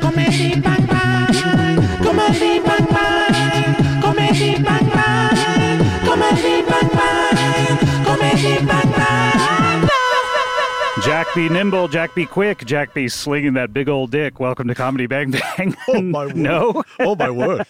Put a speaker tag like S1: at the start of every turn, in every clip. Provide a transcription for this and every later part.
S1: comedy bang bang, comedy bang bang, comedy bang bang, comedy bang bang.
S2: Jack be nimble, Jack be quick, Jack be slinging that big old dick. Welcome to Comedy Bang Bang.
S3: Oh my word.
S2: no.
S3: Oh my word.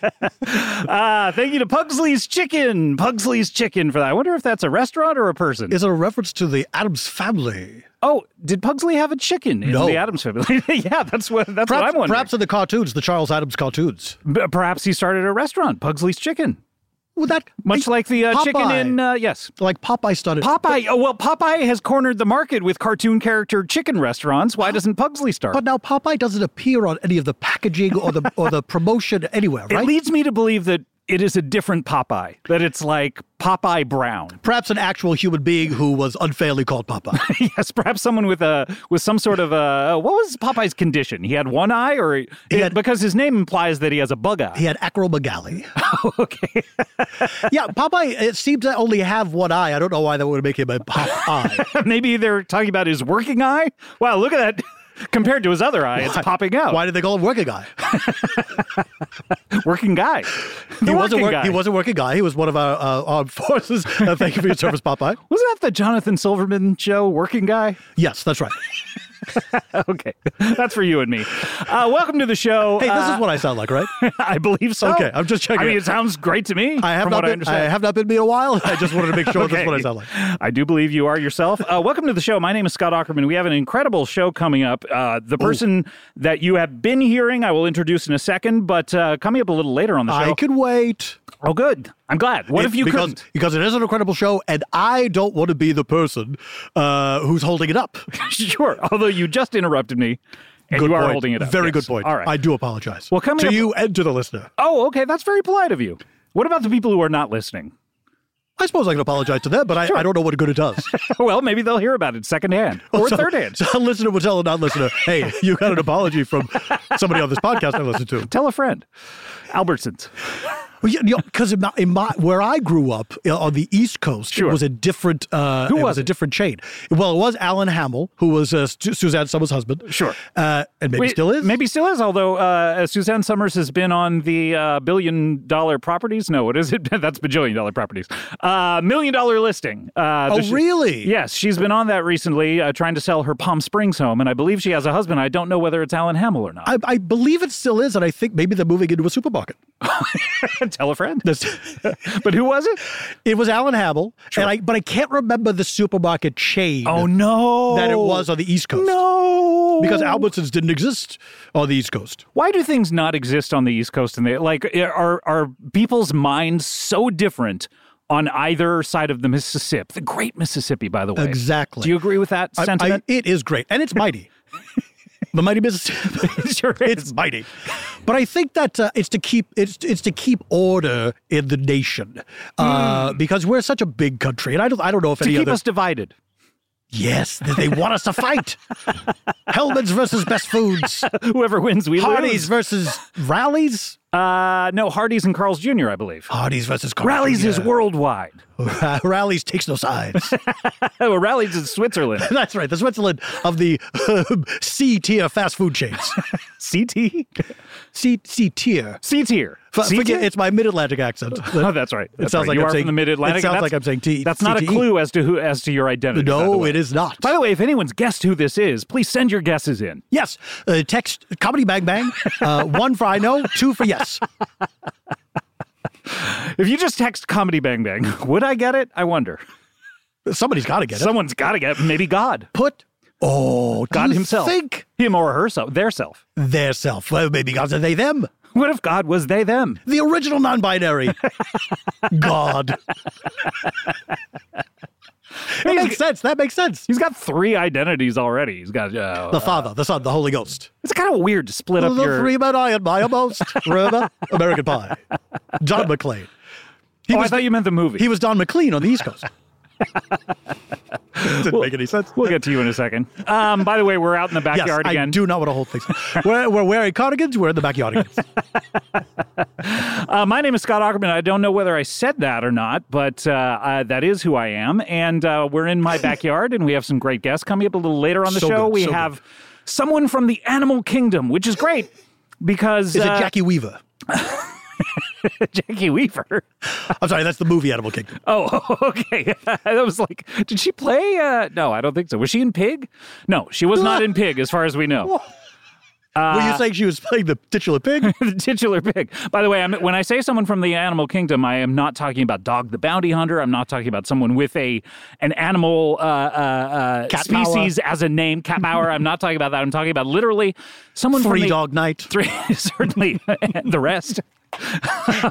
S2: Ah, thank you to Pugsley's Chicken. Pugsley's Chicken for that. I wonder if that's a restaurant or a person.
S3: It's a reference to the Adams family.
S2: oh, did Pugsley have a chicken in
S3: No.
S2: the Adams family? yeah, that's what that's what
S3: Perhaps,
S2: I'm wondering.
S3: perhaps in the cartoons, the Charles Adams cartoons.
S2: B- perhaps he started a restaurant, Pugsley's Chicken.
S3: Would that
S2: Much like the uh, chicken
S3: Popeye.
S2: in uh, yes.
S3: like Popeye started?
S2: Popeye. Oh well, Popeye has cornered the market with cartoon character chicken restaurants. Why doesn't Pugsley start?
S3: But now Popeye doesn't appear on any of the packaging or the or the promotion anywhere,
S2: It
S3: right?
S2: leads me to believe that it is a different Popeye, that it's like Popeye Brown.
S3: Perhaps an actual human being who was unfairly called Popeye.
S2: yes, perhaps someone with a with some sort of a what was Popeye's condition? He had one eye, or it-
S3: had-
S2: because his name implies that he has a bug eye.
S3: he had acromegaly.
S2: okay,
S3: yeah, Popeye it seemed to only have one eye. I don't know why that would make him a Popeye.
S2: maybe they're talking about his working eye. Wow, look at that. Compared to his other eye, it's popping out.
S3: Why did they call him working eye?
S2: Working guy. The
S3: he
S2: working
S3: wasn't work-
S2: guy.
S3: he wasn't working guy. He was one of our uh, armed forces. Uh, thank you for your service, Popeye.
S2: Wasn't that the Jonathan Silverman show, Working Guy?
S3: Yes, that's right.
S2: Okay, that's for you and me. Uh, welcome to the show.
S3: Hey, this
S2: Uh,
S3: is what I sound like, right?
S2: I believe so.
S3: Okay, I'm just checking
S2: I mean,
S3: it.
S2: it sounds great to me.
S3: I have
S2: from
S3: not
S2: what I
S3: been. I,
S2: understand.
S3: have not been me in a while. I just wanted to make sure that's what I sound like.
S2: I do believe you are yourself. Uh, welcome to the show. My name is Scott Ackerman. We have an incredible show coming up. Uh, the person that you have been hearing, I will introduce in a second, but uh, coming up a little later on the show.
S3: I could wait.
S2: oh, good. I'm glad. What
S3: It-
S2: if you
S3: because,
S2: couldn't?
S3: Because it is an incredible show, and I don't want to be the person uh, who's holding it up.
S2: sure. Although you just interrupted me, and
S3: Good
S2: you are
S3: point.
S2: holding it up.
S3: Very
S2: Yes.
S3: good point.
S2: All right.
S3: I do apologize.
S2: Well, coming
S3: to
S2: up-
S3: you and to the listener.
S2: oh, okay. That's very polite of you. What about the people who are not listening?
S3: I suppose I can apologize to them, but I, I don't know what good it does.
S2: Oh, well, maybe they'll hear about it secondhand or
S3: Oh, So-
S2: thirdhand.
S3: So a listener would tell a non-listener, "Hey, you got an apology from somebody on this podcast I listened to."
S2: Tell a friend. Albertsons.
S3: Because you know, 'cause in my, in my, where I grew up uh, on the East Coast,
S2: Sure.
S3: it was a different. Uh,
S2: Who
S3: it
S2: was
S3: was
S2: it?
S3: a different chain. Well, it was Alan Hamill, who was uh, Su- Suzanne Summers' husband.
S2: Sure.
S3: uh, and maybe
S2: Wait,
S3: still is.
S2: Maybe still is, although uh, Suzanne Summers has been on the uh, billion dollar properties. No, what is it? That's bajillion dollar properties. Uh, million dollar listing. Uh,
S3: Oh,
S2: the-
S3: really?
S2: Yes, she's been on that recently, uh, trying to sell her Palm Springs home, and I believe she has a husband. I don't know whether it's Alan Hamill or not.
S3: I, I believe it still is, and I think maybe they're moving into a supermarket.
S2: tell a friend.
S3: This-
S2: But who was it?
S3: it was Alan Habel, and I, but I can't remember the supermarket chain
S2: no,
S3: that it was on the East Coast
S2: Oh. No,
S3: because Albertsons didn't exist on the East Coast.
S2: Why do things not exist on the East Coast? And they like eh, are are people's minds so different on either side of the Mississippi, the Great Mississippi, by the way.
S3: Exactly.
S2: Do you agree with that
S3: I- I-
S2: sentiment?
S3: it is great, and it's mighty. the mighty Mississippi.
S2: Sure
S3: it's
S2: is.
S3: mighty. But I think that uh, it's to keep it's it's to keep order in the nation uh, because we're such a big country, and I don't I don't know if
S2: Hmm. to
S3: any
S2: keep
S3: other
S2: us divided.
S3: yes they- they want us to fight. Hellman's versus Best Foods,
S2: Whoever wins, we lose.
S3: Hardee's versus Rallies,
S2: Uh, no, Hardy's and Carl's Jr. I believe.
S3: Hardee's versus Carl's
S2: Rallies
S3: Jr.
S2: is worldwide.
S3: Rallies takes no sides.
S2: Oh, Rallies is Switzerland.
S3: That's right, the Switzerland of the C tier fast food chains.
S2: CT,
S3: C C tier.
S2: C tier.
S3: F-
S2: C
S3: forget
S2: tier?
S3: it's my mid Atlantic accent.
S2: Oh, that's right. That's
S3: sounds
S2: right.
S3: like
S2: you
S3: I'm
S2: are
S3: saying-
S2: from the Mid Atlantic.
S3: it sounds like I'm saying T-
S2: That's not a
S3: CTE.
S2: clue as to who as to your identity. by the
S3: no,
S2: way.
S3: it is not.
S2: By the way, if anyone's guessed who this is, please send your guesses in.
S3: Yes. Uh, text comedy bang bang. Uh, one for I know, two for yes.
S2: If you just text comedy bang bang, would I get it? I wonder.
S3: Somebody's got to get it.
S2: Someone's got to get maybe God,
S3: Put. Oh, do
S2: God
S3: you
S2: himself,
S3: Think
S2: him or herself, their self.
S3: their self. Well, maybe God's a they them.
S2: What if God was they them?
S3: The original non-binary. God. That makes sense. That makes sense.
S2: He's got three identities already. He's got. Uh,
S3: The Father, the Son, the Holy Ghost.
S2: it's kind of weird to split up
S3: the
S2: your.
S3: three men I admire most. Remember? American Pie. John McClane. He
S2: oh, I
S3: was
S2: thought you meant the movie.
S3: He was Don McLean on the East Coast. Didn't make any sense.
S2: we'll get to you in a second. Um, by the way, we're out in the
S3: Yes,
S2: backyard
S3: I
S2: again.
S3: do not want to hold things. We're, we're wearing cardigans. We're in the backyard again.
S2: Uh, my name is Scott Ackerman. I don't know whether I said that or not, but uh, uh, that is who I am. And uh, we're in my backyard, and we have some great guests coming up a little later on the
S3: So
S2: show.
S3: good,
S2: we
S3: so good.
S2: have someone from the animal kingdom, which is great because
S3: Is it
S2: uh,
S3: Jackie Weaver?
S2: Jackie Weaver.
S3: I'm sorry, that's the movie Animal Kingdom.
S2: Oh, okay. I was like, did she play? Uh, no, I don't think so. Was she in Pig? No, she was not in Pig, as far as we know. Uh,
S3: Were you saying she was playing the titular pig?
S2: the titular pig. By the way, I'm, when I say someone from the animal kingdom, I am not talking about Dog the Bounty Hunter. I'm not talking about someone with a an animal uh, uh, uh,
S3: Cat power.
S2: species as a name, cat power. I'm not talking about that. I'm talking about literally someone from
S3: Free
S2: the-
S3: Dog Night.
S2: Three, certainly, and the rest.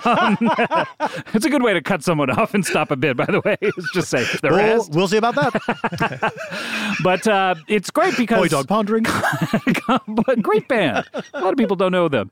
S2: Um, it's a good way to cut someone off and stop a bid. By the way, It's just say the
S3: We'll-
S2: rest.
S3: Oh, We'll see about that.
S2: But uh, it's great because
S3: Boy Dog Pondering.
S2: but great band. A lot of people don't know them.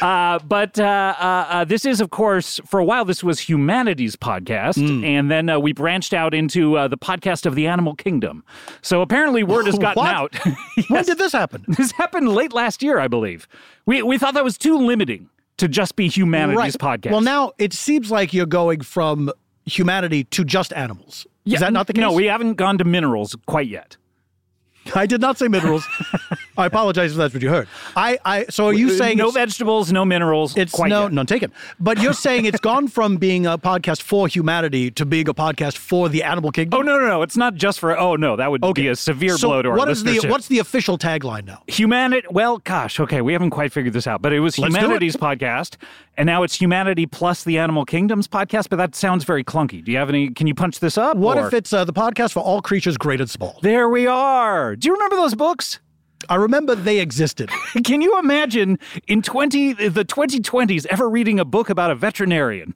S2: Uh, but uh, uh, uh, this is, of course, for a while, this was Humanities Podcast.
S3: Hmm.
S2: And then uh, we branched out into uh, the podcast of the Animal Kingdom. So apparently, word has gotten
S3: What?
S2: out.
S3: When did this happen?
S2: this happened late last year, I believe. We, we thought that was too limiting to just be Humanities Podcast.
S3: Well, now it seems like you're going from humanity to just animals. Is that not the case?
S2: No, we haven't gone to minerals quite yet.
S3: I did not say minerals. I apologize if that's what you heard. I, I so are you saying
S2: uh, no
S3: it's-
S2: vegetables, no minerals.
S3: It's
S2: quite
S3: no,
S2: yet.
S3: none taken. But you're saying it's gone from being a podcast for humanity to being a podcast for the animal kingdom.
S2: Oh no, no, no! It's not just for. Oh no, that would be a severe
S3: so
S2: blow to our
S3: what is the
S2: listenership.
S3: what's the official tagline now?
S2: humanity well gosh okay we haven't quite figured this out but it was
S3: Let's do it.
S2: humanities podcast and now it's humanity plus the animal kingdoms podcast but that sounds very clunky do you have any can you punch this up
S3: What
S2: or-
S3: if it's uh, the podcast for all creatures great and small?
S2: there we are do you remember those books
S3: I remember they existed.
S2: can you imagine in 20 the 2020s ever reading a book about a veterinarian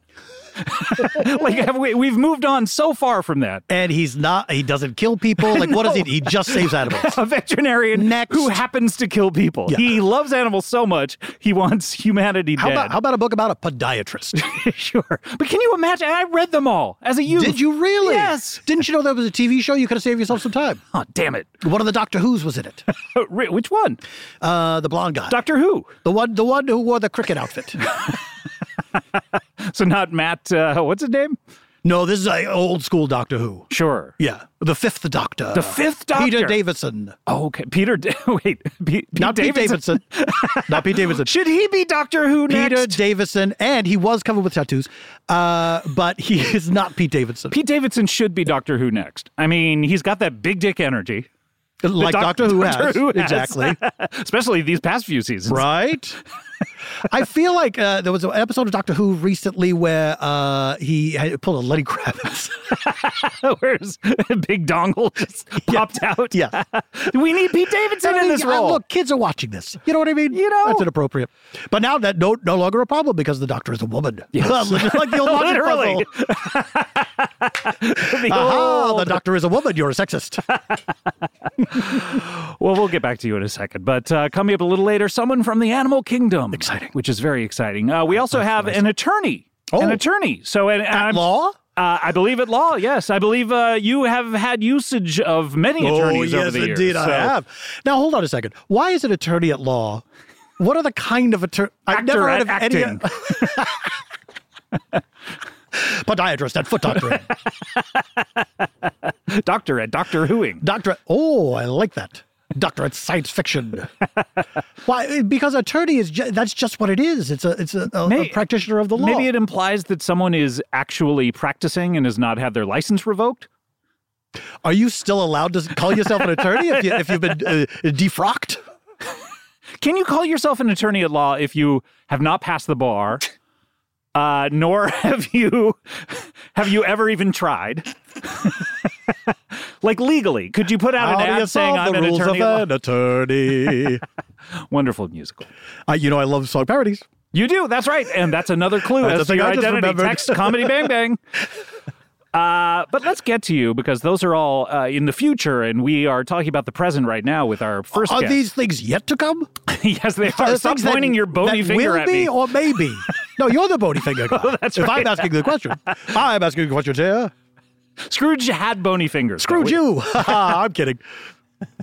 S2: like have we, we've moved on so far from that
S3: And he's not he doesn't kill people. Like what is he? He just saves animals.
S2: a veterinarian
S3: Next.
S2: who happens to kill people. He loves animals so much, he wants humanity
S3: How
S2: dead.
S3: about how about a book about a podiatrist?
S2: sure. But can you imagine? I read them all as a youth.
S3: Did you really?
S2: Yes.
S3: Didn't you know there was a TV show? You could have saved yourself some time.
S2: Oh, damn it.
S3: One of the Doctor Who's was in it.
S2: Ri- Which one?
S3: Uh, the blonde guy.
S2: Doctor Who.
S3: the one the one who wore the cricket outfit.
S2: So not Matt, uh, what's his name?
S3: no, this is a old school Doctor Who.
S2: Sure.
S3: Yeah, the fifth Doctor.
S2: The fifth Doctor.
S3: Peter Davison.
S2: Oh, okay. Peter, Da- wait. P- Pete
S3: Not Pete Davidson. Not Pete Davidson.
S2: Should he be Doctor Who
S3: Peter
S2: next?
S3: Davison, and he was covered with tattoos, uh, but he is not Pete Davidson.
S2: Pete Davidson should be Doctor Who next. I mean, he's got that big dick energy.
S3: like
S2: doc-
S3: Doctor, Who,
S2: Doctor
S3: has.
S2: Who has.
S3: exactly.
S2: especially these past few seasons.
S3: right? I feel like uh, there was an episode of Doctor Who recently where uh, he had pulled a Lenny Kravitz.
S2: Where's big dongle just popped out?
S3: yeah.
S2: we need Pete Davidson
S3: I
S2: in
S3: mean,
S2: this
S3: uh,
S2: role.
S3: Look, kids are watching this. You know what I mean?
S2: You know.
S3: that's inappropriate. But now that no no longer a problem because the Doctor is a woman.
S2: Yes.
S3: like the old logic
S2: Literally. Oh.
S3: puzzle. Aha, the Doctor is a woman. You're a sexist.
S2: Well, we'll get back to you in a second. But uh, coming up a little later, someone from the animal kingdom. Exciting. Which is very exciting. Uh, we also have an attorney. An
S3: Oh.
S2: attorney. So, and, and I'm-
S3: Law.
S2: Uh, I believe at law, yes. I believe uh, you have had usage of many attorneys
S3: oh, yes,
S2: over the years.
S3: indeed, I
S2: so-
S3: have. Now, hold on a second. Why is an attorney at law? What are the kind of attorney? I've
S2: Actor
S3: never
S2: at
S3: heard of
S2: acting.
S3: any. uh, Podiatrist at foot doctor.
S2: Doctor at Doctor Whoing.
S3: Doctor. Oh, I like that. Doctor at science fiction. Why? Because attorney is ju- that's just what it is. It's a it's a, a, a
S2: May-
S3: practitioner of the law.
S2: Maybe it implies that someone is actually practicing and has not had their license revoked.
S3: Are you still allowed to call yourself an attorney if you if you've been uh, defrocked?
S2: Can you call yourself an attorney at law if you have not passed the bar, uh, nor have you have you ever even tried? like legally, could you put out an
S3: How do you
S2: ad saying
S3: solve
S2: I'm
S3: the
S2: an
S3: rules
S2: attorney?
S3: of
S2: At law?
S3: an attorney?
S2: Wonderful musical.
S3: I, you know I love song parodies.
S2: You do. That's right, and that's another clue
S3: That's
S2: as
S3: the
S2: to
S3: thing
S2: your
S3: I just
S2: identity.
S3: remembered.
S2: Text comedy bang bang. Uh, but let's get to you because those are all uh, in the future, and we are talking about the present right now with our first
S3: Are
S2: guest.
S3: these things yet to come?
S2: yes, they are.
S3: the
S2: Stop
S3: things that-
S2: pointing your bony
S3: that
S2: finger
S3: will
S2: at
S3: be
S2: me. Oh,
S3: or maybe. No, you're the bony finger guy. if I'm asking the question, I'm asking the question here.
S2: Scrooge had bony fingers. though.
S3: Scrooge you. I'm kidding.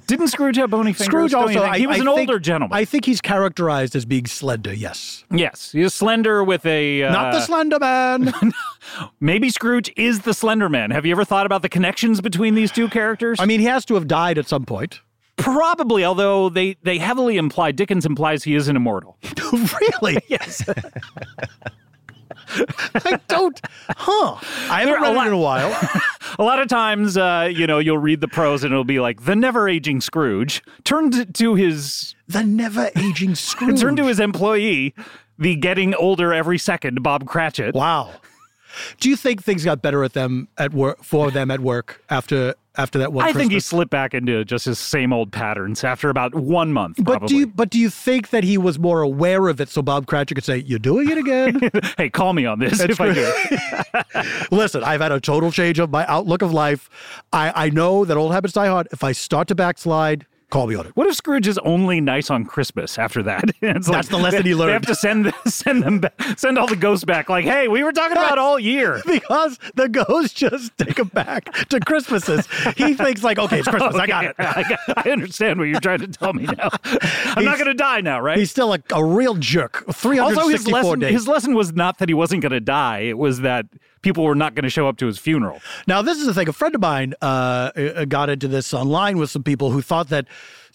S2: Didn't Scrooge have bony fingers?
S3: Scrooge
S2: Don't you
S3: also.
S2: think?
S3: I-
S2: he was
S3: I
S2: an
S3: think-
S2: older gentleman.
S3: I think he's characterized as being slender. Yes,
S2: yes, he was slender with a. Uh,
S3: not the slender man.
S2: maybe Scrooge is the Slender Man. Have you ever thought about the connections between these two characters?
S3: I mean, he has to have died at some point.
S2: probably, although they they heavily imply Dickens implies he is an immortal.
S3: really?
S2: Yes,
S3: I don't. Huh? I haven't
S2: There are a
S3: read
S2: lot-
S3: it in a while.
S2: a lot of times, uh, you know, you'll read the prose and it'll be like the never aging Scrooge turned to his
S3: the never aging Scrooge.
S2: turned to his employee, the getting older every second Bob Cratchit.
S3: Wow. Do you think things got better at them at work for them at work after after that one?
S2: I think he
S3: Christmas?
S2: slipped back into just his same old patterns after about one month.
S3: But
S2: probably.
S3: do you but do you think that he was more aware of it so Bob Cratchit could say, "You're doing it again"?
S2: hey, call me on this if I do. it.
S3: Listen, I've had a total change of my outlook of life. I I know that old habits die hard. If I start to backslide, call me on it.
S2: What if Scrooge is only nice on Christmas after that? It's
S3: That's the lesson
S2: they,
S3: he
S2: They have
S3: learned.
S2: to send send them back, send all the ghosts back. Like, hey, we were talking about all year.
S3: Because the ghosts just take him back to Christmases. He thinks like, okay, it's Christmas. I got it.
S2: I, got- I understand what you're trying to tell me now. I'm not
S3: He's-
S2: going to die now, right?
S3: He's still a, a real jerk. Three hundred
S2: Also, his
S3: sixty-four
S2: lesson
S3: days.
S2: his lesson was not that he wasn't going to die. It was that people were not going to show up to his funeral.
S3: Now, this is the thing. A friend of mine uh, uh, got into this online with some people who thought that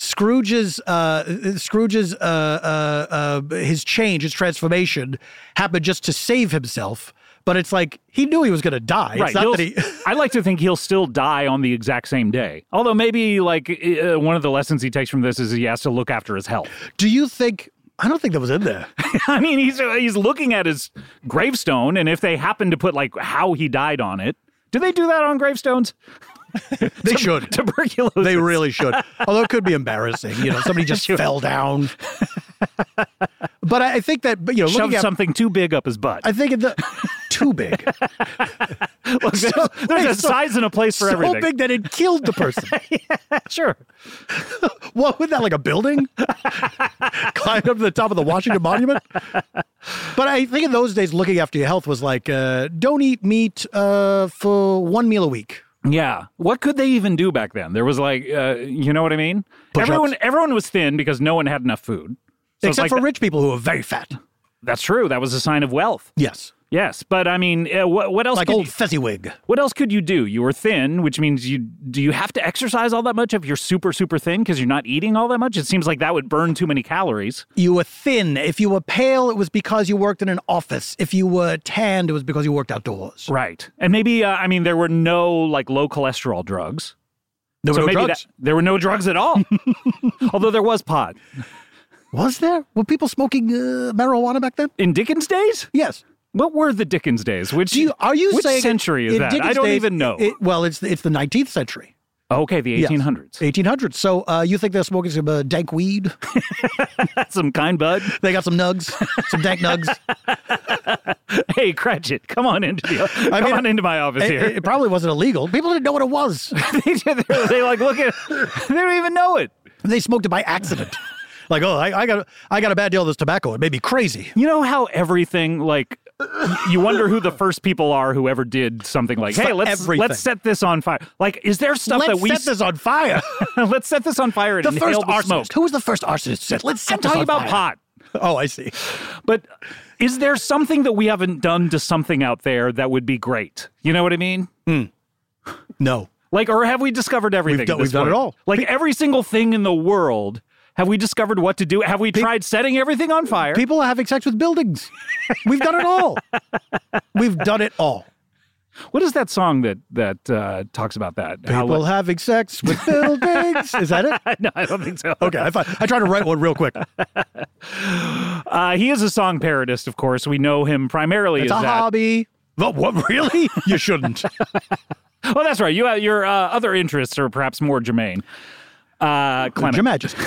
S3: Scrooge's uh, Scrooge's uh, uh, uh, his change, his transformation, happened just to save himself. But it's like he knew he was going to die. It's not
S2: he'll-
S3: that he.
S2: I like to think he'll still die on the exact same day. Although maybe like uh, one of the lessons he takes from this is he has to look after his health.
S3: Do you think? I don't think that was in there.
S2: I mean, he's uh, he's looking at his gravestone, and if they happen to put like how he died on it, do they do that on gravestones?
S3: They should.
S2: Tuberculosis.
S3: They really should. Although it could be embarrassing. You know, somebody just fell down. but I I think that, but, you know,
S2: shove
S3: looking at,
S2: something too big up his butt.
S3: I think the too big.
S2: Look, there's
S3: so-
S2: there's a
S3: wait, so-
S2: size and a place for
S3: so
S2: everything.
S3: big that it killed the person.
S2: Sure.
S3: What was that like a building? Climbed up to the top of the Washington Monument. But I think in those days, looking after your health was like, uh, don't eat meat uh, for one meal a week.
S2: Yeah. What could they even do back then? There was like, uh, you know what I mean?
S3: Push-ups.
S2: everyone, everyone was thin because no one had enough food. So it's
S3: Except
S2: like
S3: for
S2: th-
S3: rich people who are very fat.
S2: that's true. That was a sign of wealth.
S3: Yes,
S2: Yes, but I mean, uh, what, what else?
S3: like
S2: could
S3: old
S2: you,
S3: Fezziwig.
S2: what else could you do? You were thin, which means you do you have to exercise all that much if you're super super thin because you're not eating all that much. It seems like that would burn too many calories.
S3: You were thin. If you were pale, it was because you worked in an office. If you were tanned, it was because you worked outdoors.
S2: Right, and maybe uh, I mean there were no like low cholesterol drugs.
S3: There were
S2: so
S3: no
S2: maybe
S3: drugs.
S2: That, there were no drugs at all. Although there was pot.
S3: Was there? Were people smoking uh, marijuana back then?
S2: In Dickens days?
S3: Yes.
S2: What were the Dickens days? Which
S3: Do you, are you
S2: which
S3: saying
S2: century is
S3: in
S2: that? I
S3: Dickens
S2: don't
S3: days-
S2: even know.
S3: it- well, it's it's the 19th century.
S2: okay, the
S3: Yes.
S2: 1800s.
S3: 1800s. So uh, you think they're smoking some uh, dank weed?
S2: That's some kind bud.
S3: they got some nugs, some dank nugs.
S2: Hey, Cratchit, come on into the, come
S3: mean,
S2: on into my office
S3: It,
S2: here.
S3: it- it probably wasn't illegal. People didn't know what it was.
S2: they, they, they like look at. They don't even know it.
S3: they smoked it by accident. Like, oh, I, I got I got a bad deal of this tobacco. It made me crazy.
S2: You know how everything like you wonder who the first people are who ever did something like, hey, let's
S3: everything.
S2: let's set this on fire. Like, is there stuff
S3: Let's
S2: that we
S3: set this on fire.
S2: let's set this on fire and
S3: the
S2: inhale
S3: first
S2: the
S3: arsonist.
S2: smoke?
S3: Who was the first arsonist? Set- Let's set
S2: I'm
S3: this
S2: talking
S3: on
S2: about
S3: fire.
S2: pot.
S3: Oh, I see.
S2: But is there something that we haven't done to something out there that would be great? You know what I mean?
S3: No.
S2: Like, or have we discovered everything?
S3: done-
S2: at this
S3: we've done it
S2: point?
S3: all.
S2: Like every single thing in the world. Have we discovered what to do? Have we tried setting everything on fire?
S3: People are having sex with buildings. We've done it all. We've done it all.
S2: what is that song that that uh, talks about that? How-
S3: People having sex with buildings. Is that it?
S2: no, I don't think so.
S3: Okay, I, thought, I tried to write one real quick.
S2: Uh, he is a song parodist, of course. We know him primarily
S3: It's a
S2: as that.
S3: hobby. But what really? You shouldn't.
S2: Oh, that's right. You uh, your uh, other interests are perhaps more germane. Uh, Clement.
S3: Your Majesty.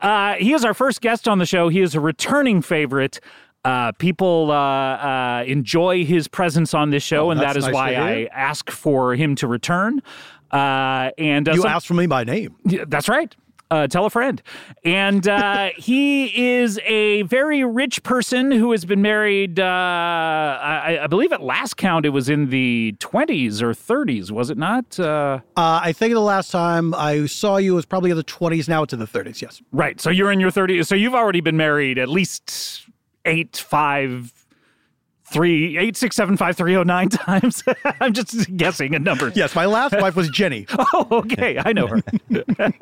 S2: Uh, he is our first guest on the show. He is a returning favorite. Uh, people uh, uh, enjoy his presence on this show,
S3: Oh,
S2: and that
S3: that's
S2: is
S3: nice
S2: why
S3: to
S2: I
S3: hear.
S2: ask for him to return. Uh, and uh,
S3: You
S2: some-
S3: asked for me by name.
S2: Yeah, That's right. Uh, tell a friend. And uh, he is a very rich person who has been married, uh, I, I believe at last count, it was in the 20s or 30s, was it not? Uh,
S3: Uh, I think the last time I saw you was probably in the 20s. Now it's in the 30s, yes.
S2: right. So you're in your 30s. So you've already been married at least eight, five, three, eight, six, seven, five, three, oh, nine times. I'm just guessing a number.
S3: Yes, my last wife was Jenny.
S2: Oh, okay. I know her.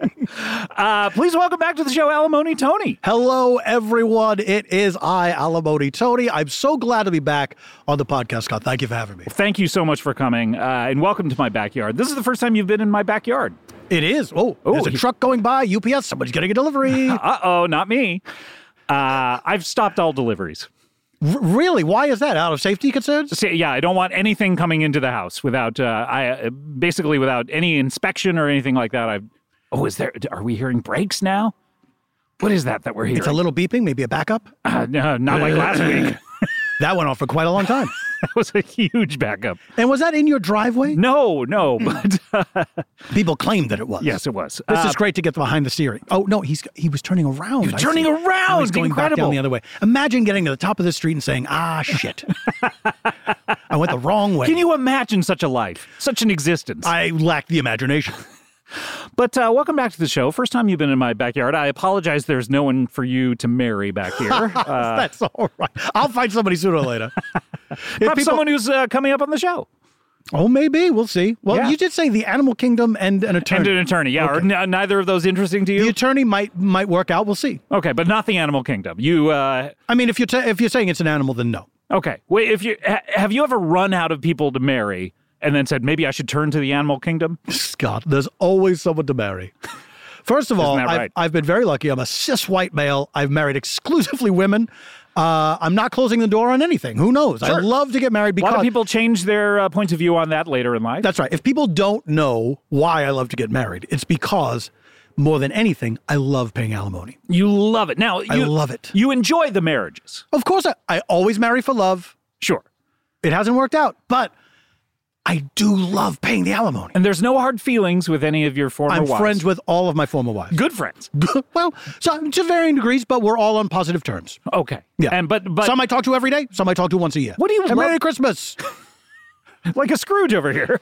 S2: uh, please welcome back to the show, Alimony Tony.
S3: Hello, everyone. It is I, Alamodi Tony. I'm so glad to be back on the podcast, Scott. Thank you for having me.
S2: Thank you so much for coming, uh, and welcome to my backyard. This is the first time you've been in my backyard.
S3: It is. Oh, there's a
S2: he-
S3: truck going by. UPS. Somebody's getting a delivery. R-
S2: Uh oh, not me. Uh, I've stopped all deliveries.
S3: really? Why is that? Out of safety concerns?
S2: So, yeah, I don't want anything coming into the house without uh, I uh, basically without any inspection or anything like that. I've oh, is there? Are we hearing breaks now? What is that that we're hearing?
S3: It's a little beeping. Maybe a backup.
S2: uh, no, not like last week.
S3: That went on for quite a long time.
S2: That was a huge backup.
S3: and was that in your driveway?
S2: No, no, but uh,
S3: People claimed that it was.
S2: yes, it was.
S3: This
S2: Uh,
S3: is great to get behind the steering. Oh no, he's he was turning around. He
S2: was turning around.
S3: He's going back
S2: Incredible.
S3: down the other way. Imagine getting to the top of the street and saying, "Ah, shit, I went the wrong way."
S2: can you imagine such a life, such an existence?
S3: I lack the imagination.
S2: But uh, welcome back to the show. First time you've been in my backyard. I apologize. There's no one for you to marry back here. Uh,
S3: That's all right. I'll find somebody sooner or later. If
S2: perhaps
S3: people-
S2: someone who's uh, coming up on the show.
S3: oh, maybe we'll see. Well,
S2: Yeah.
S3: you did say the animal kingdom and an
S2: And
S3: attorney.
S2: an attorney. Yeah. Are n- neither of those interesting to you?
S3: the attorney might might work out. We'll see.
S2: okay, but not the animal kingdom. You. Uh,
S3: I mean, if you're t- if you're saying it's an animal, then no.
S2: okay. Wait. If you ha- have you ever run out of people to marry and then said maybe I should turn to the animal kingdom?
S3: Scott, there's always someone to marry. First of all,
S2: that
S3: I've,
S2: right?
S3: I've been very lucky. I'm a cis white male. I've married exclusively women. Uh, I'm not closing the door on anything. Who knows? I love to get married
S2: A lot
S3: because
S2: of people change their uh, points of view on that later in life.
S3: that's right. If people don't know why I love to get married, it's because more than anything, I love paying alimony.
S2: you love it. Now you,
S3: I love it.
S2: You enjoy the marriages.
S3: Of course, I, I always marry for love.
S2: Sure.
S3: It hasn't worked out, but I do love paying the alimony.
S2: And there's no hard feelings with any of your former
S3: I'm
S2: wives.
S3: friends with all of my former wives.
S2: good friends.
S3: well, so to varying degrees, but we're all on positive terms.
S2: Okay.
S3: Yeah.
S2: And but but
S3: some I talk to every day, some I talk to once a year.
S2: What do you
S3: And
S2: love-
S3: Merry Christmas.
S2: like a Scrooge over here.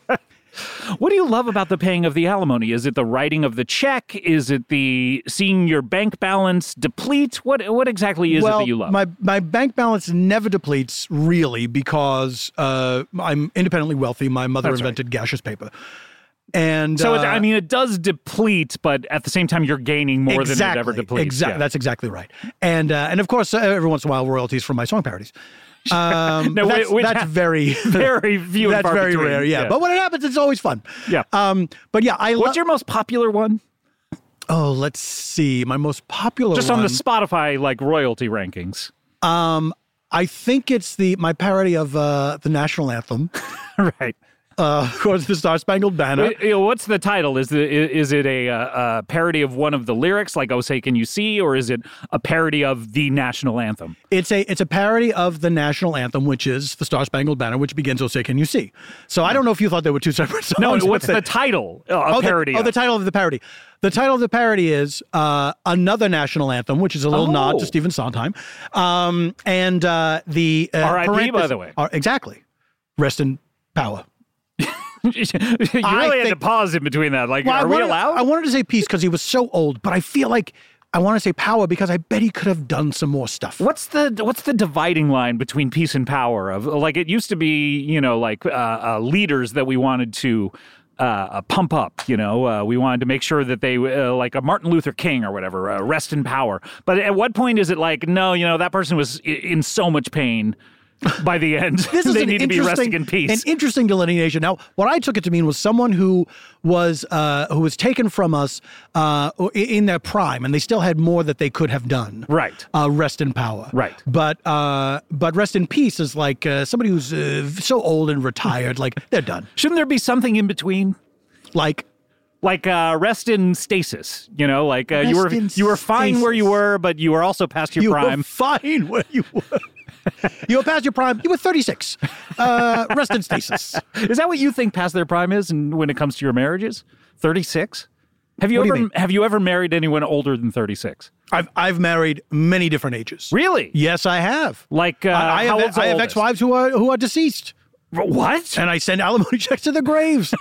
S2: what do you love about the paying of the alimony? Is it the writing of the check? Is it the seeing your bank balance deplete? What what exactly is it
S3: well,
S2: that you love?
S3: my my bank balance never depletes really because uh, I'm independently wealthy. My mother
S2: That's right.
S3: invented gaseous paper. And
S2: So it,
S3: uh,
S2: I mean, it does deplete, but at the same time, you're gaining more than it ever depletes.
S3: Exactly.
S2: Yeah.
S3: That's exactly right. And uh, and of course, uh, every once in a while, royalties from my song parodies. Um,
S2: No,
S3: that's,
S2: which-
S3: that's very
S2: very few and
S3: That's
S2: far
S3: very
S2: between.
S3: rare. Yeah.
S2: Yeah.
S3: but when it happens, it's always fun.
S2: Yeah.
S3: Um, but yeah, I love.
S2: What's your most popular one?
S3: oh, let's see. My most popular
S2: Just
S3: one,
S2: on the Spotify like royalty rankings,
S3: I think it's the my parody of uh, the national anthem.
S2: right?
S3: Uh, of course, the Star Spangled Banner.
S2: Wait, Uh, you know, what's the title? Is the i- is it a, uh uh parody of one of the lyrics, like "Oh Say Can You See," or is it a parody of the national anthem?
S3: It's a it's a parody of the national anthem, which is the Star Spangled Banner, which begins "Oh say can you see." So I don't know if you thought they were two separate songs.
S2: No,
S3: but
S2: what's
S3: they-
S2: the title? Uh, a
S3: oh,
S2: parody.
S3: The, oh,
S2: of.
S3: the title of the parody. The title of the parody is uh, another national anthem, which is a little nod
S2: Oh.
S3: to Stephen Sondheim. Um, and uh, the uh,
S2: R.I.P., by
S3: parenthesis-
S2: the way.
S3: are- exactly. Rest in power.
S2: you really
S3: I
S2: had to
S3: think-
S2: pause in between that. Like,
S3: I
S2: are we
S3: wanted,
S2: allowed?
S3: I wanted to say peace because he was so old, but I feel like I want to say power because I bet he could have done some more stuff.
S2: What's the what's the dividing line between peace and power of like it used to be you know like uh, uh, leaders that we wanted to uh, uh, pump up you know uh, we wanted to make sure that they uh, like a Martin Luther King or whatever uh, rest in power but at what point is it like no you know that person was i- in so much pain by the end
S3: this is
S2: they
S3: an
S2: need to be
S3: interesting,
S2: resting in peace
S3: An interesting delineation. Now, what I took it to mean was someone who was uh, who was taken from us uh, i- in their prime, and they still had more that they could have done.
S2: Right.
S3: Uh, rest in power.
S2: Right.
S3: But uh, but rest in peace is like uh, somebody who's uh, so old and retired, like they're done.
S2: shouldn't there be something in between
S3: Like
S2: like uh, rest in stasis you know like uh, you were
S3: Rest in
S2: you were fine where you
S3: stasis.
S2: were but you were also past your
S3: you
S2: prime
S3: were fine where you were. you were past your prime. You were thirty six. Uh, rest in stasis.
S2: Is that what you think past their prime is and when it comes to your marriages? 36? Have you
S3: What do you
S2: ever
S3: mean?
S2: have you ever married anyone older than 36?
S3: I've I've married many different ages.
S2: Really?
S3: Yes, I have.
S2: Like uh,
S3: I, I
S2: how
S3: have, e-
S2: old's the
S3: I have
S2: oldest?
S3: ex-wives who are who are deceased,
S2: What?
S3: and I send alimony checks to their graves.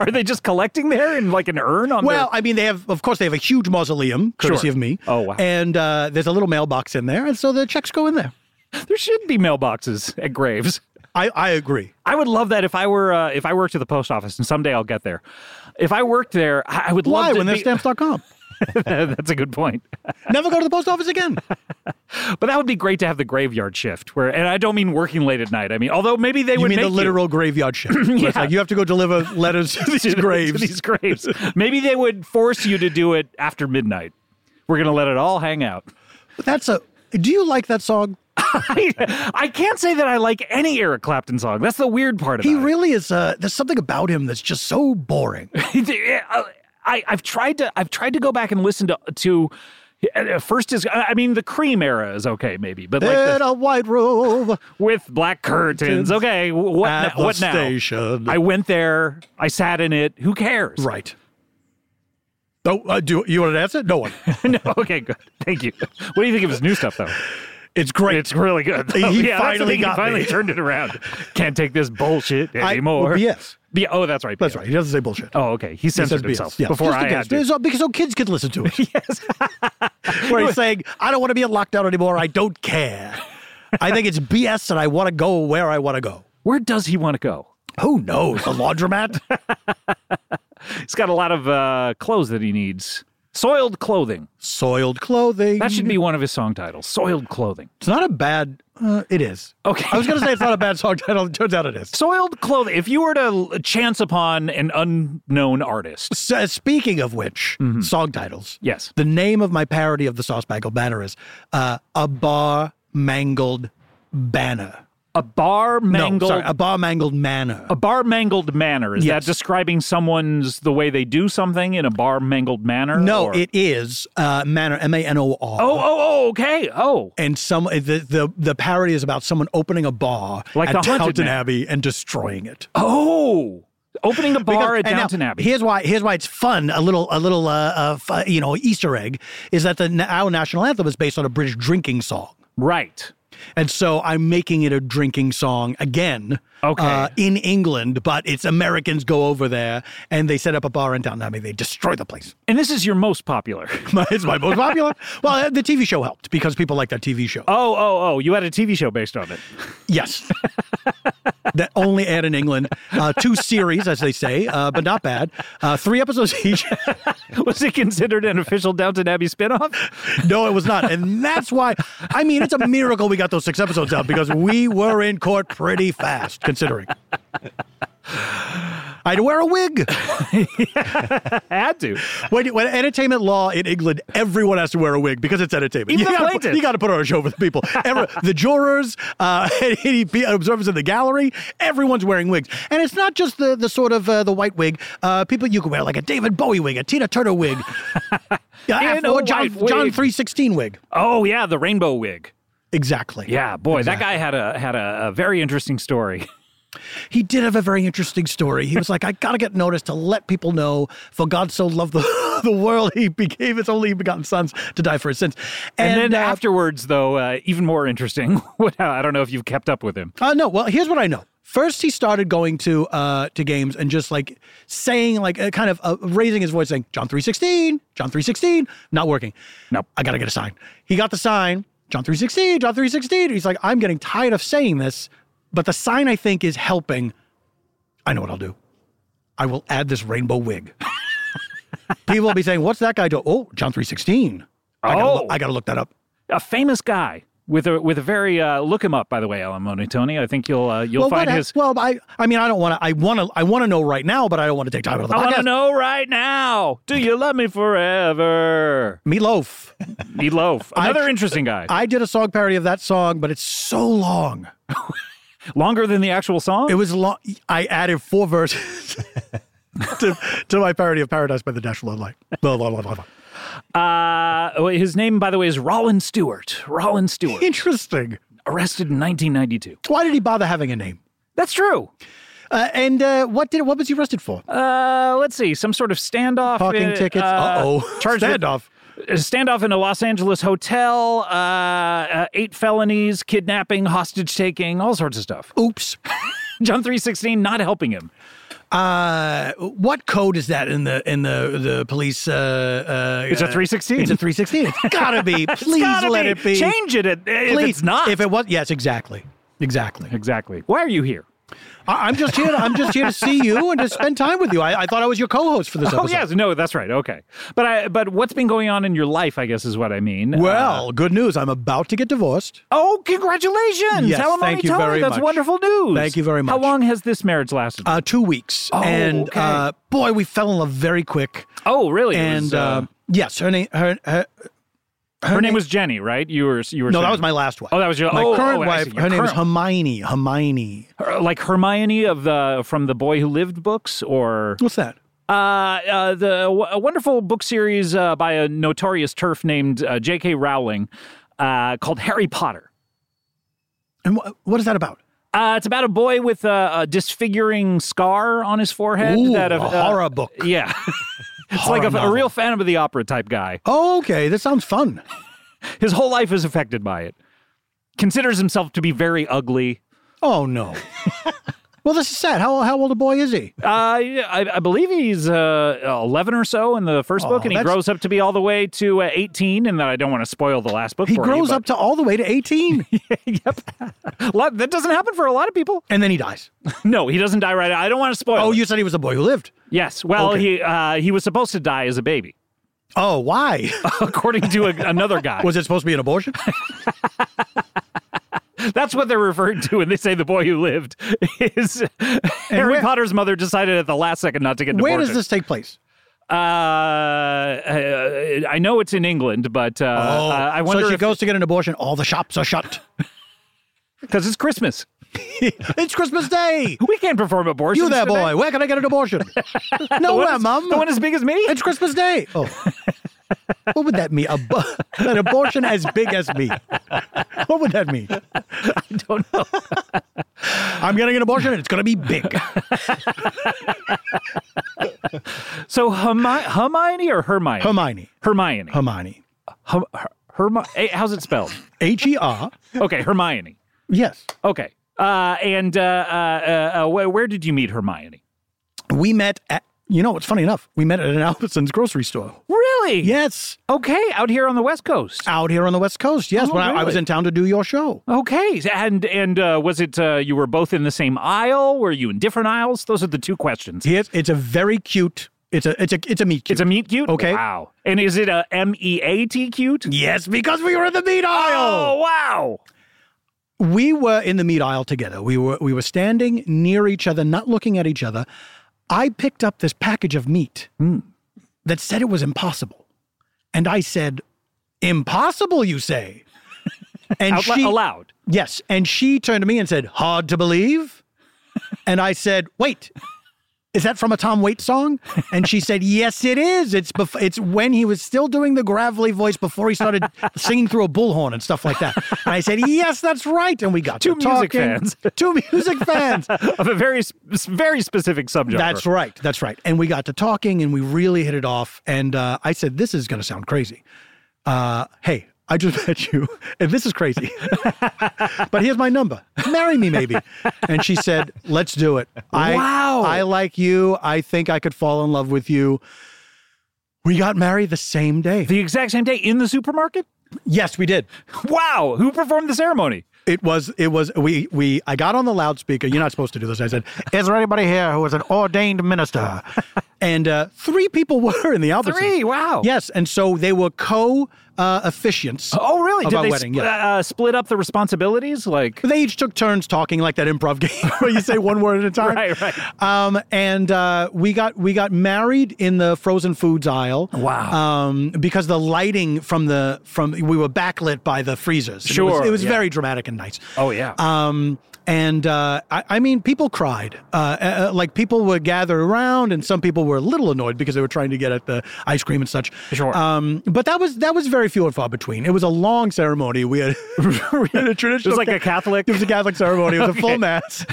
S2: Are they just collecting there in like an urn on
S3: well, I mean, they have, of course, they have a huge mausoleum courtesy
S2: Sure.
S3: of me.
S2: Oh, wow.
S3: And uh, there's a little mailbox in there, and so the checks go in there.
S2: their, There should be mailboxes at graves.
S3: I, I agree.
S2: I would love that if I were uh, if I worked at the post office and someday I'll get there. If I worked there, I I would
S3: Why
S2: love to
S3: when they're
S2: be-
S3: stamps.com?
S2: That's a good point.
S3: Never go to the post office again.
S2: But that would be great to have the graveyard shift where and I don't mean working late at night. I mean, although maybe they
S3: You
S2: would
S3: mean
S2: make
S3: the literal graveyard shift? where it's
S2: Yeah.
S3: like you have to go deliver letters to these
S2: to- to
S3: graves.
S2: these graves. Maybe they would force you to do it after midnight. We're gonna let it all hang out.
S3: That's a. Do you like that song?
S2: I, I can't say that I like any Eric Clapton song. That's the weird part about
S3: He
S2: it.
S3: really is. Uh, there's something about him that's just so boring.
S2: uh, I, I've tried to I've tried to go back and listen to to uh, first is I mean the Cream era is okay maybe, but like
S3: In
S2: the,
S3: a white robe.
S2: with black curtains, okay. wh- What
S3: At
S2: now,
S3: the
S2: what
S3: station.
S2: now? I went there. I sat in it. Who cares?
S3: Right. Oh, uh, do you want to answer? No one.
S2: no, okay, good. Thank you. What do you think of his new stuff though?
S3: It's great.
S2: It's really good.
S3: He
S2: though. yeah, that's the
S3: finally
S2: thing, he
S3: got
S2: finally
S3: me.
S2: turned it around. Can't take this bullshit
S3: I-
S2: anymore.
S3: well, BS.
S2: Yeah, oh, that's right.
S3: That's
S2: BS.
S3: right. He doesn't say bullshit.
S2: Oh, okay. He
S3: He says
S2: censored
S3: BS.
S2: himself
S3: Yeah.
S2: before
S3: Just
S2: I
S3: in
S2: had
S3: case.
S2: to.
S3: So- Because so kids could listen to it. yes. Where he's saying, I don't want to be in lockdown anymore. I don't care. I think it's BS and I want to go where I want to go.
S2: Where does he want to go?
S3: Who knows? The laundromat?
S2: He's got a lot of uh, clothes that he needs. Soiled clothing.
S3: Soiled clothing.
S2: That should be one of his song titles. Soiled clothing.
S3: It's not a bad. Uh, it is.
S2: Okay.
S3: I was going to say it's not a bad song title. It turns out it is.
S2: Soiled clothing. If you were to l- chance upon an unknown artist,
S3: So, uh, speaking of which, song titles.
S2: Yes.
S3: The name of my parody of the Sauce Bagel Banner is uh, A Bar Mangled Banner.
S2: a bar mangled.
S3: No, sorry, A Bar Mangled Manor.
S2: a bar mangled manner. Is
S3: Yes.
S2: that describing someone's the way they do something in a bar mangled manner?
S3: no,
S2: or-
S3: it is uh, Manor, M A N O R.
S2: Oh, oh, oh, okay. Oh,
S3: And some the, the the parody is about someone opening a bar
S2: Like
S3: at
S2: the Haunted
S3: Downton
S2: Man.
S3: Abbey and destroying it.
S2: oh, opening a bar
S3: Because-
S2: at
S3: and now,
S2: Downton Abbey.
S3: Here's why. Here's why it's fun. A little, a little, uh, uh, fu- you know, Easter egg is that the our national anthem is based on a British drinking song.
S2: right.
S3: And so I'm making it a drinking song again
S2: Okay.
S3: uh, in England, but it's Americans go over there and they set up a bar in town. I mean, they destroy the place.
S2: And this is your most popular.
S3: My- it's my most popular. Well, uh, the TV show helped because people like that TV show.
S2: Oh, oh, oh, you had a TV show based on it.
S3: Yes. that only aired in England. Uh, two series, as they say, uh, but not bad. Uh, three episodes each.
S2: Was it considered an official Downton Abbey spinoff?
S3: no, it was not. And that's why, I mean, it's a miracle we got those six episodes out because we were in court pretty fast, considering. I had to wear a wig.
S2: Had to.
S3: When, when entertainment law in England, everyone has to wear a wig because it's entertainment.
S2: Even
S3: you
S2: the
S3: gotta
S2: plaintiff.
S3: put- you got to put on a show for the people. Every, the jurors, uh, any pe- observers in the gallery, everyone's wearing wigs, and it's not just the the sort of uh, the white wig. Uh, people you can wear like a David Bowie wig, a Tina Turner wig, yeah,
S2: In a
S3: or John,
S2: white
S3: John
S2: wig.
S3: three sixteen wig.
S2: Oh, yeah, the rainbow wig.
S3: Exactly.
S2: Yeah, boy, that guy had a had a, a very interesting story.
S3: He did have a very interesting story. He was like, I gotta get noticed to let people know, for God so loved the, the world, he gave his only begotten sons to die for his sins.
S2: And, then
S3: uh,
S2: afterwards, though, uh, even more interesting. What- I don't know if you've kept up with him.
S3: Uh, no. Well, here's what I know. First, he started going to uh, to games and just like saying, like, uh, kind of uh, raising his voice, saying, "John three sixteen, John three sixteen, not working.
S2: Nope.
S3: I gotta get a sign. He got the sign, John three sixteen, John three sixteen. He's like, I'm getting tired of saying this, but the sign I think is helping. I know what I'll do. I will add this rainbow wig. People will be saying, "What's that guy doing? Oh, John three sixteen. I gotta,
S2: Oh.
S3: look, I gotta look that up.
S2: A famous guy with a with a very uh, look him up by the way, Alan Monitoni. I think you'll uh, you'll
S3: what
S2: find
S3: hap-
S2: his.
S3: Well, I, I mean, I don't want to. I want to. I want to know right now, but I don't want to take time out of the
S2: I want to
S3: podcast.
S2: know right now. Do you love me forever?
S3: Meatloaf.
S2: Meatloaf, another interesting guy.
S3: I did a song parody of that song, but it's so long.
S2: Longer than the actual song.
S3: It was long. I added four verses to, to my parody of Paradise by the National Light. Blah, blah, blah, blah, blah.
S2: Uh, well, his name, by the way, is Rollin Stewart. Rollin Stewart,
S3: Interesting.
S2: arrested in 1992.
S3: Why did he bother having a name?
S2: That's true.
S3: Uh, and uh, what did? What was he arrested for?
S2: Uh, let's see, some sort of standoff.
S3: Parking
S2: uh,
S3: tickets. Uh oh.
S2: Charged with-
S3: Standoff.
S2: a standoff in a Los Angeles hotel, uh, uh, eight felonies, kidnapping, hostage taking, all sorts of stuff.
S3: Oops.
S2: John 316 not helping him.
S3: Uh, what code is that in the in the the police? Uh, uh,
S2: It's a
S3: uh,
S2: 316.
S3: It's a 316. It's gotta be. Please
S2: Gotta
S3: let
S2: be.
S3: it be.
S2: Change it if
S3: Please.
S2: it's not.
S3: If it was, yes, exactly, exactly.
S2: exactly. Why are you here?
S3: I, I'm just here. I'm just here to see you and to spend time with you. I, I thought I was your co-host for this episode.
S2: Oh yes, no, that's right. Okay, but I, but what's been going on in your life? I guess is what I mean. Uh,
S3: Well, good news. I'm about to get divorced.
S2: oh, congratulations,
S3: Yes,
S2: Alimony
S3: thank you
S2: Tony,
S3: very
S2: That's
S3: much.
S2: wonderful news.
S3: Thank you very
S2: How
S3: much.
S2: long has this marriage lasted?
S3: Uh, two weeks. and
S2: Oh, okay.
S3: uh, boy, we fell in love very quick.
S2: oh, really? It
S3: And
S2: was, uh,
S3: uh, yes, her name. Her, her,
S2: her, name was Jenny, right? You were you were
S3: no. That
S2: saying-
S3: was my last wife.
S2: Oh, that was your-
S3: my
S2: oh,
S3: current
S2: oh, I see,
S3: wife.
S2: your
S3: Her name is
S2: current-
S3: Hermione. Hermione.
S2: Her- Uh, like Hermione of the from the Boy Who Lived books, or
S3: What's that?
S2: uh, uh, the w- a wonderful book series uh, by a notorious turf named uh, J.K. Rowling uh, called Harry Potter.
S3: And wh- what is that about?
S2: Uh, it's about a boy with a, a disfiguring scar on his forehead.
S3: Ooh,
S2: that
S3: a
S2: of, uh,
S3: horror book.
S2: Yeah. It's like a, a
S3: novel.
S2: real Phantom of the Opera type guy.
S3: Oh, okay. This sounds fun.
S2: His whole life is affected by it. Considers himself to be very ugly.
S3: Oh no. well, this is sad. How how old a boy is he?
S2: Uh, yeah, I, I believe he's uh, 11 or so in the first book, and he
S3: Oh, that's-
S2: grows up to be all the way to uh, 18. And then I don't want to spoil the last book.
S3: He
S2: for
S3: grows
S2: you,
S3: up to all the way to eighteen,
S2: but- yep. A lot- that doesn't happen for a lot of people.
S3: and then he dies.
S2: No, he doesn't die right. I don't want to spoil.
S3: Oh,
S2: it.
S3: you said he was a boy who lived.
S2: Yes. Well,
S3: Okay.
S2: he uh, he was supposed to die as a baby,
S3: Oh, why?
S2: according to a, another guy.
S3: Was it supposed to be an abortion?
S2: That's what they're referring to when they say the boy who lived is Harry
S3: where-
S2: Potter's mother decided at the last second not to get divorced.
S3: Where does this take place?
S2: Uh, uh, I know it's in England, but uh, uh, I wonder
S3: Oh, so she
S2: if
S3: goes to get an abortion. All the shops are shut.
S2: because it's Christmas.
S3: it's Christmas Day.
S2: We can't perform abortions.
S3: You there,
S2: today.
S3: boy? Where can I get an abortion?
S2: The one
S3: Nowhere,
S2: as-
S3: mum.
S2: The one as big as me.
S3: It's Christmas Day. Oh. What would that mean? A bo- an abortion as big as me. What would that mean? I
S2: don't
S3: know. I'm getting an abortion and it's going to be big.
S2: So Hermi- Hermione or Hermione?
S3: Hermione.
S2: Hermione.
S3: Hermione.
S2: Her- Her- Hermi- eh, How's it spelled?
S3: H E R.
S2: Okay, Hermione.
S3: Yes.
S2: Okay. Uh, and uh, uh, uh, uh, where, where did you meet Hermione?
S3: We met at, you know, it's funny enough, we met at an Albertsons grocery store.
S2: Really?
S3: Yes,
S2: Okay, out here on the West Coast.
S3: out here on the West Coast. Yes,
S2: Oh,
S3: when I, I was
S2: really?
S3: in town to do your show.
S2: Okay, and and uh, was it uh, you were both in the same aisle? Were you in different aisles? Those are the two questions.
S3: It's, it's a very cute. It's a it's a it's a meat cute.
S2: It's a meat cute.
S3: Okay.
S2: Wow. And is it a M E A T cute?
S3: yes, because we were in the meat
S2: Oh
S3: aisle.
S2: wow.
S3: We were in the meat aisle together. We were we were standing near each other, not looking at each other. I picked up this package of meat that said it was impossible, and I said, "Impossible, you say?" And
S2: Out,
S3: she
S2: allowed.
S3: yes, and she turned to me and said, "Hard to believe," and I said, "Wait." Is that from a Tom Waits song? And she said, "Yes, it is. It's bef- it's when he was still doing the gravelly voice before he started singing through a bullhorn and stuff like that." And I said, "Yes, that's right." And we got
S2: Two
S3: to
S2: music
S3: talking.
S2: fans.
S3: two music fans.
S2: of a very s- s- very specific subject.
S3: That's right. That's right. And we got to talking, and we really hit it off. And uh, I said, "This is going to sound crazy." Uh, hey, I just met you, and this is crazy. but here's my number. Marry me, maybe. And she said, "Let's do it." I,
S2: Wow.
S3: I like you. I think I could fall in love with you. We got married the same day.
S2: the exact same day in the supermarket.
S3: yes, we did.
S2: Wow. Who performed the ceremony?
S3: It was it was we we I got on the loudspeaker. You're not supposed to do this. I said, "Is there anybody here who is an ordained minister?" and uh, three people were in the Albertsons.
S2: Three. Wow.
S3: Yes, and so they were co uh, officiants.
S2: Oh really?
S3: Of
S2: Did
S3: our
S2: they
S3: wedding,
S2: sp-
S3: yeah.
S2: uh, split up the responsibilities? Like
S3: They each took turns talking like that improv game where you say one word at a time.
S2: Right, right.
S3: Um, and uh, we got we got married in the frozen foods aisle.
S2: Wow.
S3: Um, because the lighting from the from we were backlit by the freezers. And It
S2: Sure,
S3: was, it was
S2: yeah.
S3: very dramatic and nice.
S2: oh yeah.
S3: Um, and uh, I, I mean, people cried. Uh, uh, uh, like people would gather around, and some people were a little annoyed because they were trying to get at the ice cream and such.
S2: Sure.
S3: Um, but that was that was very few and far between. It was a long ceremony. We had, we had a traditional.
S2: was
S3: It
S2: like a Catholic?
S3: It was a Catholic ceremony. It was a full mass.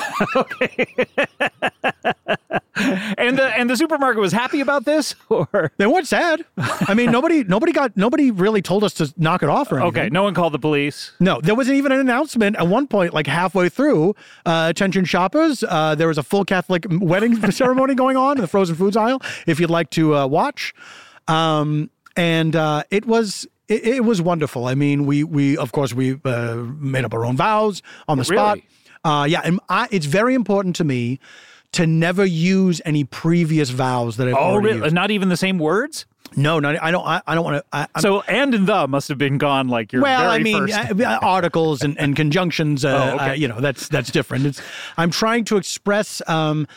S2: and the and the supermarket was happy about this or.
S3: They weren't sad. I mean, nobody nobody got nobody really told us to knock it off or anything.
S2: Okay, no one called the police.
S3: No, there wasn't even an announcement at one point, like halfway through. Uh, attention shoppers, uh, there was a full Catholic wedding ceremony going on in the frozen foods aisle. If you'd like to uh, watch, um, and uh, it was it, it was wonderful. I mean, we we of course we uh, made up our own vows on the spot.
S2: Really?
S3: Uh, yeah, and I, it's very important to me to never use any previous vows that I've
S2: Oh,
S3: already
S2: really?
S3: used.
S2: Not even the same words.
S3: No, no, I don't. I, I don't want to.
S2: so and and the must have been gone. Like your
S3: well,
S2: very
S3: I mean,
S2: first.
S3: uh, uh, articles and, and conjunctions. Uh,
S2: Oh, okay.
S3: uh, you know, that's that's different. It's, I'm trying to express, um,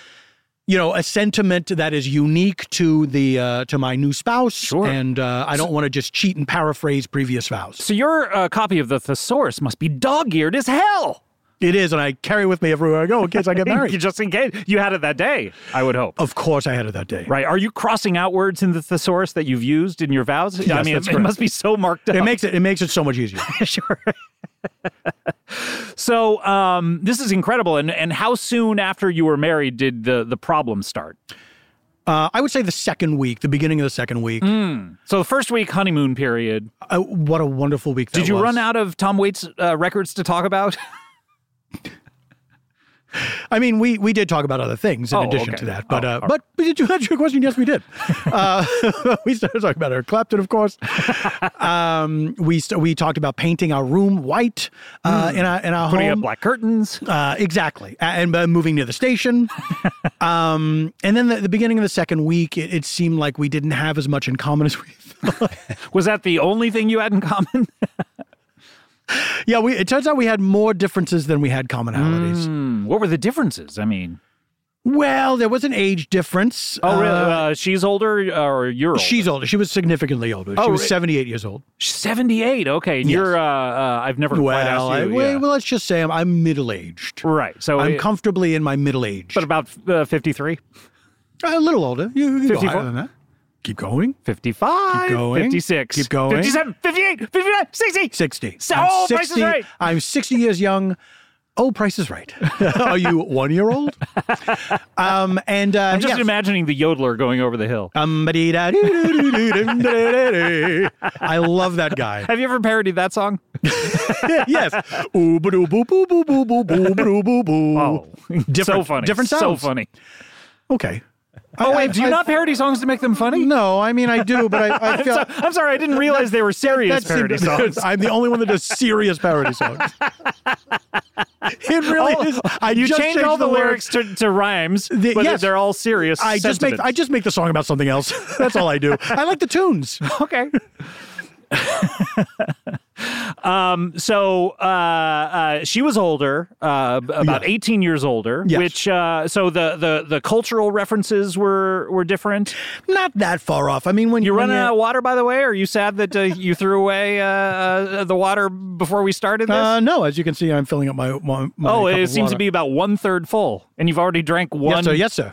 S3: you know, a sentiment that is unique to the uh, to my new spouse,
S2: Sure.
S3: and uh, I don't want to just cheat and paraphrase previous vows.
S2: so your uh, copy of the thesaurus must be dog-eared as hell.
S3: It is, and I carry with me everywhere I go in case I get married.
S2: Just in case you had it that day, I would hope.
S3: of course, I had it that day.
S2: Right? Are you crossing out words in the thesaurus that you've used in your vows? I
S3: Yes,
S2: mean,
S3: that's
S2: it, it
S3: correct.
S2: must be so marked up.
S3: It makes it it makes it so much easier.
S2: sure. so um, this is incredible. And and how soon after you were married did the the problem start?
S3: Uh, I would say the second week, the beginning of the second week.
S2: Mm. So the first week honeymoon period.
S3: Uh, what a wonderful week! That
S2: Did you
S3: was.
S2: run out of Tom Waits uh, records to talk about?
S3: I mean, we we did talk about other things in
S2: Oh,
S3: addition
S2: okay.
S3: to that, but
S2: Oh,
S3: uh, but but did you answer your question? Yes, we did. uh, we started talking about Eric Clapton, of course. um, we st- we talked about painting our room white uh, in our in our
S2: Hmm. Putting up
S3: home.
S2: black curtains.
S3: Uh, exactly, A- and uh, moving near the station, um, and then the, the beginning of the second week, it, it seemed like we didn't have as much in common as we thought.
S2: Was that the only thing you had in common?
S3: yeah, we, it turns out we had more differences than we had commonalities.
S2: Hmm, what were the differences? I mean,
S3: Well, there was an age difference.
S2: oh, really?
S3: Uh,
S2: Uh, she's older uh, or you're older?
S3: She's older. She was significantly older.
S2: Oh,
S3: she was
S2: re-
S3: 78 years old.
S2: She's 78. Okay. And
S3: Yes.
S2: you're, uh, uh, I've never quite
S3: Well, I,
S2: asked you.
S3: well,
S2: yeah.
S3: well, let's just say I'm, I'm middle aged.
S2: right. So
S3: I'm
S2: it-
S3: comfortably in my middle age.
S2: but about uh, 53,
S3: a little older. You, you can go
S2: 54?
S3: higher than that. Keep going.
S2: 55,
S3: Keep going.
S2: 56,
S3: Keep going.
S2: 57, 58, 59, 60.
S3: 60.
S2: So-
S3: I'm
S2: oh, Price is Right.
S3: I'm 60 years young. Oh, Price is Right. Are you one year old? um, and uh,
S2: I'm just
S3: yes.
S2: imagining the yodeler going over the hill.
S3: Um, ba-dee-da, doo-doo-doo-doo-doo-doo-doo-doo. I love that guy.
S2: Have you ever parodied that song?
S3: yes. Ooh, ba doo boo boo boo boo boo boo boo boo boo.
S2: Oh, so
S3: Different-
S2: funny.
S3: different
S2: So
S3: sounds.
S2: funny.
S3: Okay.
S2: Oh wait, do you not parody songs to make them funny?
S3: No, I mean I do, but I, I felt
S2: I'm sorry, I didn't realize they were serious
S3: seemed-
S2: parody songs.
S3: I'm the only one that does serious parody songs. it really is. I
S2: Oh, you
S3: just
S2: change all the,
S3: words.
S2: lyrics to, to rhymes,
S3: The-
S2: but
S3: yes.
S2: they're all serious.
S3: I just make I
S2: sentiments.
S3: just make the song about something else. That's all I do. I like the tunes.
S2: okay. um, so uh, uh, she was older, uh, b- about
S3: Yeah.
S2: eighteen years older.
S3: Yes.
S2: Which uh, so the, the the cultural references were were different.
S3: Not that far off. I mean, when
S2: You
S3: when
S2: running
S3: you're-
S2: out of water, by the way. Are you sad that uh, you threw away uh, uh, the water before we started this?
S3: Uh, no, as you can see, I'm filling up my. my, my
S2: oh,
S3: cup
S2: it
S3: of
S2: seems
S3: water.
S2: to be about one third full, and you've already drank one.
S3: Yes, sir.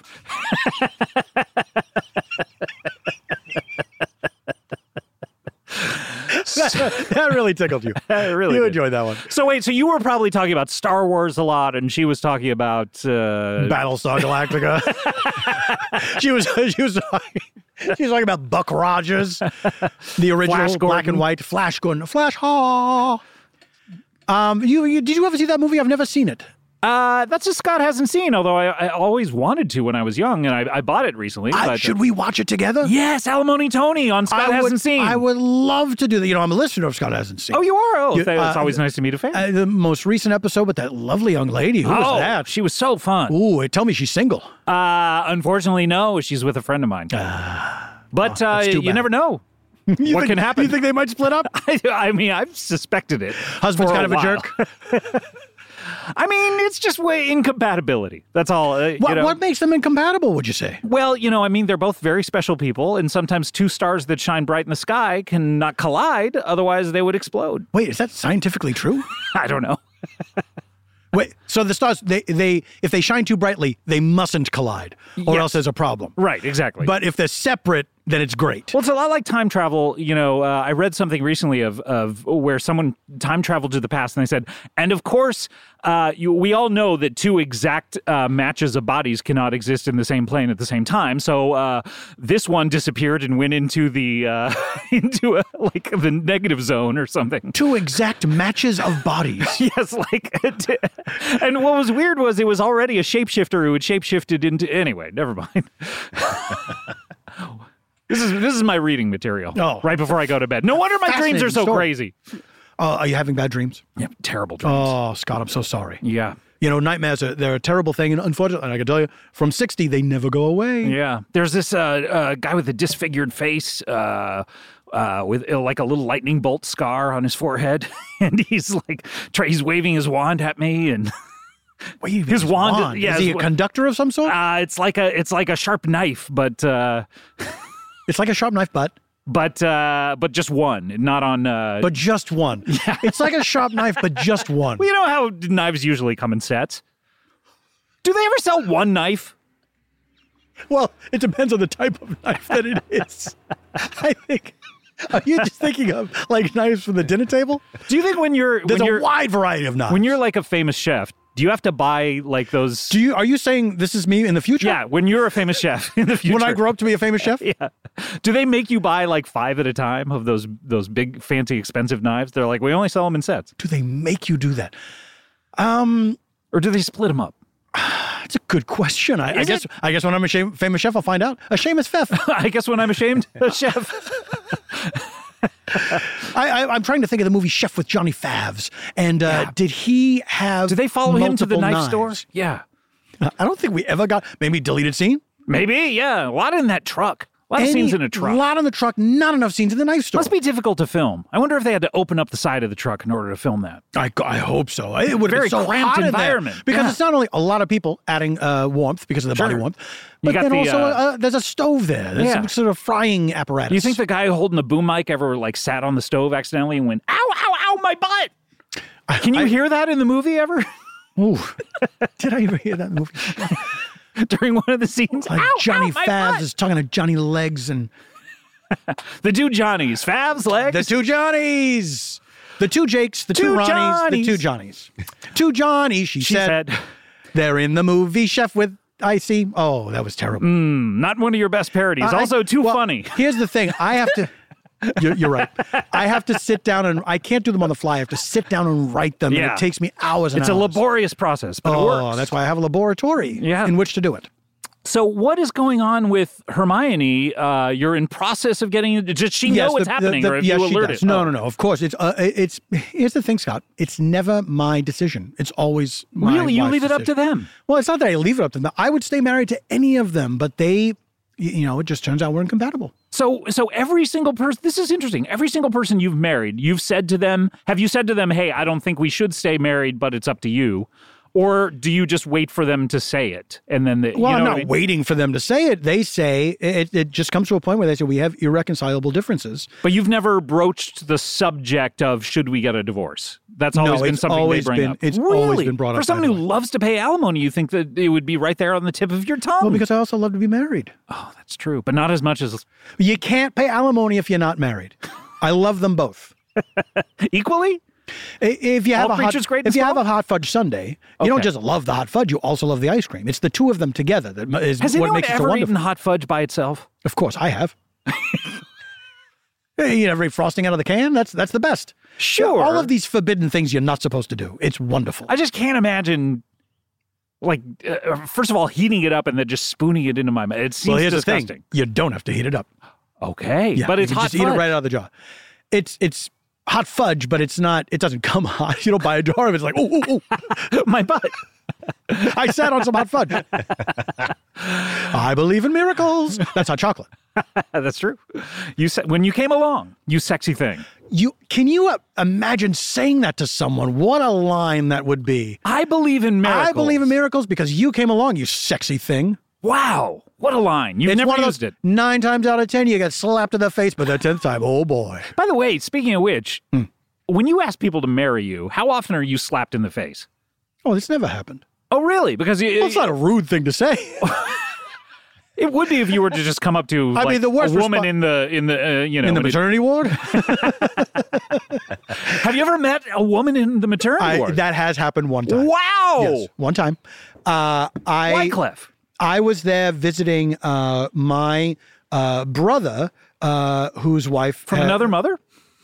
S3: Yes, sir. that, that really tickled you.
S2: I really
S3: you
S2: did.
S3: enjoyed that one.
S2: So wait, so you were probably talking about Star Wars a lot, and she was talking about uh,
S3: Battlestar Galactica. she was she was talking, she was talking about Buck Rogers, the original
S2: Flash
S3: black
S2: Gordon.
S3: and white Flash Gordon, Flash Haw. Um, you, you did you ever see that movie? I've never seen it.
S2: uh, that's a Scott hasn't seen, although I, I always wanted to when I was young, and I, I bought it recently.
S3: I-
S2: but, uh,
S3: should we watch it together?
S2: yes, Alimony Tony on Scott
S3: I
S2: hasn't
S3: would,
S2: seen.
S3: I would love to do that. You know, I'm a listener of Scott hasn't seen.
S2: oh, you are. Oh,
S3: You-
S2: th- it's
S3: uh,
S2: always nice to meet a fan.
S3: Uh, the most recent episode with that lovely young lady. Who
S2: oh,
S3: was that?
S2: she was so fun.
S3: Ooh, tell me she's single.
S2: Uh, unfortunately, no, she's with a friend of mine. but uh,
S3: Ah. Oh, too
S2: you
S3: bad.
S2: never know.
S3: You
S2: What
S3: think-
S2: can happen?
S3: You think they might split up?
S2: I, I mean, I've suspected it.
S3: Husband's
S2: for
S3: kind of a
S2: while.
S3: jerk.
S2: I mean, it's just way incompatibility. That's all. uh, you
S3: What,
S2: know.
S3: what makes them incompatible? Would you say?
S2: Well, you know, I mean, they're both very special people, and sometimes two stars that shine bright in the sky cannot collide, otherwise, they would explode.
S3: Wait, is that scientifically true?
S2: I don't know.
S3: Wait, so the stars they they if they shine too brightly, they mustn't collide, or
S2: Yes.
S3: else there's a problem.
S2: Right, exactly.
S3: But if they're separate, then it's great.
S2: well, it's a lot like time travel. You know, uh, I read something recently of of where someone time traveled to the past, and they said, and of course, uh, you, we all know that two exact uh, matches of bodies cannot exist in the same plane at the same time. So uh, this one disappeared and went into the uh, into a, like the negative zone or something.
S3: Two exact matches of bodies.
S2: Yes, like, and what was weird was it was already a shapeshifter who had shapeshifted into. Anyway, never mind. this is this is my reading material.
S3: Oh.
S2: right before I go to bed. No wonder my dreams are
S3: Fascinating
S2: so
S3: story.
S2: crazy.
S3: Oh, are you having bad dreams?
S2: Yeah, terrible dreams.
S3: Oh, Scott, I'm so sorry.
S2: yeah,
S3: You know, nightmares are they're a terrible thing, and unfortunately, and I can tell you, from sixty, they never go away.
S2: yeah. There's this uh, uh, guy with a disfigured face. Uh, uh, with uh, like a little lightning bolt scar on his forehead, and he's like, try, he's waving his wand at me, and
S3: Wait, his,
S2: wand- yeah,
S3: is he
S2: his
S3: a
S2: wa-
S3: conductor of some sort?
S2: uh, it's like a it's like a sharp knife, but uh,
S3: it's like a sharp knife, but
S2: but uh, but just one, not on. Uh,
S3: but just one. It's like a sharp knife, but just one.
S2: you know how knives usually come in sets. Do they ever sell one knife?
S3: Well, it depends on the type of knife that it is. I think. Are you just thinking of like knives from the dinner table?
S2: Do you think when you're
S3: There's
S2: when
S3: a
S2: you're
S3: wide variety of knives.
S2: when you're like a famous chef, do you have to buy like those?
S3: do you are you saying this is me in the future?
S2: yeah, when you're a famous chef in the future,
S3: When I grow up to be a famous chef?
S2: yeah, do they make you buy like five at a time of those those big fancy expensive knives? They're like we only sell them in sets,
S3: Do they make you do that?
S2: or do they split them up?
S3: That's a good question. I, I
S2: Is
S3: guess
S2: it?
S3: I guess when I'm a shame, famous chef, I'll find out. A Seamus Feff.
S2: I guess when I'm ashamed, a chef.
S3: I, I, I'm trying to think of the movie Chef with Johnny Favs. And uh, did he have?
S2: Do they follow him to the
S3: multiple
S2: knife
S3: knives?
S2: store? Yeah,
S3: I don't think we ever got maybe deleted scene.
S2: maybe. Yeah, a lot in that truck. A lot of
S3: Any-
S2: scenes in a truck.
S3: lot in the truck. Not enough scenes in the knife store.
S2: Must be difficult to film. I wonder if they had to open up the side of the truck in order to film that.
S3: I, I hope so. It would have
S2: Very
S3: been so
S2: cramped
S3: hot in there
S2: environment.
S3: because
S2: Yeah.
S3: it's not only a lot of people adding uh, warmth because of the body
S2: Sure.
S3: warmth,
S2: You
S3: but
S2: got
S3: then
S2: the,
S3: also
S2: uh,
S3: uh, there's a stove there. There's
S2: Yeah.
S3: some sort of frying apparatus.
S2: Do you think the guy holding the boom mic ever like sat on the stove accidentally and went, ow, ow, ow, my butt? Can you hear that in the movie ever?
S3: Ooh, did I ever hear that movie?
S2: During one of the scenes?
S3: Like
S2: ow,
S3: Johnny
S2: ow, my
S3: Favs
S2: butt."
S3: is talking to Johnny Legs and
S2: The two Johnnies, Favs, legs.
S3: the two Johnnies, the two Jakes, the two,
S2: Two
S3: Ronnies,
S2: Johnnies.
S3: the two Johnnies, two Johnnies. She,
S2: she
S3: said,
S2: said,
S3: they're in the movie Chef with Icy. Oh, that was terrible.
S2: "Hmm, not one of your best parodies.
S3: Uh, I-
S2: also, too
S3: well,
S2: funny.
S3: Here's the thing. I have to. You're, you're right. I have to sit down and I can't do them on the fly. I have to sit down and write them. And
S2: Yeah.
S3: it takes me hours and
S2: It's a
S3: hours.
S2: laborious process, but it
S3: Oh,
S2: works.
S3: that's why I have a laboratory
S2: Yeah.
S3: in which to do it.
S2: So what is going on with Hermione? Uh, you're in process of getting. Did she know what's
S3: the- the-
S2: happening,
S3: the-
S2: or have
S3: yes,
S2: you Oh.
S3: she
S2: alerted?
S3: does. No, no, no. Of course, it's uh, it's. Here's the thing, Scott. It's never my decision. It's always my
S2: Really, you
S3: wife's
S2: leave it up to
S3: decision.
S2: them.
S3: Well, it's not that I leave it up to them. I would stay married to any of them, but they, y- you know, it just turns out we're incompatible.
S2: So, so every single person. This is interesting. Every single person you've married, you've said to them, have you said to them, "Hey, I don't think we should stay married, but it's up to you," or do you just wait for them to say it and then the?
S3: Well,
S2: you know
S3: I'm
S2: what
S3: not
S2: I mean?
S3: waiting for them to say it. They say it, it just comes to a point where they say we have irreconcilable differences.
S2: But you've never broached the subject of should we get a divorce. That's always been
S3: it's
S2: something
S3: always
S2: they bring
S3: been-
S2: up.
S3: it's
S2: really?
S3: always been brought up,
S2: for someone
S3: by
S2: who
S3: the way.
S2: loves to pay alimony. You think that it would be right there on the tip of your tongue?
S3: Well, because I also love to be married.
S2: It's true, but not as much as
S3: You can't pay alimony if you're not married. I love them both.
S2: equally.
S3: I- If you have
S2: All
S3: a hot,
S2: creatures great and
S3: if you have
S2: small?
S3: a hot fudge sundae, you don't
S2: Okay.
S3: just love the hot fudge; you also love the ice cream. It's the two of them together that m- is
S2: Has
S3: what
S2: anyone
S3: makes it so
S2: ever
S3: wonderful.
S2: eaten hot fudge by itself?
S3: Of course, I have. Hey, you know, every frosting out of the can. That's that's the best.
S2: Sure.
S3: All of these forbidden things you're not supposed to do. It's wonderful.
S2: I just can't imagine. Like, uh, first of all, heating it up and then just spooning it into my mouth. It seems
S3: well, here's the
S2: disgusting.
S3: thing: you don't have to heat it up.
S2: Okay,
S3: Yeah,
S2: but
S3: you
S2: it's
S3: can
S2: hot
S3: just eat
S2: fudge.
S3: it right out of the jar. It's it's hot fudge, but it's not. It doesn't come hot. You don't buy a jar of it. It's like, oh, oh, oh.
S2: my butt.
S3: I sat on some hot fudge. I believe in miracles. That's hot chocolate.
S2: That's true. You said when you came along, you sexy thing.
S3: You can you uh, imagine saying that to someone? What a line that would be.
S2: I believe in miracles.
S3: I believe in miracles because you came along, you sexy thing.
S2: Wow, what a line! You've
S3: It's
S2: never
S3: one of
S2: used
S3: those
S2: it.
S3: nine times out of ten you get slapped in the face, but the tenth time, oh boy.
S2: By the way, speaking of which,
S3: Hmm.
S2: when you ask people to marry you, how often are you slapped in the face?
S3: Oh, this never happened.
S2: Oh, really? Because you,
S3: Well, it's not a rude thing to say.
S2: It would be if you were to just come up to
S3: I
S2: like,
S3: mean, the worst
S2: a woman
S3: respo-
S2: in the in the uh, you know
S3: In the
S2: when it-
S3: maternity ward?
S2: have you ever met a woman in the maternity
S3: I,
S2: ward?
S3: that has happened one time.
S2: wow,
S3: Yes, Oh, one time. Uh, I
S2: Wyclef.
S3: I was there visiting uh, my uh, brother, uh, whose wife
S2: from another mother.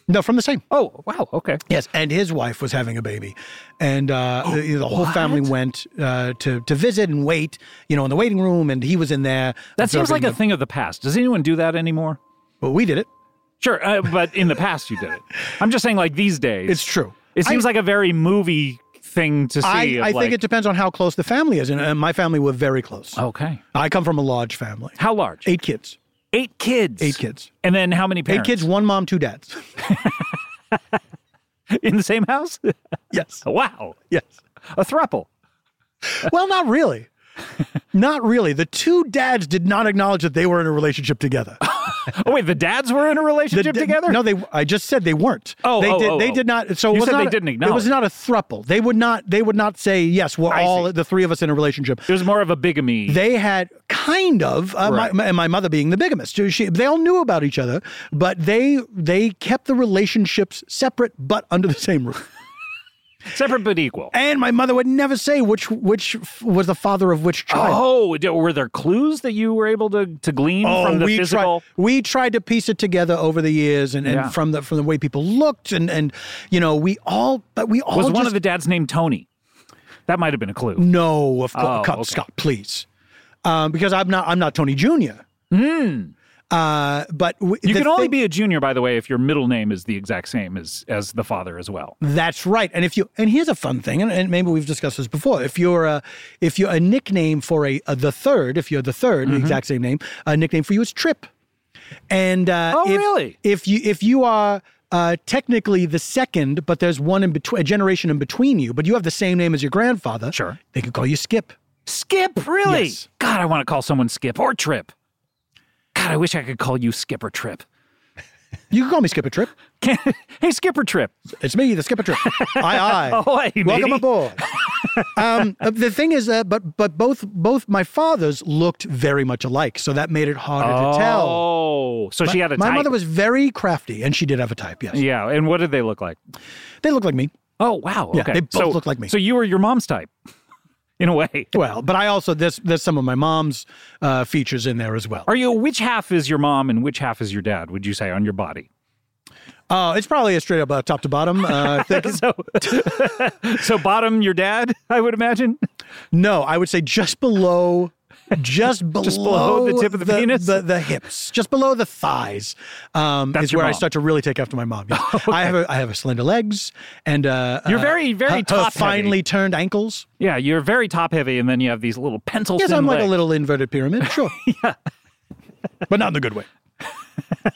S3: no from the same.
S2: Oh wow, okay.
S3: Yes, and his wife was having a baby, and uh, you know, the whole family went uh, to to visit and wait, you know, in the waiting room, and he was in there.
S2: That seems like
S3: observing
S2: a thing of the past. Does anyone do that anymore?
S3: the- Well, we did it.
S2: Sure, uh, but in the past you did it. I'm just saying, like these days,
S3: It's true.
S2: It seems like a very movie thing to see.
S3: I,
S2: of,
S3: I think
S2: like-
S3: it depends on how close the family is, and, and my family were very close.
S2: Okay,
S3: I come from a large family,
S2: how large?
S3: eight kids,
S2: Eight kids.
S3: eight kids,
S2: And then how many
S3: eight
S2: parents?
S3: kids, one mom, two dads.
S2: in the same house? Oh.
S3: yes,
S2: wow,
S3: yes.
S2: a thruple.
S3: Well, not really. Not really. The two dads did not acknowledge that they were in a relationship together.
S2: Oh wait, the dads were in a
S3: The
S2: relationship
S3: da-
S2: together.
S3: No, they. I just said they weren't.
S2: Oh,
S3: they
S2: oh,
S3: did.
S2: oh,
S3: they
S2: oh.
S3: did not. So it
S2: You
S3: was
S2: said
S3: not
S2: they
S3: a-
S2: didn't
S3: It
S2: acknowledge.
S3: was not a thruple. They would not. They would not say yes. We're
S2: I
S3: all
S2: see.
S3: the three of us in a relationship.
S2: It was more of a bigamy.
S3: They had kind of, uh,
S2: Right.
S3: my, my, my mother being the bigamist. so She, they all knew about each other, but they they kept the relationships separate, but under the same roof.
S2: Separate but equal.
S3: And my mother would never say which which f- was the father of which child.
S2: Oh, d- were there clues that you were able to, to glean from the
S3: Oh, we
S2: physical?
S3: Tried, we tried to piece it together over the years, and, and
S2: Yeah.
S3: from the from the way people looked, and and you know, we all, but we all
S2: Was one
S3: just-
S2: of the dads named Tony? That might have been a clue.
S3: no, of
S2: Oh,
S3: course,
S2: okay.
S3: Scott, please, um, because I'm not I'm not Tony Junior. Uh, but w-
S2: Hmm. You
S3: the
S2: can only
S3: thing-
S2: be a junior, by the way, if your middle name is the exact same as as the father as well.
S3: That's right. And if you and here's a fun thing, and, and maybe we've discussed this before. If you're a if you're a nickname for a, a the third, if you're the 3rd
S2: Mm-hmm.
S3: the exact same name, a nickname for you is Trip. And uh,
S2: Oh,
S3: if,
S2: really?
S3: If you if you are uh, technically the second, but there's one in between a generation in between you, but you have the same name as your grandfather.
S2: Sure.
S3: they could call you Skip.
S2: Skip, really?
S3: Yes.
S2: God, I want to call someone Skip or Trip. God, I wish I could call you Skip or Trip.
S3: You can call me Skip a Trip.
S2: Can, hey, Skipper Trip.
S3: It's me, the Skipper Trip. aye, aye.
S2: Ahoy,
S3: Welcome
S2: matey.
S3: aboard. um, uh, the thing is that, but but both both my fathers looked very much alike, so that made it harder to tell.
S2: Oh, so she had a
S3: my
S2: type.
S3: mother was very crafty, and she did have a type. Yes,
S2: Yeah, and what did they look like?
S3: they look like me.
S2: Oh, wow.
S3: Yeah,
S2: okay.
S3: they both
S2: so,
S3: look like me.
S2: So you were your mom's type, in a way.
S3: Well, but I also there's there's some of my mom's uh, features in there as well.
S2: Are you which half is your mom and which half is your dad? Would you say on your body?
S3: Uh, it's probably a straight up uh, top to bottom. Uh, I think.
S2: So, so bottom your dad, I would imagine.
S3: No, I would say just below, just below,
S2: below the tip of the penis?
S3: the, the hips, just below the thighs. Um,
S2: That's
S3: is
S2: your
S3: where I
S2: mom.
S3: start to really take after my mom. yeah. I have a, I have a slender legs, and uh,
S2: You're
S3: uh,
S2: very, very
S3: her- her
S2: top-heavy.
S3: finely turned ankles.
S2: Yeah, you're very top heavy, and then you have these little pencil.
S3: Yes,
S2: thin
S3: I'm like a
S2: legs.
S3: little inverted pyramid, sure. But not in the good way.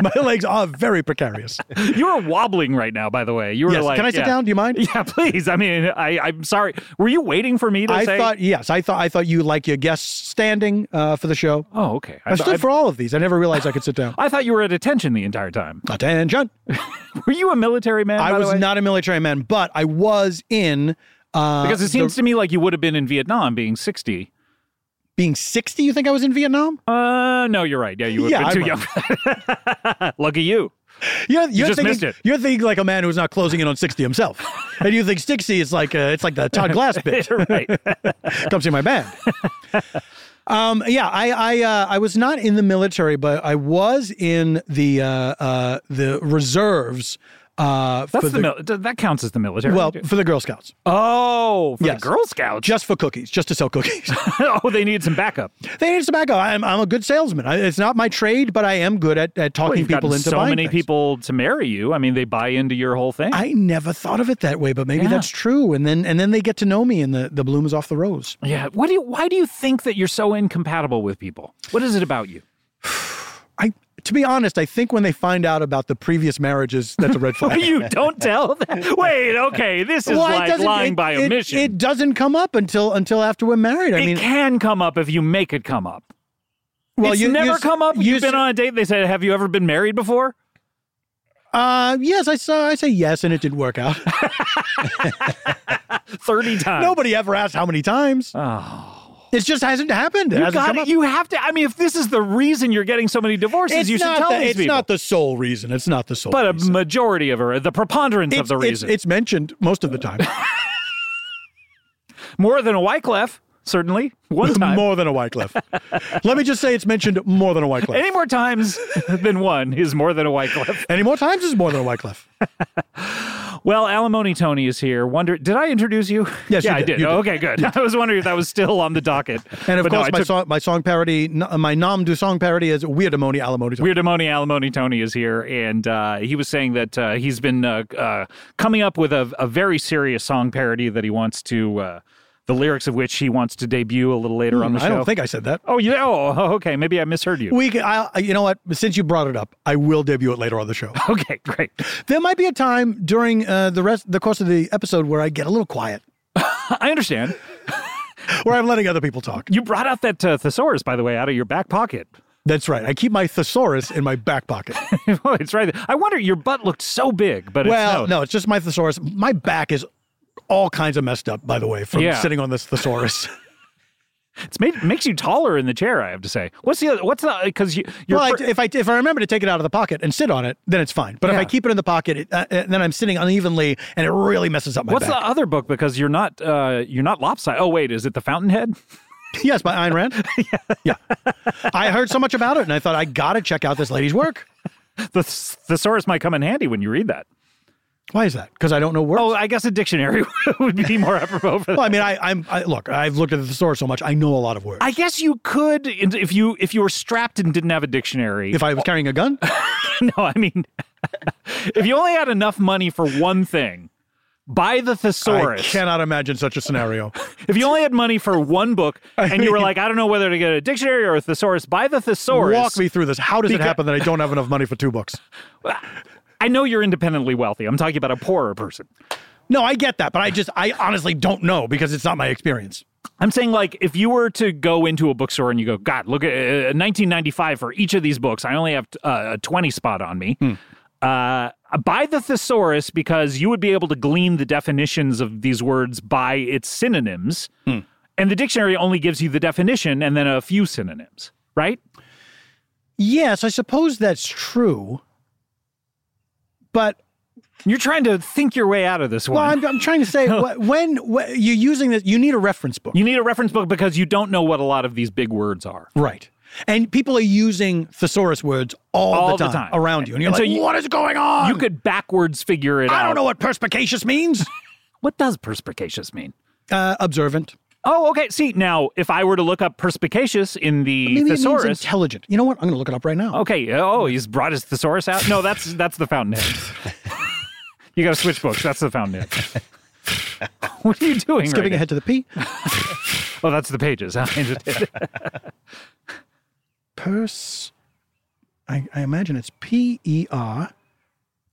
S3: My legs are very precarious.
S2: You were wobbling right now, by the way. You were
S3: Yes,
S2: like,
S3: can I sit
S2: yeah.
S3: down? Do you mind?
S2: Yeah, please. I mean, I, I'm sorry. Were you waiting for me to
S3: I
S2: say?
S3: thought yes, I thought I thought you like your guests standing uh, for the show.
S2: oh, okay.
S3: I,
S2: thought-
S3: stood for all of these. I never realized I could sit down.
S2: I thought you were at attention the entire time.
S3: Attention.
S2: Were you a military man? by
S3: I
S2: the
S3: was
S2: way?
S3: not a military man, but I was in uh,
S2: because it seems to me like you would have been in Vietnam, being 60.
S3: being 60, you think I was in Vietnam?
S2: Uh, no, you're right. Yeah, you would
S3: Yeah,
S2: have been too
S3: I
S2: young. Lucky you.
S3: You're, you're
S2: just
S3: thinking,
S2: missed it.
S3: You're thinking like a man who's not closing in on 60 himself. and you think 60 is like uh, it's like the Todd Glass bit.
S2: right.
S3: Come see my band. um, yeah, I I, uh, I was not in the military, but I was in the uh, uh, the reserves. Uh,
S2: That's
S3: for
S2: the, mil- th- that counts as the military.
S3: well
S2: right?
S3: for the Girl Scouts,
S2: oh, for
S3: Yes.
S2: the Girl Scouts.
S3: just for cookies, just to sell cookies.
S2: oh, they need some backup.
S3: they need tobacco. I'm I'm a good salesman. I, it's not my trade, but I am good at, at
S2: Well,
S3: talking
S2: you've gotten
S3: people into
S2: so
S3: buying
S2: many
S3: things.
S2: people to marry you. I mean, they buy into your whole thing.
S3: I never thought of it that way, but maybe
S2: Yeah.
S3: that's true. And then and then they get to know me, and the the bloom is off the rose.
S2: yeah. What do you? Why do you think that you're so incompatible with people? What is it about you?
S3: I to be honest, I think when they find out about the previous marriages, that's a red flag.
S2: you don't tell. That. Wait. Okay. This is like
S3: doesn't-
S2: lying by
S3: it-
S2: omission.
S3: It, doesn't come up until until after we're married. I
S2: it
S3: mean,
S2: can come up if you make it come up.
S3: well,
S2: it's
S3: you
S2: never
S3: you,
S2: come up.
S3: You,
S2: You've been on a date. They said, "Have you ever been married before?"
S3: Uh, yes, I saw. I say yes, and it didn't work out.
S2: Thirty times.
S3: Nobody ever asked how many times.
S2: Oh,
S3: It just hasn't happened. It
S2: you
S3: hasn't
S2: got
S3: come
S2: it.
S3: up.
S2: You have to. I mean, if this is the reason you're getting so many divorces,
S3: it's
S2: you should
S3: not
S2: tell
S3: the,
S2: these
S3: It's
S2: people.
S3: not the sole reason. It's not the sole.
S2: but a
S3: reason.
S2: majority of her, the preponderance
S3: it's,
S2: of the
S3: it's-
S2: reason,
S3: it's mentioned most of the time,
S2: more than a Wyclef, certainly. One time.
S3: more than a Wycliffe. Let me just say, it's mentioned more than a Wycliffe.
S2: Any more times than one is more than a Wyclef.
S3: Any more times is more than a Wycliffe.
S2: Well, Alimony Tony is here. Wonder, did I introduce you?
S3: Yes,
S2: yeah,
S3: you
S2: I
S3: did.
S2: did.
S3: You
S2: Oh,
S3: did.
S2: okay, good. I was wondering if that was still on the docket.
S3: And of
S2: But no,
S3: course,
S2: I
S3: my,
S2: took-
S3: song, my song parody, n- my nom du song parody is Weird Amoni Alimony.
S2: Weird Amoni Alimony Tony is here, and uh, he was saying that uh, he's been uh, uh, coming up with a, a very serious song parody that he wants to, uh, the lyrics of which he wants to debut a little later on the show.
S3: Hmm, I don't think I said that.
S2: Oh, yeah. Oh, okay. Maybe I misheard you.
S3: We, can, I, you know what? Since you brought it up, I will debut it later on the show.
S2: okay, great.
S3: there might be a time during uh, the rest, the course of the episode, where I get a little quiet,
S2: I understand.
S3: where I'm letting other people talk.
S2: You brought out that uh, thesaurus, by the way, out of your back pocket.
S3: That's right. I keep my thesaurus in my back pocket.
S2: well, it's right. There. I wonder. Your butt looked so big, but
S3: well,
S2: it's,
S3: no, it's just my thesaurus. My back is all kinds of messed up, by the way, from
S2: Yeah.
S3: sitting on this thesaurus.
S2: it's made, makes you taller in the chair. I have to say. What's the other, what's the because you you're
S3: well, I,
S2: fir-
S3: if I if I remember to take it out of the pocket and sit on it, then it's fine. But if
S2: Yeah.
S3: I keep it in the pocket, it, uh, uh, then I'm sitting unevenly, and it really messes up my
S2: what's
S3: back.
S2: the other book because you're not uh you're not lopsided. Oh wait, is it the Fountainhead?
S3: Yes, by Ayn Rand. yeah. I heard so much about it and I thought, I got to check out this lady's work.
S2: The th- thesaurus might come in handy when you read that.
S3: Why is that? Because I don't know words.
S2: Oh, I guess a dictionary would be more apropos for that.
S3: well, I mean, I, I'm, I, look, I've looked at the thesaurus so much, I know a lot of words.
S2: I guess you could if you if you were strapped and didn't have a dictionary.
S3: if I was carrying a gun,
S2: no, I mean, if you only had enough money for one thing, buy the
S3: I
S2: thesaurus.
S3: cannot imagine such a scenario.
S2: If you only had money for one book and you were
S3: mean-
S2: like, I don't know whether to get a dictionary or a thesaurus, buy the thesaurus.
S3: Walk me through this. How does
S2: Because-
S3: it happen that I don't have enough money for two books?
S2: I know you're independently wealthy. I'm talking about a poorer person.
S3: No, I get that, but I just, I honestly don't know because it's not my experience.
S2: I'm saying, like, if you were to go into a bookstore and you go, God, look at uh, 1995 for each of these books, I only have uh, a 20 spot on me.
S3: Hmm.
S2: Uh, buy the thesaurus because you would be able to glean the definitions of these words by its synonyms.
S3: Hmm.
S2: And the dictionary only gives you the definition and then a few synonyms, right?
S3: Yes, I suppose that's true. But
S2: You're trying to think your way out of this one.
S3: well, I'm, I'm trying to say wh- when, when you're using this, you need a reference book.
S2: You need a reference book because you don't know what a lot of these big words are.
S3: Right. And people are using thesaurus words all,
S2: All
S3: the,
S2: the
S3: time
S2: time.
S3: around you. And you're
S2: And so
S3: like,
S2: you-
S3: what is going on?
S2: You could backwards figure it out.
S3: I don't know what perspicacious means.
S2: What does perspicacious mean?
S3: uh, observant.
S2: Oh, okay. See, now if I were to look up perspicacious in the
S3: Maybe it means
S2: thesaurus,
S3: intelligent. You know what? I'm going to look it up right now.
S2: okay. Oh, he's brought his thesaurus out. No, that's that's the fountainhead. you got to switch books. That's the fountainhead. what are you doing?
S3: Skipping
S2: right
S3: ahead to the P.
S2: now? Oh, that's the pages. I understand.
S3: Pers. I, I imagine it's P E R.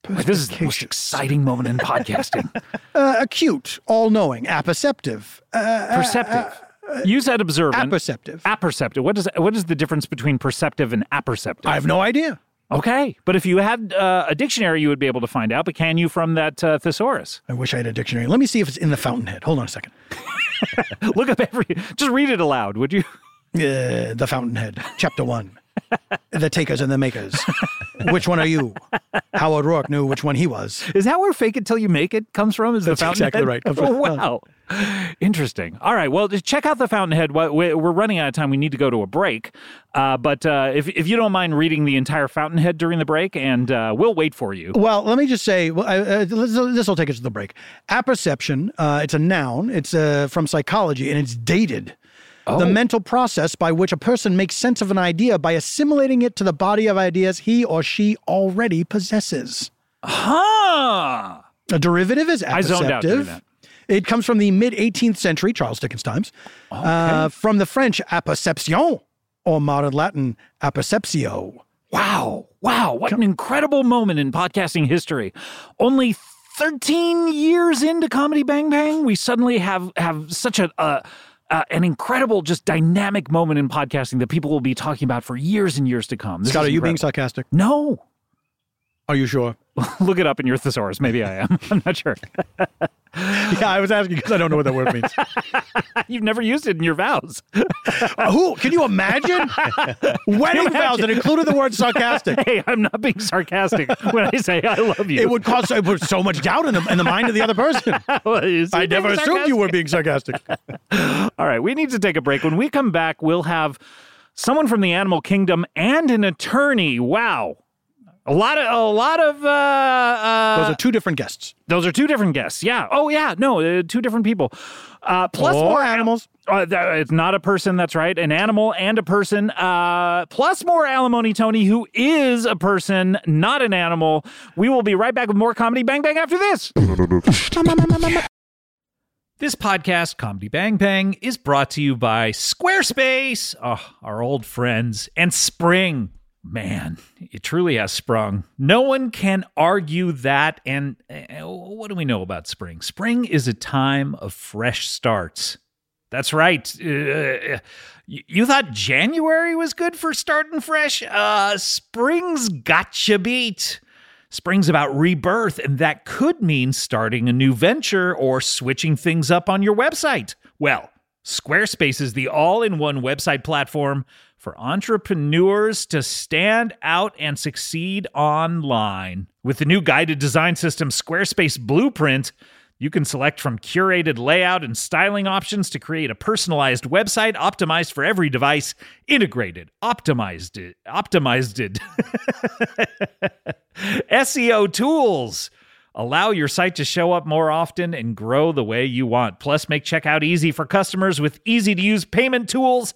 S2: this is the most exciting moment in podcasting.
S3: Uh, acute, all knowing, apperceptive. Uh,
S2: Perceptive. You said observant.
S3: apperceptive.
S2: Apperceptive. What is what is the difference between perceptive and apperceptive?
S3: I have no idea.
S2: okay, but if you had uh, a dictionary, you would be able to find out. But can you from that uh, thesaurus?
S3: I wish I had a dictionary. Let me see if it's in the fountainhead. Hold on a second.
S2: Look up every. Just read it aloud, would you?
S3: Uh, the Fountainhead, Chapter One. the takers and the makers. which one are you? Howard Rourke knew which one he was.
S2: Is that where "fake it till you make it" comes from? Is the
S3: That's
S2: fountainhead?
S3: exactly right. Comes from-
S2: wow, interesting. All right, well, just check out the fountainhead. Wh- we- We're running out of time. We need to go to a break. Uh, but uh, if if you don't mind reading the entire fountainhead during the break, and uh, we'll wait for you.
S3: Well, let me just say, well, I- uh, this will take us to the break. Apperception, uh, it's a noun, it's uh, from psychology, and it's dated. The mental process by which a person makes sense of an idea by assimilating it to the body of ideas he or she already possesses.
S2: Huh.
S3: A derivative is apperceptive.
S2: I zoned out during that.
S3: It comes from the mid 18th century, Charles Dickens times, uh, from the French apperception or modern Latin apperceptio.
S2: Wow. Wow. What an incredible moment in podcasting history. Only 13 years into Comedy Bang Bang, we suddenly have have such a uh, uh, an incredible, just dynamic moment in podcasting that people will be talking about for years and years to come. This
S3: Scott,
S2: is
S3: are you being
S2: incredible.
S3: sarcastic?
S2: No.
S3: Are you sure?
S2: Look it up in your thesaurus. Maybe I am. I'm not sure.
S3: yeah, I was asking because I don't know what that word means.
S2: You've never used it in your vows.
S3: Who? Can you imagine? Wedding vows that included the word sarcastic.
S2: Hey, I'm not being sarcastic when I say I love you.
S3: It would cause so, it would so much doubt in the, in the mind of the other person. I never assumed you were being sarcastic.
S2: All right, we need to take a break. When we come back, we'll have someone from the animal kingdom and an attorney. Wow. A lot of a lot of uh, uh
S3: Those are two different guests.
S2: those are two different guests. Yeah. Oh yeah, no, uh, two different people. Uh plus
S3: Or
S2: more
S3: animals.
S2: uh, th- it's not a person, that's right. An animal and a person. Uh plus more alimony Tony who is a person, not an animal. We will be right back with more comedy bang bang after this.
S4: This podcast, Comedy Bang Bang, is brought to you by Squarespace, oh, our old friends, and Spring. Man, it truly has sprung. No one can argue that. And uh, what do we know about spring? Spring is a time of fresh starts. That's right. Uh, you you thought January was good for starting fresh? Uh, spring's gotcha beat. Spring's about rebirth, and that could mean starting a new venture or switching things up on your website. Well, Squarespace is the all in one website platform for entrepreneurs to stand out and succeed online. With the new guided design system, Squarespace Blueprint, you can select from curated layout and styling options to create a personalized website optimized for every device, integrated, optimized, it, optimized. it. SEO E tools allow your site to show up more often and grow the way you want. Plus, make checkout easy for customers with easy to use payment tools.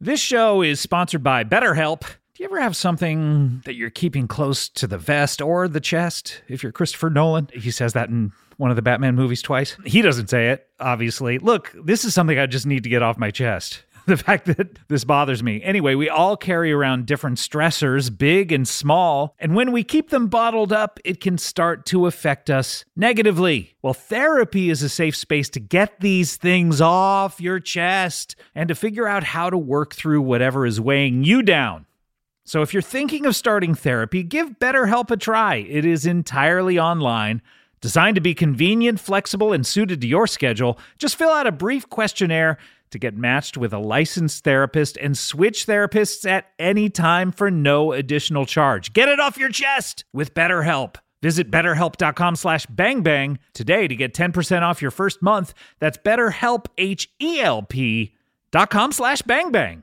S4: This show is sponsored by BetterHelp. Do you ever have something that you're keeping close to the vest or the chest? If you're Christopher Nolan, he says that in one of the Batman movies twice. He doesn't say it, obviously. Look, this is something I just need to get off my chest.
S2: the fact that this bothers me. Anyway, we all carry around different stressors, big and small, and when we keep them bottled up, it can start to affect us negatively. Well, therapy is a safe space to get these things off your chest and to figure out how to work through whatever is weighing you down. So if you're thinking of starting therapy, give BetterHelp a try. It is entirely online, designed to be convenient, flexible, and suited to your schedule. Just fill out a brief questionnaire to get matched with a licensed therapist and switch therapists at any time for no additional charge. Get it off your chest with BetterHelp. Visit betterhelp.com slash bangbang today to get 10% off your first month. That's betterhelp, H-E-L-P dot com slash bangbang.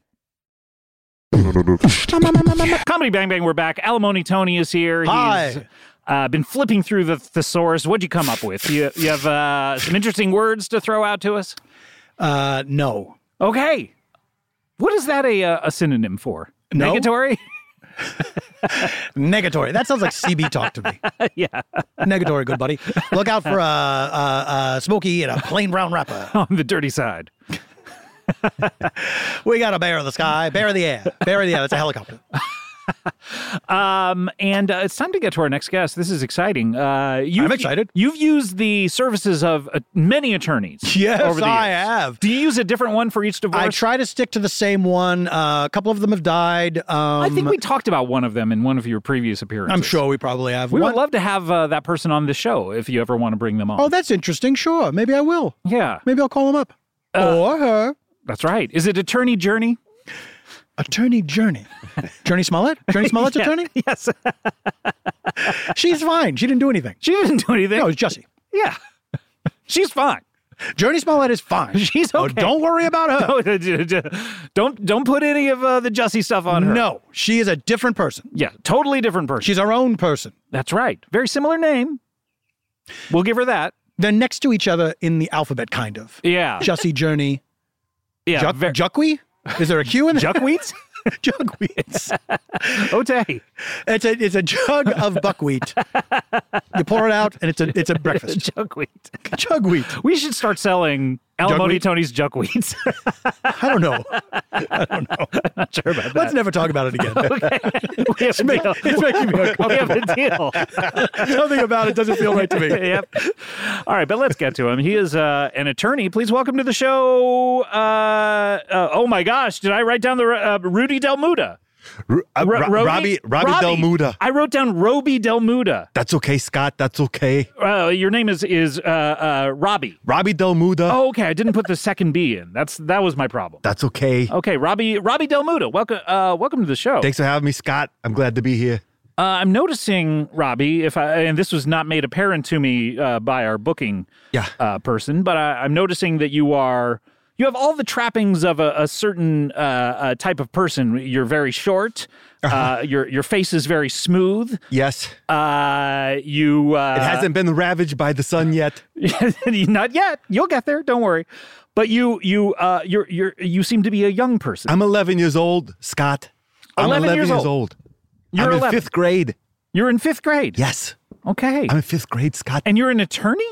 S1: Comedy Bang Bang, we're back. Alimony Tony is here. He's
S3: Hi.
S1: uh, been flipping through the thesaurus. What'd you come up with? You, you have uh, some interesting words to throw out to us?
S3: Uh, no.
S1: Okay. What is that a, uh, a synonym for?
S3: No.
S1: Negatory?
S3: Negatory. That sounds like CB talk to me.
S1: Yeah.
S3: Negatory, good buddy. Look out for a uh, uh, uh, Smokey and a plain brown wrapper.
S1: On the dirty side.
S3: We got a bear in the sky, bear in the air, bear in the air. It's a helicopter.
S1: Um, and uh, it's time to get to our next guest. This is exciting. Uh, you've-
S3: I'm excited.
S1: You've used the services of uh, many attorneys. over
S3: Yes,
S1: the
S3: I
S1: years.
S3: have.
S1: Do you use a different one for each divorce?
S3: I try to stick to the same one. Uh, a couple of them have died. Um,
S1: I think we talked about one of them in one of your previous appearances.
S3: I'm sure we probably have.
S1: We
S3: one.
S1: would love to have uh, that person on the show if you ever want to bring them on.
S3: oh, that's interesting. Sure, maybe I will.
S1: yeah,
S3: Maybe I'll call him up
S1: Uh,
S3: or her.
S1: that's right. Is it Attorney Journey?
S3: Attorney Journey, Journey Smollett, Journey Smollett's attorney.
S1: Yes.
S3: She's fine. She didn't do anything.
S1: she didn't do anything.
S3: No, it's Jesse.
S1: yeah. She's fine.
S3: Journey Smollett is fine.
S1: She's
S3: Oh,
S1: okay.
S3: don't worry about her.
S1: Oh, don't don't put any of uh, the Jussie stuff on her.
S3: No, she is a different person.
S1: Yeah, totally different person.
S3: She's our own person.
S1: That's right. Very similar name. We'll give her that.
S3: They're next to each other in the alphabet, kind of.
S1: Yeah.
S3: Jussie Journey.
S1: yeah.
S3: Juck,
S1: ver-
S3: Juckwe? Is there a Q in there?
S1: Juckweeds?
S3: Juckweeds.
S1: Ote.
S3: It's a it's a jug of buckwheat. You pour it out, and it's a it's a breakfast.
S1: Juckweed.
S3: Jugwheat.
S1: We should start selling Alimony
S3: Juckweed?
S1: Tony's Juckweeds.
S3: I don't know. I don't know.
S1: Not sure about
S3: Let's
S1: that.
S3: never talk about it again.
S1: Okay. we have a deal.
S3: It's making me
S1: We have
S3: uncomfortable.
S1: a deal.
S3: Something about it doesn't feel right to me.
S1: yep. All right, but let's get to him. He is uh, an attorney. Please welcome to the show. Uh, uh, oh my gosh, did I write down the uh, Rudy Del Muda?
S5: Ru- uh,
S1: Ro-
S5: Ro-
S1: Roby?
S5: Robbie, Robbie, Del Muda.
S1: I wrote down Roby Del Muda.
S5: That's okay, Scott. That's okay.
S1: Uh, your name is is uh, uh, Robbie.
S5: Robbie Del Muda.
S1: Oh, okay. I didn't put the second B in. That's that was my problem.
S5: That's okay.
S1: Okay, Robbie Robbie Del Muda. Welcome uh, welcome to the show.
S5: Thanks for having me, Scott. I'm glad to be here.
S1: Uh, I'm noticing Robbie. If I and this was not made apparent to me uh, by our booking
S5: Yeah.
S1: uh, person, but I, I'm noticing that you are you have all the trappings of a, a certain uh, uh, type of person. You're very short. Uh, your your face is very smooth.
S5: Yes.
S1: Uh, you uh,
S5: It hasn't been ravaged by the sun yet.
S1: not yet. You'll get there. Don't worry. But you you uh, you're you're you seem to be a young person.
S5: I'm 11 years old, Scott. I'm
S1: 11 years old. You're
S5: I'm
S1: 11.
S5: in fifth grade.
S1: you're in fifth grade.
S5: Yes.
S1: Okay.
S5: I'm in fifth grade, Scott.
S1: and you're an attorney.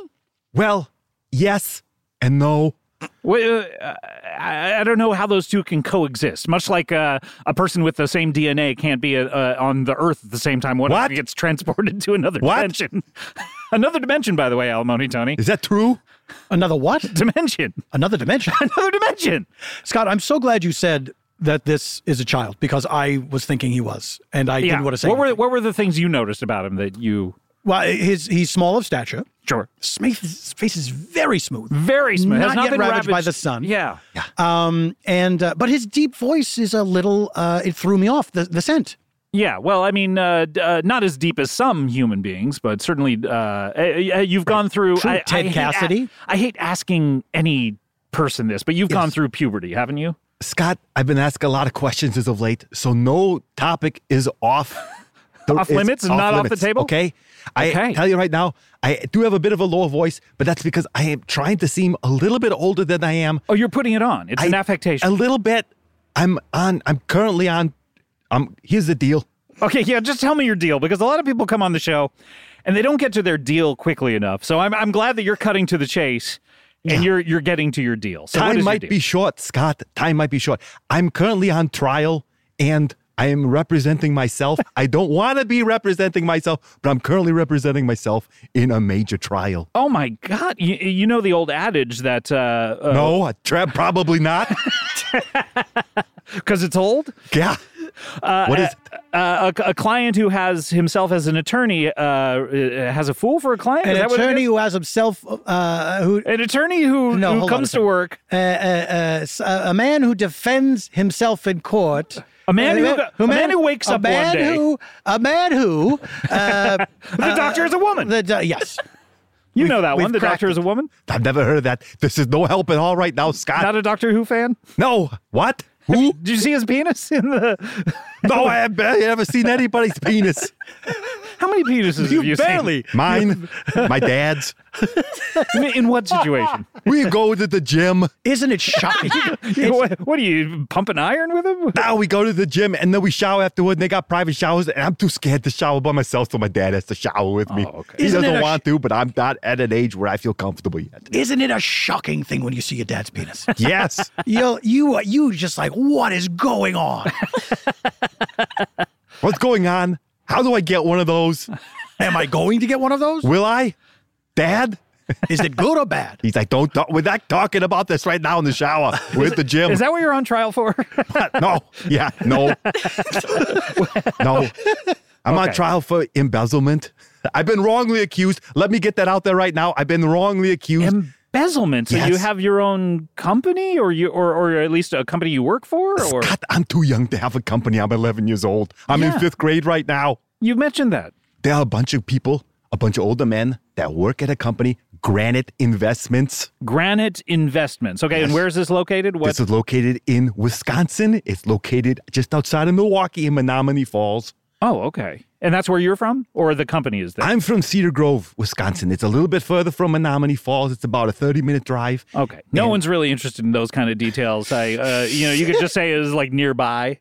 S5: Well, yes.
S6: and no.
S2: Well, uh, I, I don't know how those two can coexist. Much like uh, a person with the same DNA can't be uh, uh, on the Earth at the same time. One
S6: What?
S2: gets transported to another
S6: What?
S2: dimension. another dimension, by the way, Alimony Tony.
S6: Is that true?
S3: Another what?
S2: Dimension.
S3: Another dimension.
S2: Another dimension.
S3: Scott, I'm so glad you said that this is a child because I was thinking he was, and I didn't want to say.
S2: What were
S3: anything.
S2: what were the things you noticed about him that you?
S3: well, his he's small of stature.
S2: Sure.
S3: Smith- His face is very smooth,
S2: Very smooth. Has
S3: Not
S2: not
S3: yet
S2: been
S3: ravaged by the sun.
S2: Yeah.
S3: um, and uh, but his deep voice is a little. Uh, it threw me off the, the scent.
S2: Yeah. Well, I mean, uh, d- uh, not as deep as some human beings, but certainly uh, uh, you've gone through.
S3: True.
S2: I,
S3: Ted
S2: I hate a-
S3: Cassidy.
S2: I hate asking any person this, but you've gone through puberty, haven't you?
S6: Scott, I've been asked a lot of questions as of late, so no topic is off. the-
S2: Off
S6: is
S2: limits and not off the table?
S6: Okay. I
S2: Okay.
S6: tell you right now, I do have a bit of a lower voice, but that's because I am trying to seem a little bit older than I am.
S2: Oh, you're putting it on. It's an
S6: I- A
S2: affectation.
S6: little bit. I'm on. I'm currently on. Um. Here's the deal.
S2: okay. Yeah. Just tell me your deal, because a lot of people come on the show, and they don't get to their deal quickly enough. So I'm I'm glad that you're cutting to the chase, and you're you're getting to your deal. So what is
S6: Time
S2: your
S6: might
S2: deal?
S6: be short, Scott. Time might be short. I'm currently on trial, and I am representing myself. I don't want to be representing myself, but I'm currently representing myself in a major trial.
S2: Oh my God! You, you know the old adage that uh,
S6: No, a tra- probably not.
S2: because it's old.
S6: yeah. what is?
S2: Uh, a, a client who has himself as an attorney uh, uh, has a fool for a client. Is
S3: An
S2: that what it
S3: attorney
S2: is?
S3: who has himself, uh, who
S2: an attorney who,
S3: No,
S2: who
S3: hold on a
S2: comes to
S3: second.
S2: work.
S3: uh, uh, uh, s- uh, a man who defends himself in court.
S2: A man
S3: Uh,
S2: who- a man who wakes
S3: a
S2: up one
S3: man
S2: day.
S3: Who, a man who. Uh,
S2: The doctor is a woman.
S3: the, do- yes.
S2: you know that
S6: we've
S2: one. The
S6: cracked
S2: doctor is a woman.
S6: I've never heard of that. This is no help at all right now, Scott.
S2: Not a Doctor Who fan.
S6: no. What? Who?
S2: Did you see his penis in the?
S6: no, I have barely ever seen anybody's penis.
S2: How many penises have you
S3: barely-
S6: Mine, my dad's.
S2: seen? In- In what situation?
S6: We go to the gym.
S3: Isn't it shocking?
S2: You- what, what are you pumping iron with him?
S6: Now we go to the gym and then we shower afterward. And they got private showers, and I'm too scared to shower by myself, so my dad has to shower with me.
S2: okay.
S6: He
S3: Isn't it
S6: doesn't
S3: a
S6: want to, but I'm not at an age where I feel comfortable yet.
S3: Isn't it a shocking thing when you see your dad's penis?
S6: Yes,
S3: you you you just like what is going on?
S6: what's going on? How do I get one of those?
S3: Am I going to get one of those?
S6: Will I, Dad?
S3: Is it good or bad?
S6: He's like, don't. Talk. We're not talking about this right now in the shower. We're at the gym.
S2: Is that what you're on trial for?
S6: no? Yeah, no, no. I'm on
S2: Okay.
S6: trial for embezzlement. I've been wrongly accused. Let me get that out there right now. I've been wrongly accused.
S2: Embezzlement. So you
S6: Yes.
S2: have your own company, or you, or, or at least a company you work for, or
S6: Scott, I'm too young to have a company. I'm 11 years old. I'm
S2: Yeah.
S6: in fifth grade right now.
S2: you mentioned that.
S6: There are a bunch of people, a bunch of older men that work at a company, Granite Investments.
S2: Granite Investments. Okay, and where is this located? What?
S6: This is located in Wisconsin. It's located just outside of Milwaukee in Menominee Falls.
S2: oh, okay. And that's where you're from, or the company is there?
S6: I'm from Cedar Grove, Wisconsin. It's a little bit further from Menominee Falls. It's about a 30 minute drive.
S2: okay. No one's really interested in those kind of details. I, uh, you know, you could just say it was like nearby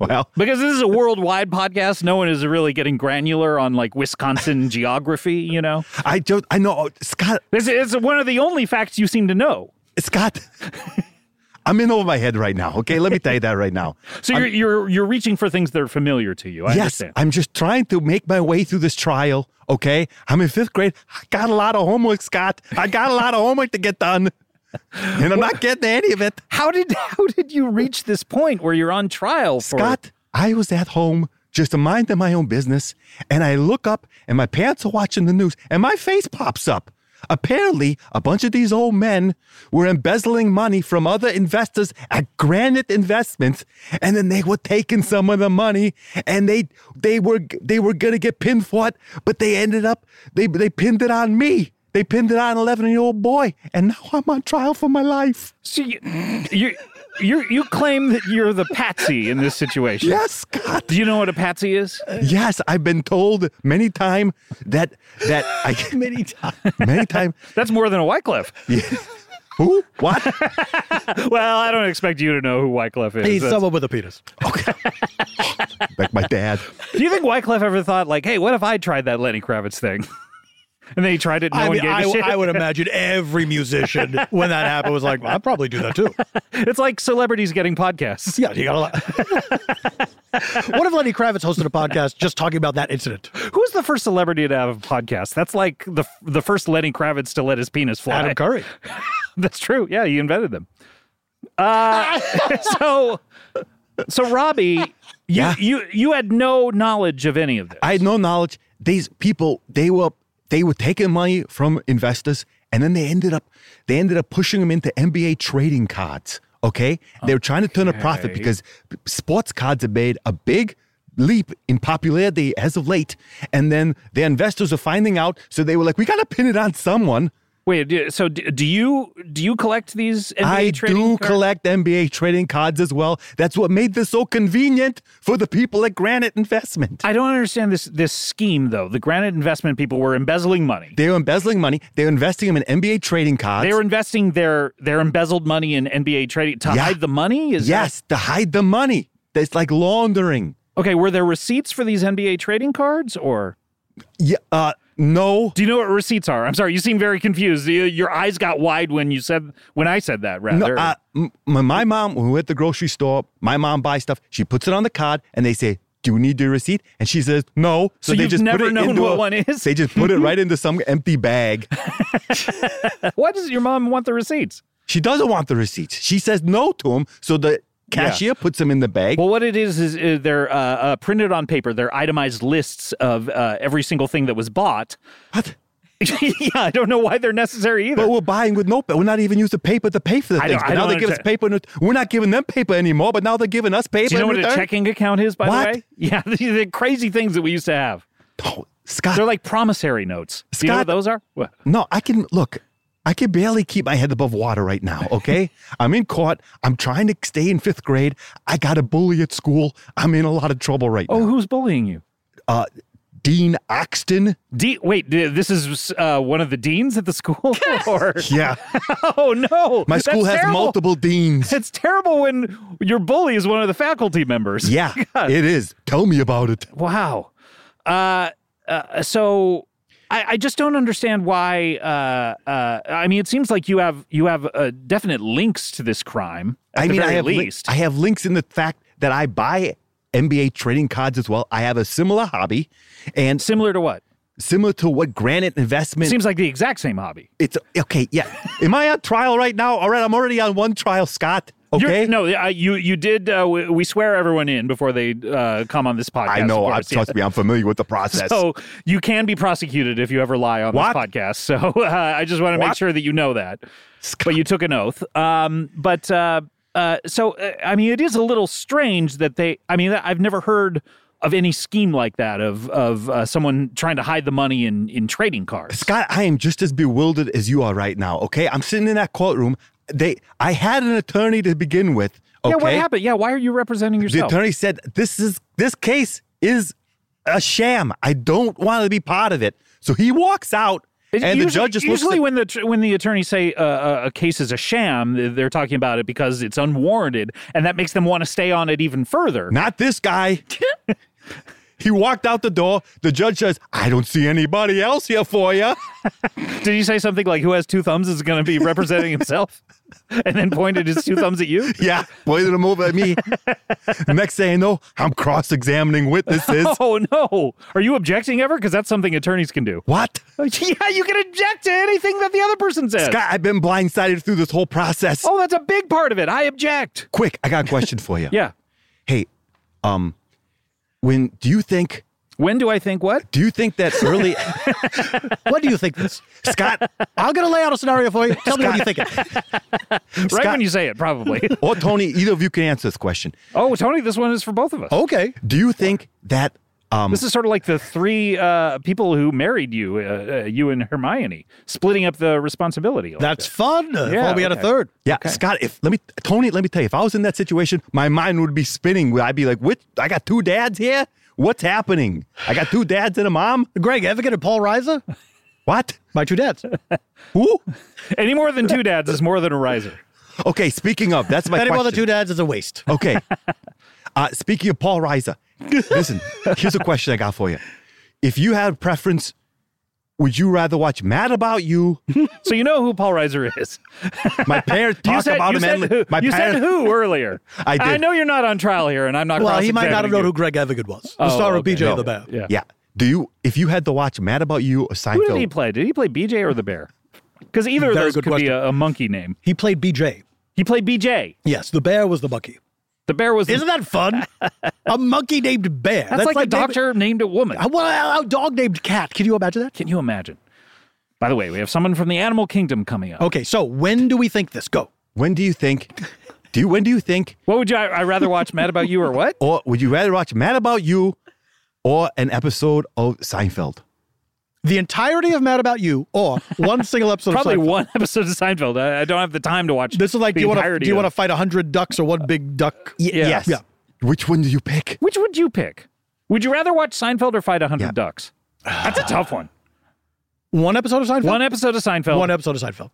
S6: Well,
S2: because this is a worldwide podcast. No one is really getting granular on like Wisconsin geography. You know,
S6: I don't, I know, Scott,
S2: this is one of the only facts you seem to know.
S6: Scott, I'm in over my head right now. Okay. Let me tell you that right now.
S2: So you're you're you're reaching for things that are familiar to you. I
S6: yes,
S2: understand.
S6: I'm just trying to make my way through this trial. Okay, I'm in fifth grade. I got a lot of homework, Scott. I got a lot of homework to get done, and I'm not getting any of it.
S2: how did how did you reach this point where you're on trial for
S6: Scott, I was at home just minding my own business, and I look up, and my parents are watching the news, and my face pops up. Apparently, a bunch of these old men were embezzling money from other investors at Granite Investments, and then they were taking some of the money, and they they were they were gonna get pinned for it, but they ended up they they pinned it on me. They pinned it on an 11 year old boy, and now I'm on trial for my life.
S2: So you, you, you, you claim that you're the patsy in this situation.
S6: Yes, Scott.
S2: Do you know what a patsy is?
S6: Yes, I've been told many time that that I
S3: Many times.
S6: many time
S2: That's more than a Wyclef.
S6: who what
S2: Well, I don't expect you to know who Wyclef is. Uh,
S3: He's
S2: That's-
S3: someone with a penis.
S6: like my dad.
S2: Do you think Wyclef ever thought like, "Hey, what if I tried that Lenny Kravitz thing?" And then he tried it. No
S3: I,
S2: one
S3: mean,
S2: gave a
S3: I,
S2: shit.
S3: I would imagine every musician when that happened was like, I'd probably do that too.
S2: it's like celebrities getting podcasts.
S3: Yeah, you got a lot. what if Lenny Kravitz hosted a podcast just talking about that incident?
S2: Who's the first celebrity to have a podcast? That's like the the first Lenny Kravitz to let his penis fly.
S3: Adam Curry.
S2: That's true. Yeah, he invented them. Uh, so, so Robbie, you,
S6: Yeah.
S2: you you had no knowledge of any of this.
S6: I had no knowledge. These people, they were they were taking money from investors, and then they ended up they ended up pushing them into NBA trading cards. Okay, they were trying to turn a profit because sports cards have made a big leap in popularity as of late, and then the investors are finding out, so they were like, "We got to pin it on someone."
S2: Wait, do- so do, do you do you collect these? NBA
S6: I
S2: trading
S6: do
S2: cards?
S6: collect NBA trading cards as well. That's what made this so convenient for the people at Granite Investment.
S2: I don't understand this this scheme though. The Granite investment people were embezzling money.
S6: They were embezzling money. They were investing them in NBA trading cards.
S2: They were investing their their embezzled money in NBA trading to
S6: Yeah.
S2: hide the money. Is that-
S6: Yes, to hide the money. That's like laundering.
S2: okay? Were there receipts for these NBA trading cards, or
S6: Yeah, uh, no.
S2: do you know what receipts are? I'm sorry, you seem very confused. You- your eyes got wide when you said when I said that.
S6: No,
S2: Rather,
S6: uh, m- my, my mom, when we're at the grocery store, my mom buys stuff. She puts it on the card, and they say, "Do you need your receipt?" And she says, "No."
S2: So you've never known
S6: into
S2: what
S6: a-
S2: one is?
S6: They just put it right into some empty bag.
S2: why does your mom want the receipts?
S6: She doesn't want the receipts. She says no to them, so the cashier puts them in the bag.
S2: Well, what it is is uh, they're uh, uh, printed on paper. They're itemized lists of uh, every single thing that was bought.
S6: What?
S2: yeah, I don't know why they're necessary either.
S6: But we're buying with no. We're not even using paper to pay for the
S2: I
S6: things.
S2: don't- I
S6: But now
S2: don't
S6: they give us
S2: understand.
S6: paper. and We're not giving them paper anymore. But now they're giving us paper.
S2: Do you know
S6: in
S2: what a
S6: return.
S2: checking account is, by
S6: What?
S2: the way? Yeah, the, the crazy things that we used to have.
S6: Oh, Scott,
S2: They're like promissory notes. Do you know what
S6: Scott-
S2: those are? What?
S6: No, I can look. I can barely keep my head above water right now. Okay, I'm in court. I'm trying to stay in fifth grade. I got a bully at school. I'm in a lot of trouble right
S2: Oh,
S6: now.
S2: who's bullying you?
S6: Uh, Dean Oxton.
S2: De- wait, th- this is uh, one of the deans at the school? or
S6: Yeah,
S2: Oh, no.
S6: my
S2: that's
S6: school has
S2: terrible.
S6: multiple deans.
S2: It's terrible when your bully is one of the faculty members.
S6: Yeah, it is. Tell me about it.
S2: Wow. Uh, uh, so I, I just don't understand why. Uh, uh, I mean, it seems like you have you have uh, definite links to this crime. At
S6: I
S2: the
S6: mean,
S2: very
S6: I have lin-
S2: least.
S6: I have links in the fact that I buy NBA trading cards as well. I have a similar hobby, and
S2: Similar to what?
S6: similar to what Granite Investment.
S2: Seems like the exact same hobby.
S6: it's okay. Yeah, am I on trial right now? All right, I'm already on one trial, Scott.
S2: You're-
S6: Okay,
S2: no, uh, you you did. Uh, we, we swear everyone in before they uh, come on this podcast.
S6: I know.
S2: of
S6: I,
S2: course,
S6: trust
S2: yeah.
S6: me, I'm familiar with the process.
S2: So you can be prosecuted if you ever lie on
S6: What?
S2: this podcast. So uh, I just want to make
S6: What?
S2: sure that you know that. But you took an oath. Um, but uh, uh, so uh, I mean, it is a little strange that they. I mean, I've never heard of any scheme like that of of uh, someone trying to hide the money in in trading cards.
S6: Scott, I am just as bewildered as you are right now. Okay, I'm sitting in that courtroom. They, I had an attorney to begin with. Okay,
S2: Yeah, what happened? Yeah, why are you representing
S6: the
S2: yourself?
S6: attorney said this is this case is a sham. I don't want to be part of it. So he walks out,
S2: It-
S6: and the
S2: usually-
S6: judge just looks.
S2: usually
S6: at-
S2: when the tr- when the attorneys say uh, uh, a case is a sham, th- they're talking about it because it's unwarranted, and that makes them want to stay on it even further.
S6: Not this guy. he walked out the door. The judge says, "I don't see anybody else here for you."
S2: Did he say something like "Who has two thumbs is going to be representing himself," and then pointed his two thumbs at you?
S6: Yeah, pointed him over at me. Next thing I know, I'm cross-examining witnesses.
S2: Oh no! Are you objecting ever? Because that's something attorneys can do.
S6: What?
S2: Yeah, you can object to anything that the other person says.
S6: Scott, I've been blindsided through this whole process.
S2: Oh, that's a big part of it. I object.
S6: Quick, I got a question for you.
S2: Yeah.
S6: Hey, um, when do you think?
S2: When do I think what?
S6: Do you think that early,
S3: What do you think this?
S6: Scott?
S3: I'm going to lay out a scenario for you. Tell me what you think. it.
S2: right
S6: Scott-
S2: when you say it, probably.
S6: Or Tony, either of you can answer this question.
S2: oh, Tony, this one is for both of us.
S3: Okay.
S6: Do you think that um,
S2: This is sort of like the three uh, people who married you, uh, uh, you and Hermione, splitting up the responsibility. like
S3: That's fun. Uh,
S2: Yeah,
S3: well, we had a
S2: okay.
S3: third.
S6: Yeah, Scott. If let me, Tony, let me tell you, if I was in that situation, my mind would be spinning. I'd be like, "Which? I got two dads here. What's happening? I got two dads and a mom.
S3: Greg Evigan and Paul Reiser,
S6: What?
S3: my two dads.
S6: Who?
S2: that. Any more than two dads is more than a riser.
S6: Okay. Speaking of, that's my
S3: Any more
S6: question.
S3: than two dads is a waste.
S6: Okay. Uh, speaking of Paul Reiser, listen. Here's a question I got for you. If you had a preference Would you rather watch Mad About You?
S2: So you know who Paul Reiser is.
S6: My parents talk
S2: you said,
S6: about
S2: you
S6: him.
S2: said
S6: endless-
S2: who,
S6: my
S2: you
S6: parents,
S2: said who earlier.
S6: I did.
S2: know you're not on trial here, and I'm not.
S3: Well, he might not have known
S2: cross-examining
S3: who Greg Evigan was, the star of
S2: Oh, okay.
S3: BJ
S6: No.
S3: and the Bear.
S2: you. Yeah.
S6: Yeah. Do you? If you had to watch Mad About You or
S2: Who did he
S6: Seinfeld,
S2: play? Did he play BJ or the Bear? Because either of
S3: Very
S2: those
S3: good
S2: could be
S3: question.
S2: a, a monkey name.
S3: He played BJ.
S2: He played BJ.
S3: Yes, the bear was the monkey.
S2: The Bear was.
S3: Isn't that fun? a monkey named Bear.
S2: that's, like, a
S3: naming-
S2: doctor named a woman.
S3: Uh, well, a dog named Cat. Can you imagine that?
S2: Can you imagine? By the way, we have someone from the animal kingdom coming up.
S3: Okay, so when do we think this? Go.
S6: when do you think? Do you, when do you think?
S2: What would you? I, I rather watch Mad About You or what?
S6: Or would you rather watch Mad About You or an episode of Seinfeld?
S3: The entirety of Mad About You or one single episode
S2: Probably
S3: of Seinfeld?
S2: one episode of Seinfeld. I, I don't have the time to watch.
S3: This is like,
S2: the
S3: do you want to
S2: entirety
S3: do you
S2: of-
S3: want to fight a hundred ducks or one big duck?
S2: Yeah.
S6: Yes.
S3: Yeah.
S6: Which one do you pick?
S2: Which would you pick? Would you rather watch Seinfeld or fight a hundred
S6: Yeah.
S2: ducks? That's a tough one.
S3: One episode of Seinfeld.
S2: One episode of Seinfeld.
S3: One e- episode of Seinfeld.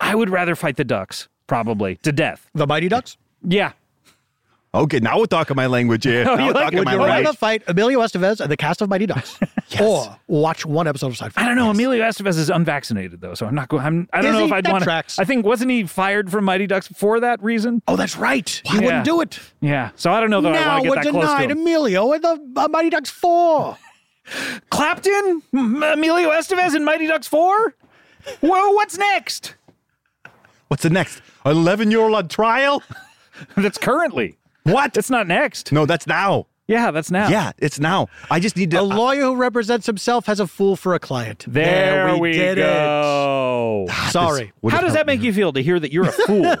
S2: I would rather fight the ducks, probably to death.
S3: The Mighty Ducks.
S2: Yeah.
S6: Okay, now we're talking my language here. Now
S2: you
S6: we're
S2: like
S6: talking
S2: it?
S6: my
S2: You're
S3: Or
S2: right.
S6: language.
S3: rather fight Emilio Estevez and the cast of Mighty Ducks, or watch one episode of Seinfeld.
S2: I don't know. Emilio Estevez is unvaccinated though, so I'm not going. I'm, I don't
S3: Is
S2: know
S3: he?
S2: if I'd
S3: That
S2: want.
S3: tracks.
S2: I think wasn't he fired from Mighty Ducks for that reason?
S3: Oh, that's right. You
S2: Yeah.
S3: wouldn't do it.
S2: Yeah. So I don't know that I
S3: now
S2: want to
S3: we're
S2: get that close to
S3: denied
S2: him.
S3: Emilio and the uh, Mighty Ducks Four.
S2: Clapton, M- Emilio Estevez in Mighty Ducks Four. Whoa, what's next?
S6: What's the next? Eleven year old on trial?
S2: That's currently.
S6: What?
S2: That's not next.
S6: No, that's now.
S2: Yeah, that's now.
S6: Yeah, it's now. I just need to.
S3: A lawyer who represents himself has a fool for a client.
S2: There, we,
S3: did it.
S2: go.
S3: Sorry.
S6: Would
S2: How
S6: it
S2: does
S6: help?
S2: that make you feel to hear that you're a fool?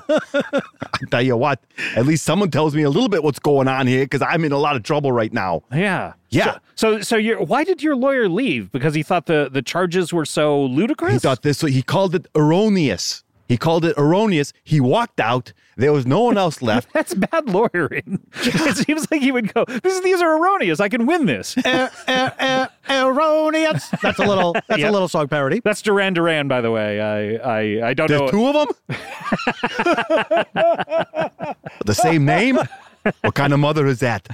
S6: Tell you what, at least someone tells me a little bit what's going on here because I'm in a lot of trouble right now.
S2: yeah.
S6: Yeah.
S2: So, so, so you're, why did your lawyer leave? Because he thought the, the charges were so ludicrous?
S6: He thought this, so he called it erroneous. He called it erroneous. He walked out. There was no one else left.
S2: That's bad lawyering. it seems like he would go, this, is- these are erroneous. I can win this.
S3: Er- er- er- Erroneous. That's a little. That's
S2: Yep.
S3: a little song parody.
S2: That's Duran Duran, by the way. I, I, I don't know.
S6: There's two of them? the same name? What kind of mother is that?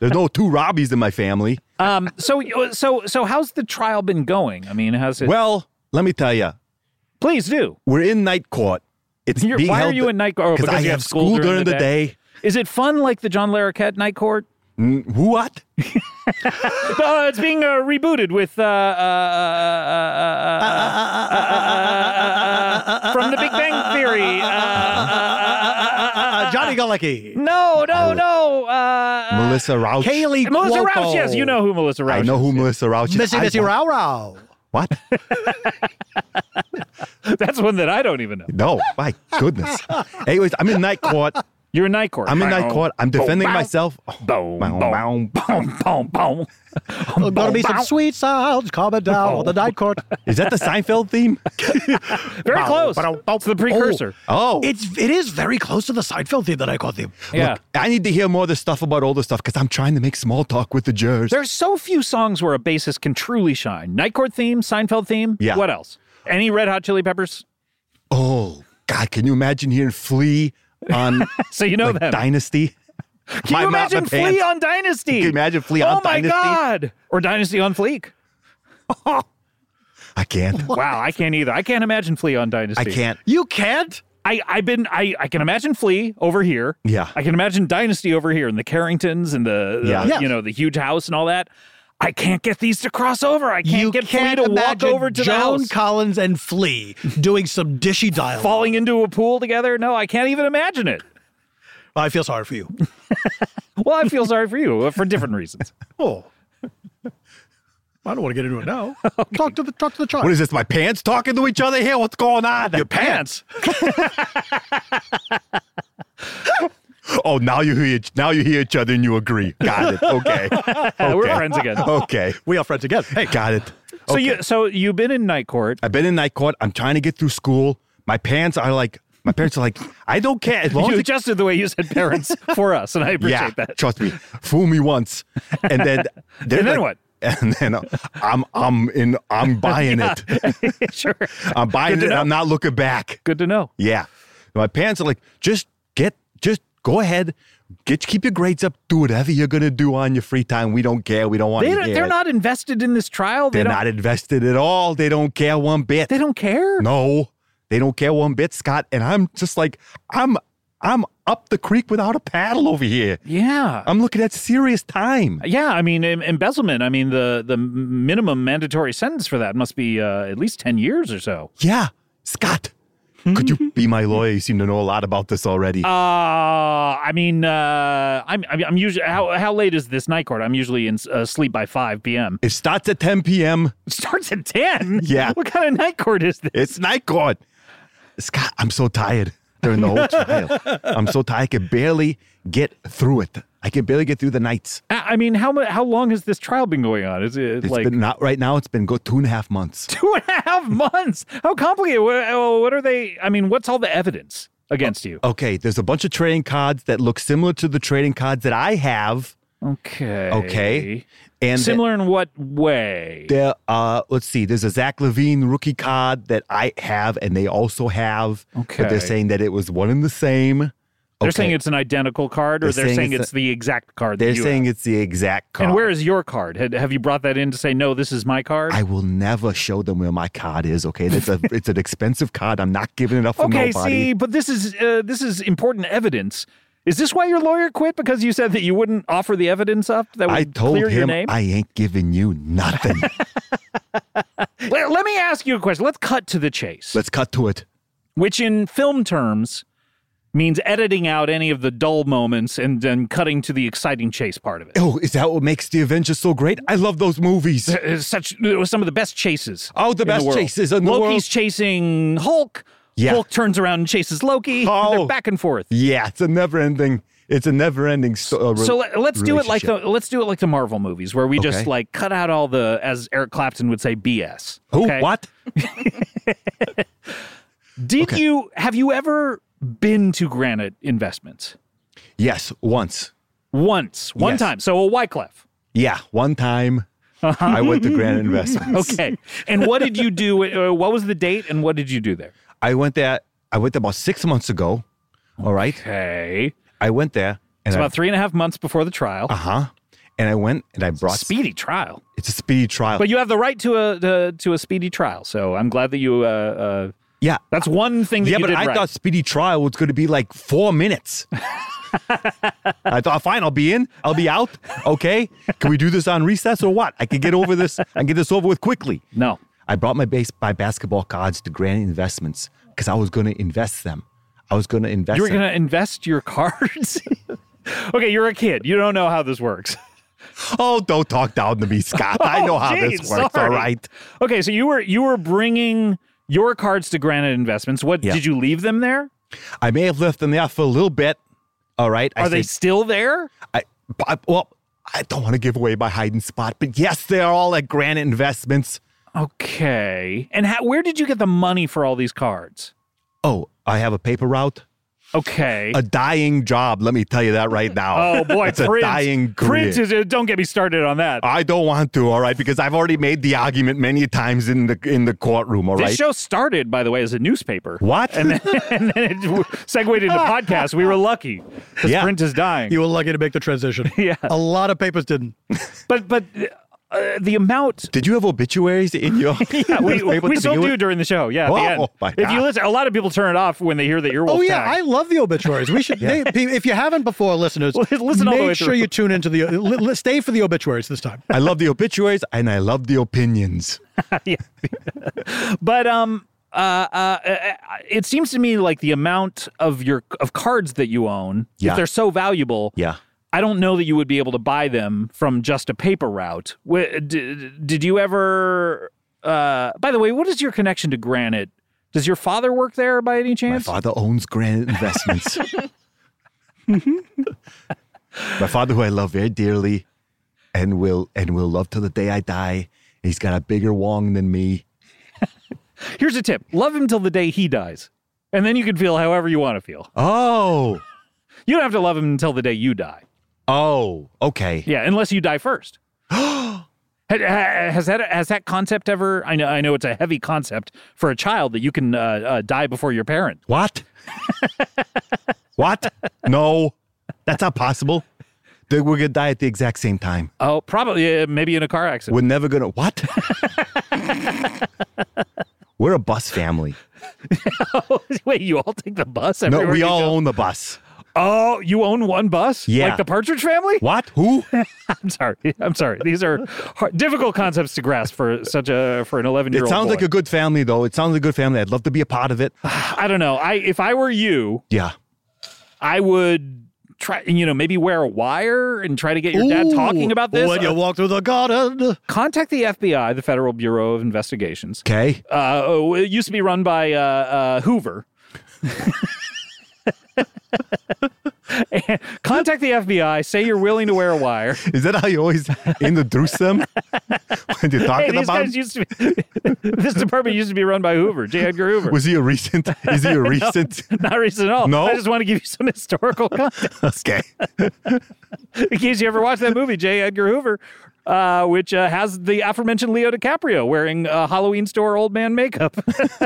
S6: There's no two Robbies in my family.
S2: Um, so, so, so how's the trial been going? I mean, how's it?
S6: Well, let me tell you,
S2: please do.
S6: we're in night court. It's
S2: You're-
S6: being
S2: why
S6: held
S2: are you in night court? Oh,
S6: Because
S2: because
S6: I
S2: you
S6: have school during, the, day.
S2: Is it fun like the John Larroquette night court?
S6: Mm, What?
S2: Uh, it's being uh, rebooted with uh, uh, uh, from the Big Bang Theory. Uh,
S3: Uh, Johnny Galecki.
S2: no, no, no. Uh,
S6: Melissa Rauch.
S3: Kaylee.
S2: uh, Melissa
S3: Cuoco.
S2: Rouse. Yes, you know who Melissa Rouse.
S6: I know who Melissa Rauch is.
S3: Missy
S6: I
S3: Missy
S6: wa-
S3: Row Row.
S6: What?
S2: is. That's one that I don't even know.
S6: No, my goodness. Anyways, I'm in night court.
S2: You're in night court.
S6: I'm in night court. I'm defending
S2: Bow, bow,
S6: myself. Oh,
S2: Boom,
S6: bow,
S2: boom,
S6: bow.
S2: boom, boom, boom.
S3: There's gonna be some sweet sounds coming down on the night court.
S6: Is that the Seinfeld theme?
S2: Very close. It's the precursor.
S6: Oh.
S3: It's it is very close to the Seinfeld theme that I caught theme.
S2: Yeah.
S6: I need to hear more of the stuff about all this stuff because I'm trying to make small talk with the jurors.
S2: There's so few songs where a bassist can truly shine. Night court theme, Seinfeld theme.
S6: Yeah.
S2: What else? Any Red Hot Chili Peppers?
S6: oh, God, can you imagine hearing Flea on
S2: So you know
S6: like,
S2: them.
S6: Dynasty?
S2: Can you imagine Flea
S6: Flea
S2: on Dynasty?
S6: Can you imagine Flea
S2: oh
S6: on Dynasty?
S2: my God. Or Dynasty on Fleek.
S6: I can't.
S2: Wow, I can't either. I can't imagine Flea on Dynasty.
S6: I can't.
S3: You can't.
S2: I, I've been, I, I can imagine Flea over here.
S6: Yeah.
S2: I can imagine Dynasty over here and the Carringtons and the, the,
S6: Yeah.
S3: Yes.
S2: you know, the huge house and all that. I can't get these to cross over. I can't
S3: you
S2: get Flea
S3: can't
S2: to walk
S3: imagine
S2: over to the
S3: Joan
S2: house.
S3: Collins and Flea doing some dishy dialogue.
S2: falling into a pool together. No, I can't even imagine it.
S3: I feel sorry for you.
S2: Well, I feel sorry for you uh, for different reasons.
S3: Oh. I don't want to get into it now. Talk to the talk to the child.
S6: What is this? My pants talking to each other here? What's going on?
S2: Pants.
S6: Oh, now you hear now you hear each other and you agree. Got it. Okay.
S2: Uh, We're
S6: Okay.
S2: friends again.
S6: Okay.
S3: we are friends again. Hey,
S6: Got it.
S2: So
S6: Okay.
S2: you so you've been in night court.
S6: I've been in night court. I'm trying to get through school. My parents are like my parents are like I don't care as long
S2: You
S6: as it-
S2: adjusted the way you said parents for us, and I
S6: yeah.
S2: appreciate that.
S6: Trust me. Fool me once, and then they're
S2: And then
S6: like- And then uh, I'm I'm in I'm buying it.
S2: sure.
S6: I'm buying
S2: Good to
S6: it.
S2: know.
S6: I'm not looking back.
S2: Good to know.
S6: Yeah. My parents are like, just get, just go ahead, Get keep your grades up. Do whatever you're gonna do on your free time. We don't care. We don't want
S2: They
S6: to
S2: don't,
S6: hear
S2: they're
S6: it.
S2: not invested in this trial. They
S6: They're
S2: don't,
S6: not invested at all. They don't care one bit.
S2: They don't care.
S6: No, they don't care one bit, Scott. And I'm just like, I'm I'm up the creek without a paddle over here.
S2: Yeah.
S6: I'm looking at serious time.
S2: yeah, I mean em- embezzlement. I mean the the minimum mandatory sentence for that must be uh, at least ten years or so.
S6: Yeah, Scott, could you be my lawyer? You seem to know a lot about this already.
S2: Uh, I mean, uh, I'm I'm I'm usually how how late is this night court? I'm usually in uh, sleep by five p.m.
S6: it starts at 10 p.m.
S2: It starts at ten.
S6: Yeah.
S2: what kind of night court is this?
S6: It's night court. Scott, I'm so tired during the whole trial. I'm so tired. I can barely get through it. I can barely get through the nights.
S2: I I mean, how mu- how long has this trial been going on? Is it
S6: It's
S2: like
S6: been not right now. It's been go two and a half months.
S2: two and a half months? How complicated? What, oh, what are they? I mean, what's all the evidence against you?
S6: Okay, there's a bunch of trading cards that look similar to the trading cards that I have.
S2: Okay.
S6: Okay. And
S2: Similar in what way?
S6: there, uh, let's see, there's a Zach Levine rookie card that I have and they also have. But
S2: Okay.
S6: they're saying that it was one and the same.
S2: They're
S6: Okay.
S2: saying it's an identical card, or
S6: They're
S2: they're,
S6: saying
S2: saying
S6: it's
S2: it's, the exact card.
S6: They're
S2: that you
S6: saying
S2: have.
S6: it's the exact card.
S2: And where is your card? Had, have you brought that in to say no? This is my card.
S6: I will never show them where my card is. Okay, that's a it's an expensive card. I'm not giving it up for
S2: okay,
S6: nobody.
S2: see, but this is uh, this is important evidence. Is this why your lawyer quit? Because you said that you wouldn't offer the evidence up that would
S6: I told
S2: clear your
S6: him
S2: name.
S6: I ain't giving you nothing.
S2: Let, let me ask you a question. Let's cut to the chase,
S6: Let's cut to it.
S2: which in film terms means editing out any of the dull moments and then cutting to the exciting chase part of it.
S6: Oh, is that what makes the Avengers so great? I love those movies.
S2: Uh, Such it was some of the best chases.
S6: Oh, the
S2: in
S6: best
S2: world.
S6: chases in the
S2: Loki's
S6: world.
S2: chasing Hulk.
S6: Yeah.
S2: Hulk turns around and chases Loki.
S6: Oh.
S2: They're back and forth.
S6: Yeah, it's a never ending. It's a uh, never ending. So,
S2: So let, us do it like the let's do it like the Marvel movies where we just
S6: Okay.
S2: like cut out all the as Eric Clapton would say BS.
S6: who
S2: okay?
S6: what?
S2: Did
S6: Okay.
S2: you have you ever been to Granite Investments?
S6: Yes, once.
S2: Once, one
S6: Yes.
S2: time. So a Wyclef.
S6: Yeah, one time. I went to Grand Investments.
S2: Okay. and what did you do? Uh, what was the date and what did you do there?
S6: I went there. I went there about six months ago. All right,
S2: Okay.
S6: I went there and
S2: It's
S6: I,
S2: about three and a half months before the trial.
S6: uh huh, and I went and I brought.
S2: Speedy trial.
S6: It's a speedy trial.
S2: But you have the right to a to, to a speedy trial. So I'm glad that you. Uh, uh,
S6: yeah,
S2: that's one thing that
S6: yeah,
S2: you
S6: but
S2: did
S6: I
S2: right.
S6: thought speedy trial was going to be like four minutes. I thought, fine, I'll be in, I'll be out. Okay, can we do this on recess or what? I can get over this. I can get this over with quickly.
S2: no.
S6: I brought my base my basketball cards to Grand Investments because I was going to invest them. I was going to invest.
S2: You were
S6: them.
S2: going to invest your cards? okay, you're a kid. You don't know how this works.
S6: Oh, don't talk down to me, Scott. I know
S2: Oh,
S6: how
S2: gee,
S6: this works.
S2: sorry.
S6: All right.
S2: Okay, so you were you were bringing your cards to Granite Investments. What
S6: Yeah.
S2: did you leave them there?
S6: I may have left them there for a little bit. All right. I
S2: Are they
S6: said-
S2: still there?
S6: I, I- well, I don't want to give away my hiding spot, but yes, they are all at Granite Investments.
S2: Okay. And how, where did you get the money for all these cards?
S6: Oh, I have a paper route.
S2: Okay.
S6: A dying job. Let me tell you that right now.
S2: oh boy,
S6: it's
S2: print.
S6: a dying career.
S2: print is. uh, Don't get me started on that.
S6: I don't want to. All right, because I've already made the argument many times in the in the courtroom. All
S2: This
S6: right.
S2: show started, by the way, as a newspaper.
S6: what?
S2: and then it w- segued into podcast. We were lucky because
S6: Yeah.
S2: print is dying.
S3: You were lucky to make the transition.
S2: Yeah.
S3: A lot of papers didn't.
S2: but but uh, the amount
S6: Did you have obituaries in your
S2: yeah, we,
S6: newspaper
S2: we
S6: to
S2: still
S6: begin
S2: do
S6: with?
S2: during the show. Yeah, at the
S6: Oh,
S2: end.
S6: my
S2: if you
S6: God.
S2: listen, a lot of people turn it off when they hear that you're.
S3: Oh yeah, I love the obituaries. We should. they, pe- if you haven't before, listeners,
S2: Listen all the
S3: make
S2: way
S3: sure
S2: through.
S3: you tune into the li, li- stay for the obituaries this time.
S6: I love the obituaries and I love the opinions.
S2: but um. Uh, uh, uh, it seems to me like the amount of your of cards that you own,
S6: Yeah.
S2: if they're so valuable,
S6: Yeah.
S2: I don't know that you would be able to buy them from just a paper route. Wh- Did, did you ever? Uh, by the way, what is your connection to Granite? Does your father work there by any
S6: My
S2: chance?
S6: father owns Granite Investments.
S2: Mm-hmm.
S6: My father, who I love very dearly, and will and will love till the day I die. He's got a bigger wong than me.
S2: Here's a tip: love him till the day he dies, and then you can feel however you want to feel.
S6: Oh,
S2: You don't have to love him until the day you die.
S6: oh, okay.
S2: Yeah, unless you die first. Ha- ha- has that has that concept ever? I know I know it's a heavy concept for a child that you can uh, uh, die before your parent.
S6: What? what? No, That's not possible. They- We're going to die at the exact same time.
S2: Oh, probably uh, maybe in a car accident.
S6: We're never going to. What? We're a bus family.
S2: Wait, you all take the bus?
S6: No,
S2: everywhere
S6: we
S2: you
S6: all
S2: go?
S6: own the bus.
S2: Oh, you own one bus?
S6: Yeah.
S2: Like the Partridge Family?
S6: What? Who?
S2: I'm sorry. I'm sorry. These are hard, difficult concepts to grasp for such a for an 11 year
S6: It
S2: old.
S6: sounds like a good family, though. It sounds like a good family. I'd love to be a part of it.
S2: I don't know. I if I were you,
S6: Yeah.
S2: I would try. You know, maybe wear a wire and try to get your dad talking about this. Uh,
S3: When you walk through the garden.
S2: Contact the FBI, the Federal Bureau of Investigations.
S6: Okay.
S2: Uh, oh, it used to be run by uh, uh, Hoover. And Contact the FBI. Say you're willing to wear a wire.
S6: Is that how you always introduce them when you're
S2: Hey,
S6: talking
S2: these
S6: about?
S2: guys used to be. this department used to be run by Hoover, J. Edgar Hoover.
S6: Was he a recent? Is he a recent?
S2: Not recent at all.
S6: No?
S2: I just want to give you some historical context
S6: okay.
S2: in case you ever watched that movie, J. Edgar Hoover, uh, which uh, has the aforementioned Leo DiCaprio wearing uh, Halloween store old man makeup.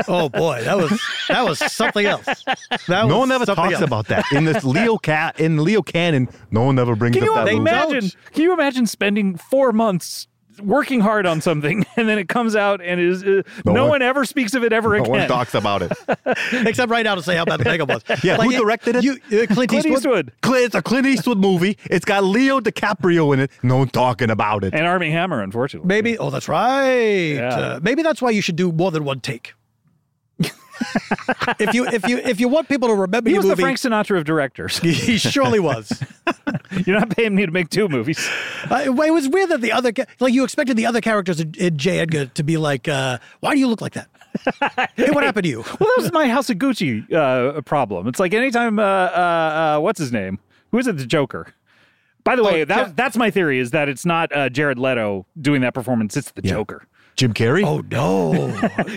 S3: Oh boy, that was that was something else. That
S6: No
S3: was
S6: one ever
S3: something
S6: talks
S3: else.
S6: about that in this Leo cat in Leo canon. No one ever brings
S2: Can you
S6: up that.
S3: They
S6: movie.
S3: met-
S2: imagine?
S3: don't.
S2: Can you imagine spending four months? Working hard on something, and then it comes out, and is uh, no,
S6: No
S2: one,
S6: one-
S2: ever speaks of it ever
S6: No
S2: again.
S6: one talks about it.
S3: except right now to say how bad the makeup was.
S6: Yeah, who directed it?
S3: You, uh, Clint,
S2: Clint
S3: Eastwood.
S2: Eastwood
S6: Clint, it's a Clint Eastwood movie. It's got Leo DiCaprio in it. No one talking about it.
S2: and Army Hammer, unfortunately.
S3: Maybe. Oh, that's right.
S2: Yeah.
S3: Uh, maybe that's why you should do more than one take. if you if you if you want people to remember
S2: he
S3: your
S2: was the
S3: movie,
S2: Frank Sinatra of directors.
S3: he surely was.
S2: You're not paying me to make two movies.
S3: Uh, it was weird that the other ca- like you expected the other characters in, in J. Edgar to be like, uh, "Why do you look like that? hey, what happened to you?"
S2: Well, that was my House of Gucci uh, problem. It's like anytime, uh, uh, uh, what's his name? Who is it? The Joker. By the way,
S3: Oh,
S2: that,
S3: Ja-
S2: that's my theory is that it's not uh, Jared Leto doing that performance. It's the Joker.
S6: Jim Carrey.
S3: Oh no!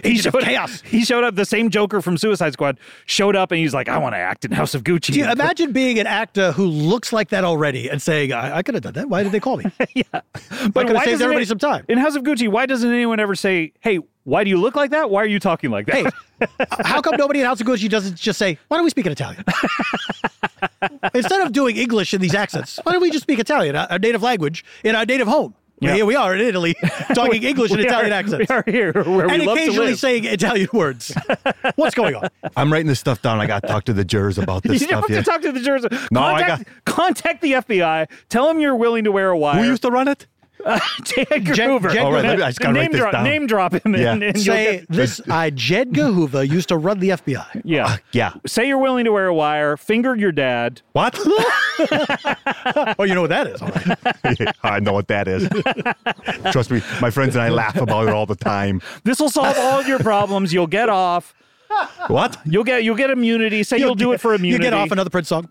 S2: He
S3: Agent of
S2: showed,
S3: chaos.
S2: he showed up, the same Joker from Suicide Squad showed up and he's like, I want to act in House of Gucci.
S3: Do you imagine being an actor who looks like that already and saying, "I, I could have done that. Why did they call me?"
S2: but
S3: could have
S2: why
S3: saved
S2: doesn't
S3: everybody
S2: it-
S3: some time.
S2: In House of Gucci, why doesn't anyone ever say, hey, why do you look like that? Why are you talking like that?
S3: Hey, how come nobody in House of Gucci doesn't just say, why don't we speak in Italian? Instead of doing English in these accents, why don't we just speak Italian, our our native language, in our native home? And
S2: Yeah.
S3: Here we are in Italy talking English and
S2: We
S3: Italian
S2: are-
S3: accents.
S2: We are here where we
S3: and
S2: love to
S3: occasionally
S2: live.
S3: saying Italian words. What's going on?
S6: I'm writing this stuff down. I got to talk to the jurors about this
S2: You don't
S6: stuff.
S2: have
S6: yeah.
S2: to talk to the jurors.
S6: No, I
S2: contact, contact the FBI. Tell them you're willing to wear a wire.
S6: Who used to run it?
S2: J. Edgar
S3: Jack-
S2: Hoover.
S3: Jack-
S6: All right, let me- I just gotta
S2: name
S6: write this
S2: drop,
S6: down.
S2: Name drop him.
S6: Yeah.
S2: And, and you'll
S3: Say
S2: get-
S3: this, I, Jedgar Hoover, used to run the FBI.
S2: yeah.
S6: Yeah.
S2: Say you're willing to wear a wire. Finger your dad.
S6: What?
S3: Oh, you know what that is. All right.
S6: I know what that is. Trust me, my friends and I laugh about it all the time.
S2: This will solve all of your problems. You'll get off.
S6: What?
S2: You'll get you'll get immunity. Say you'll, do it for
S3: You
S2: immunity.
S3: get off another Prince song.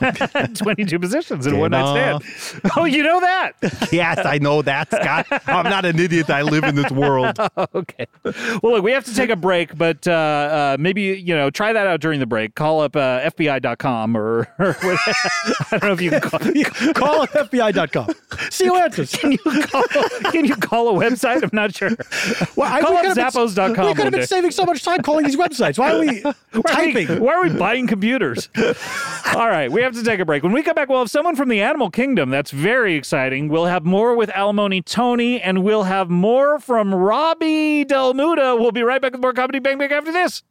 S2: 22 positions in a
S6: Get
S2: one night
S6: off.
S2: stand. Oh, you know that.
S6: Yes, I know that, Scott. I'm not an idiot. I live in this world.
S2: okay. Well, look, we have to take a break, but uh, uh, maybe, you know, try that out during the break. Call up uh, FBI.com or, or whatever. I don't know if you can call,
S3: Call FBI.com. See who answers.
S2: can, you call, can you call a website? I'm not sure.
S3: Well, I-
S2: call
S3: we
S2: up
S3: could have been-
S2: Zappos.com
S3: We
S2: one
S3: could have been
S2: day.
S3: saving so much time calling these websites. Why are we
S2: Why are we-
S3: typing?
S2: Why are we buying computers? All right, we have to take a break. When we come back, we'll have someone from the animal kingdom. That's very exciting. We'll have more with Alimony Tony, and we'll have more from Robbie Delmuda. We'll be right back with more Comedy Bang Bang after this.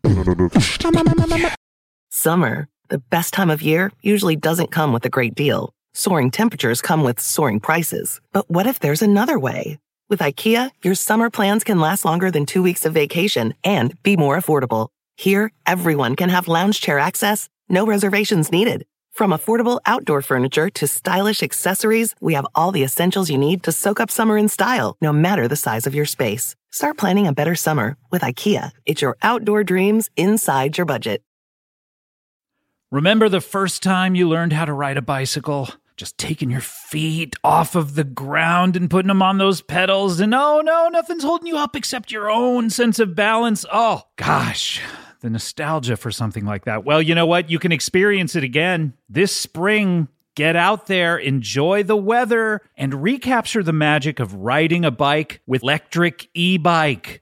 S7: Summer, the best time of year, usually doesn't come with a great deal. Soaring temperatures come with soaring prices. But what if there's another way? With IKEA, your summer plans can last longer than two weeks of vacation and be more affordable. Here, everyone can have lounge chair access, no reservations needed. From affordable outdoor furniture to stylish accessories, we have all the essentials you need to soak up summer in style, no matter the size of your space. Start planning a better summer with IKEA. It's your outdoor dreams inside your budget.
S4: Remember the first time you learned how to ride a bicycle? Just taking your feet off of the ground and putting them on those pedals, and oh no, nothing's holding you up except your own sense of balance. Oh gosh, the nostalgia for something like that. Well, you know what? You can experience it again this spring. Get out there, enjoy the weather, and recapture the magic of riding a bike with Electric E Bike.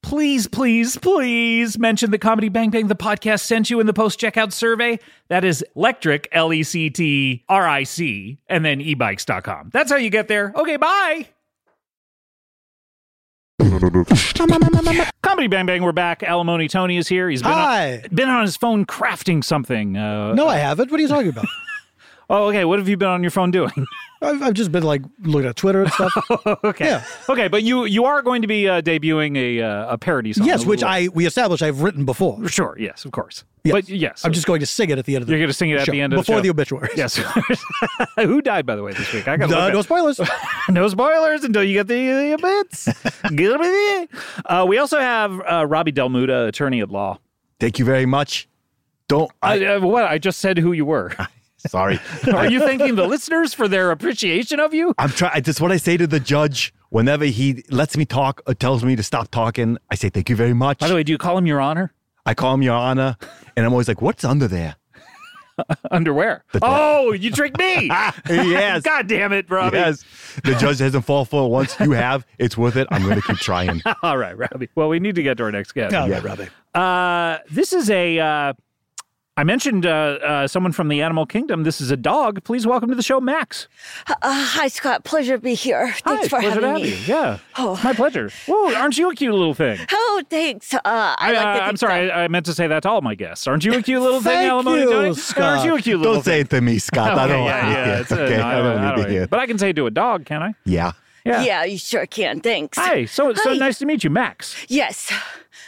S4: Please, please, please mention the Comedy Bang Bang the podcast sent you in the post checkout survey. That is electric, L E C T R I C, and then e ebikes.com. That's how you get there. Okay, bye.
S2: Comedy Bang Bang, we're back. Alimony Tony is here. He's been,
S3: Hi.
S2: On, been on his phone crafting something. Uh,
S3: No, I haven't. What are you talking about?
S2: Oh, okay. What have you been on your phone doing?
S3: I've, I've just been like looking at Twitter and stuff.
S2: okay.
S3: Yeah.
S2: Okay, but you you are going to be uh, debuting a uh, a parody song.
S3: yes, which
S2: A
S3: I we established I've written before.
S2: little- sure, yes, of course.
S3: Yes.
S2: But yes,
S3: I'm just going to sing it at the end of the.
S2: You're going to sing it at
S3: show,
S2: the end of
S3: before
S2: the show.
S3: obituary.
S2: Yes. Who died by the way this week? I got
S3: no, no spoilers.
S2: no spoilers until you get the, the bits. Get with it. Uh, we also have uh, Robbie Del Muda, attorney at law.
S6: Thank you very much. Don't I?
S2: I, uh, what I just said who you were.
S6: sorry.
S2: Are you thanking the listeners for their appreciation of you?
S6: I'm trying. That's what I say to the judge whenever he lets me talk or tells me to stop talking. I say thank you very much.
S2: By the way, do you call him Your Honor?
S6: I call him Your Honor, and I'm always like, "What's under there?"
S2: Underwear. Oh, you tricked me.
S6: yes.
S2: God damn it, Robbie.
S6: Yes. The judge hasn't fallen for it once. You have. It's worth it. I'm going to keep trying.
S2: All right, Robbie. Well, we need to get to our next guest.
S3: No, yeah, Robbie.
S2: Uh, this is a. Uh, I mentioned uh, uh, someone from the animal kingdom. This is a dog. Please welcome to the show, Max.
S8: Uh, hi, Scott. Pleasure to be here.
S2: Hi,
S8: Thanks for
S2: pleasure
S8: having
S2: to have
S8: me.
S2: you. Yeah,
S8: Oh.
S2: it's my pleasure. Whoa, aren't you a cute little thing?
S8: Oh, thanks. Uh, I,
S2: I,
S8: like to
S2: am
S8: think
S2: sorry, I, I meant to say that to all my guests. Aren't you a cute little thing,
S3: Thank
S2: Alimony
S3: you,
S2: Tony?
S3: Scott.
S2: Aren't you a cute little
S6: Don't say
S2: thing?
S6: it to me, Scott. I don't
S2: Okay,
S6: want
S2: yeah,
S6: to hear
S2: yeah,
S6: it.
S2: it's, uh,
S6: Okay.
S2: no,
S6: I don't
S2: I
S6: need to
S2: don't-
S6: hear it.
S2: But I can say to a dog, can I?
S6: Yeah.
S8: so.
S2: Yeah.
S8: Yeah, you sure can. Thanks.
S2: Hi. So so
S8: Hi.
S2: nice to meet you, Max.
S8: Yes,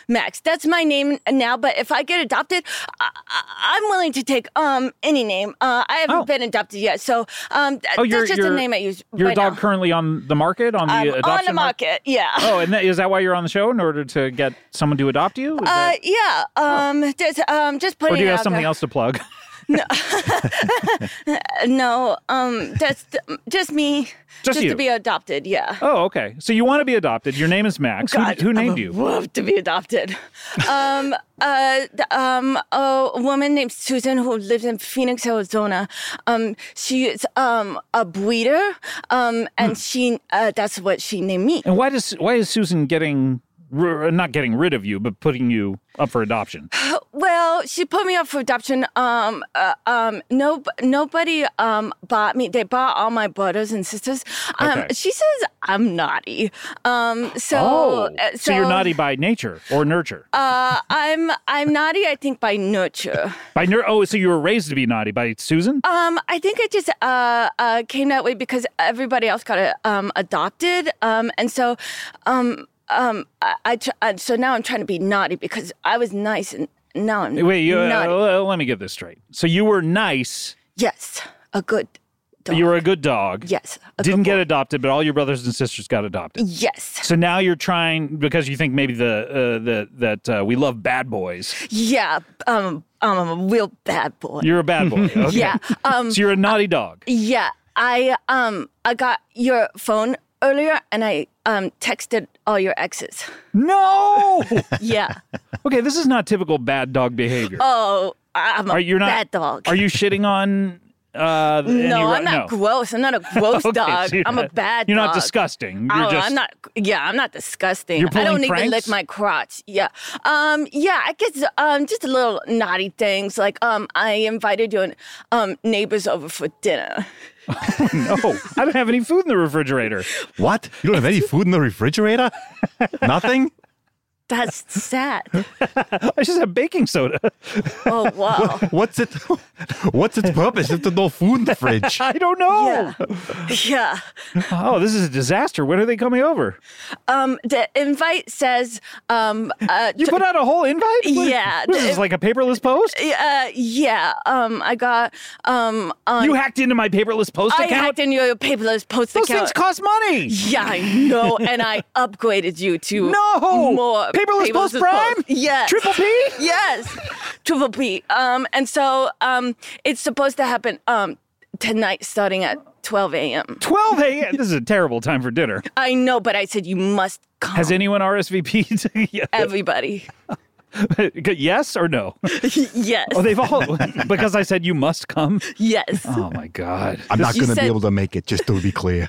S8: Max. That's my name now. But if I get adopted, I, I, I'm willing to take um any name. Uh, I haven't
S2: Oh.
S8: been adopted yet, so um th-
S2: Oh, you're-
S8: that's just
S2: you're-
S8: a name I use.
S2: Your
S8: right
S2: dog
S8: now.
S2: currently on the market on the
S8: I'm
S2: adoption
S8: on the
S2: market?
S8: market. Yeah.
S2: Oh, and that, is that why you're on the show in order to get someone to adopt you? Is
S8: Uh,
S2: that-
S8: yeah. Um, just um, just
S2: Oh. or
S8: putting
S2: do you
S8: it
S2: have
S8: out
S2: something
S8: there.
S2: else to plug?
S8: No. Um, that's just me.
S2: Just you.
S8: to be adopted. Yeah.
S2: Oh, okay. So you want to be adopted. Your name is Max. Who,
S8: God,
S2: who
S8: I
S2: named
S8: would
S2: you?
S8: Love to be adopted. um, uh, th- um, a woman named Susan who lives in Phoenix, Arizona. Um, she is um, a breeder, um,
S2: Hmm.
S8: and she uh, that's what she named me.
S2: And why does why is Susan getting r- not getting rid of you, but putting you up for adoption?
S8: Well, she put me up for adoption. Um, uh, um, no, nobody um bought me. They bought all my brothers and sisters. Um,
S2: Okay.
S8: she says I'm naughty. Um, so uh,
S2: Oh, so, you're naughty by nature or nurture?
S8: Uh, I'm I'm naughty. I think by nurture.
S2: by nur- oh, so you were raised to be naughty by Susan?
S8: Um, I think I just uh, uh, came that way because everybody else got uh, um, adopted, um, and so um, um, I, I, tr- I so now I'm trying to be naughty because I was nice and now I'm
S2: Wait, you, uh,
S8: naughty.
S2: l- let me get this straight. So you were nice.
S8: yes, a good dog.
S2: You were a good dog.
S8: yes, a
S2: Didn't
S8: good
S2: get
S8: boy.
S2: adopted, but all your brothers and sisters got adopted.
S8: Yes,
S2: So now you're trying because you think maybe the uh, the that uh, we love bad boys.
S8: yeah, um, um, I'm a real bad boy.
S2: You're a bad boy. Okay.
S8: Yeah, um,
S2: So you're a naughty dog.
S8: yeah. I um, I got your phone earlier, and I um, texted all your exes.
S2: No.
S8: Yeah.
S2: okay, this is not typical bad dog behavior.
S8: oh, I'm a
S2: Are you not-
S8: bad dog.
S2: Are you shitting on Uh, and you
S8: No,
S2: ru-
S8: I'm not gross. I'm not a gross
S2: Okay,
S8: dog.
S2: so you're
S8: I'm a
S2: not-
S8: bad.
S2: You're not
S8: dog.
S2: disgusting. You're
S8: Oh,
S2: just
S8: I'm not. Yeah, I'm not disgusting.
S2: You're
S8: I don't
S2: pulling
S8: even
S2: pranks?
S8: lick my crotch. Yeah, um, yeah. I guess um, just little naughty things like um, I invited your um neighbors over for dinner.
S2: no. I don't have any food in the refrigerator.
S6: What? You don't have any food in the refrigerator? Nothing?
S8: That's sad.
S2: I just have baking soda.
S8: Oh wow.
S6: What's it? What's its purpose if there's no food in the fridge?
S2: I don't know.
S8: Yeah. Yeah.
S2: Oh, this is a disaster. When are they coming over?
S8: Um, the invite says um, uh,
S2: You put out a whole invite? What-
S8: Yeah,
S2: What is this
S8: it-
S2: like a paperless post?
S8: uh, yeah. Um, I got um, on.
S2: You hacked into my paperless post
S8: I
S2: account.
S8: hacked into your paperless post
S2: Those
S8: account.
S2: things cost money.
S8: Yeah, I know. and I upgraded you to
S2: No!
S8: more
S2: Paperless Post Prime?
S8: Yes,
S2: Triple P?
S8: Yes, triple P. Um, and so um, it's supposed to happen um tonight, starting at twelve a.m.
S2: 12 a.m. This is a terrible time for dinner.
S8: I know, but I said you must come.
S2: Has anyone RSVP'd? Yeah.
S8: everybody?
S2: yes or no?
S8: yes,
S2: Oh, they've all because I said you must come.
S8: yes.
S2: Oh my god,
S6: I'm not
S8: You
S6: going to
S8: said-
S6: be able to make it, just to be clear.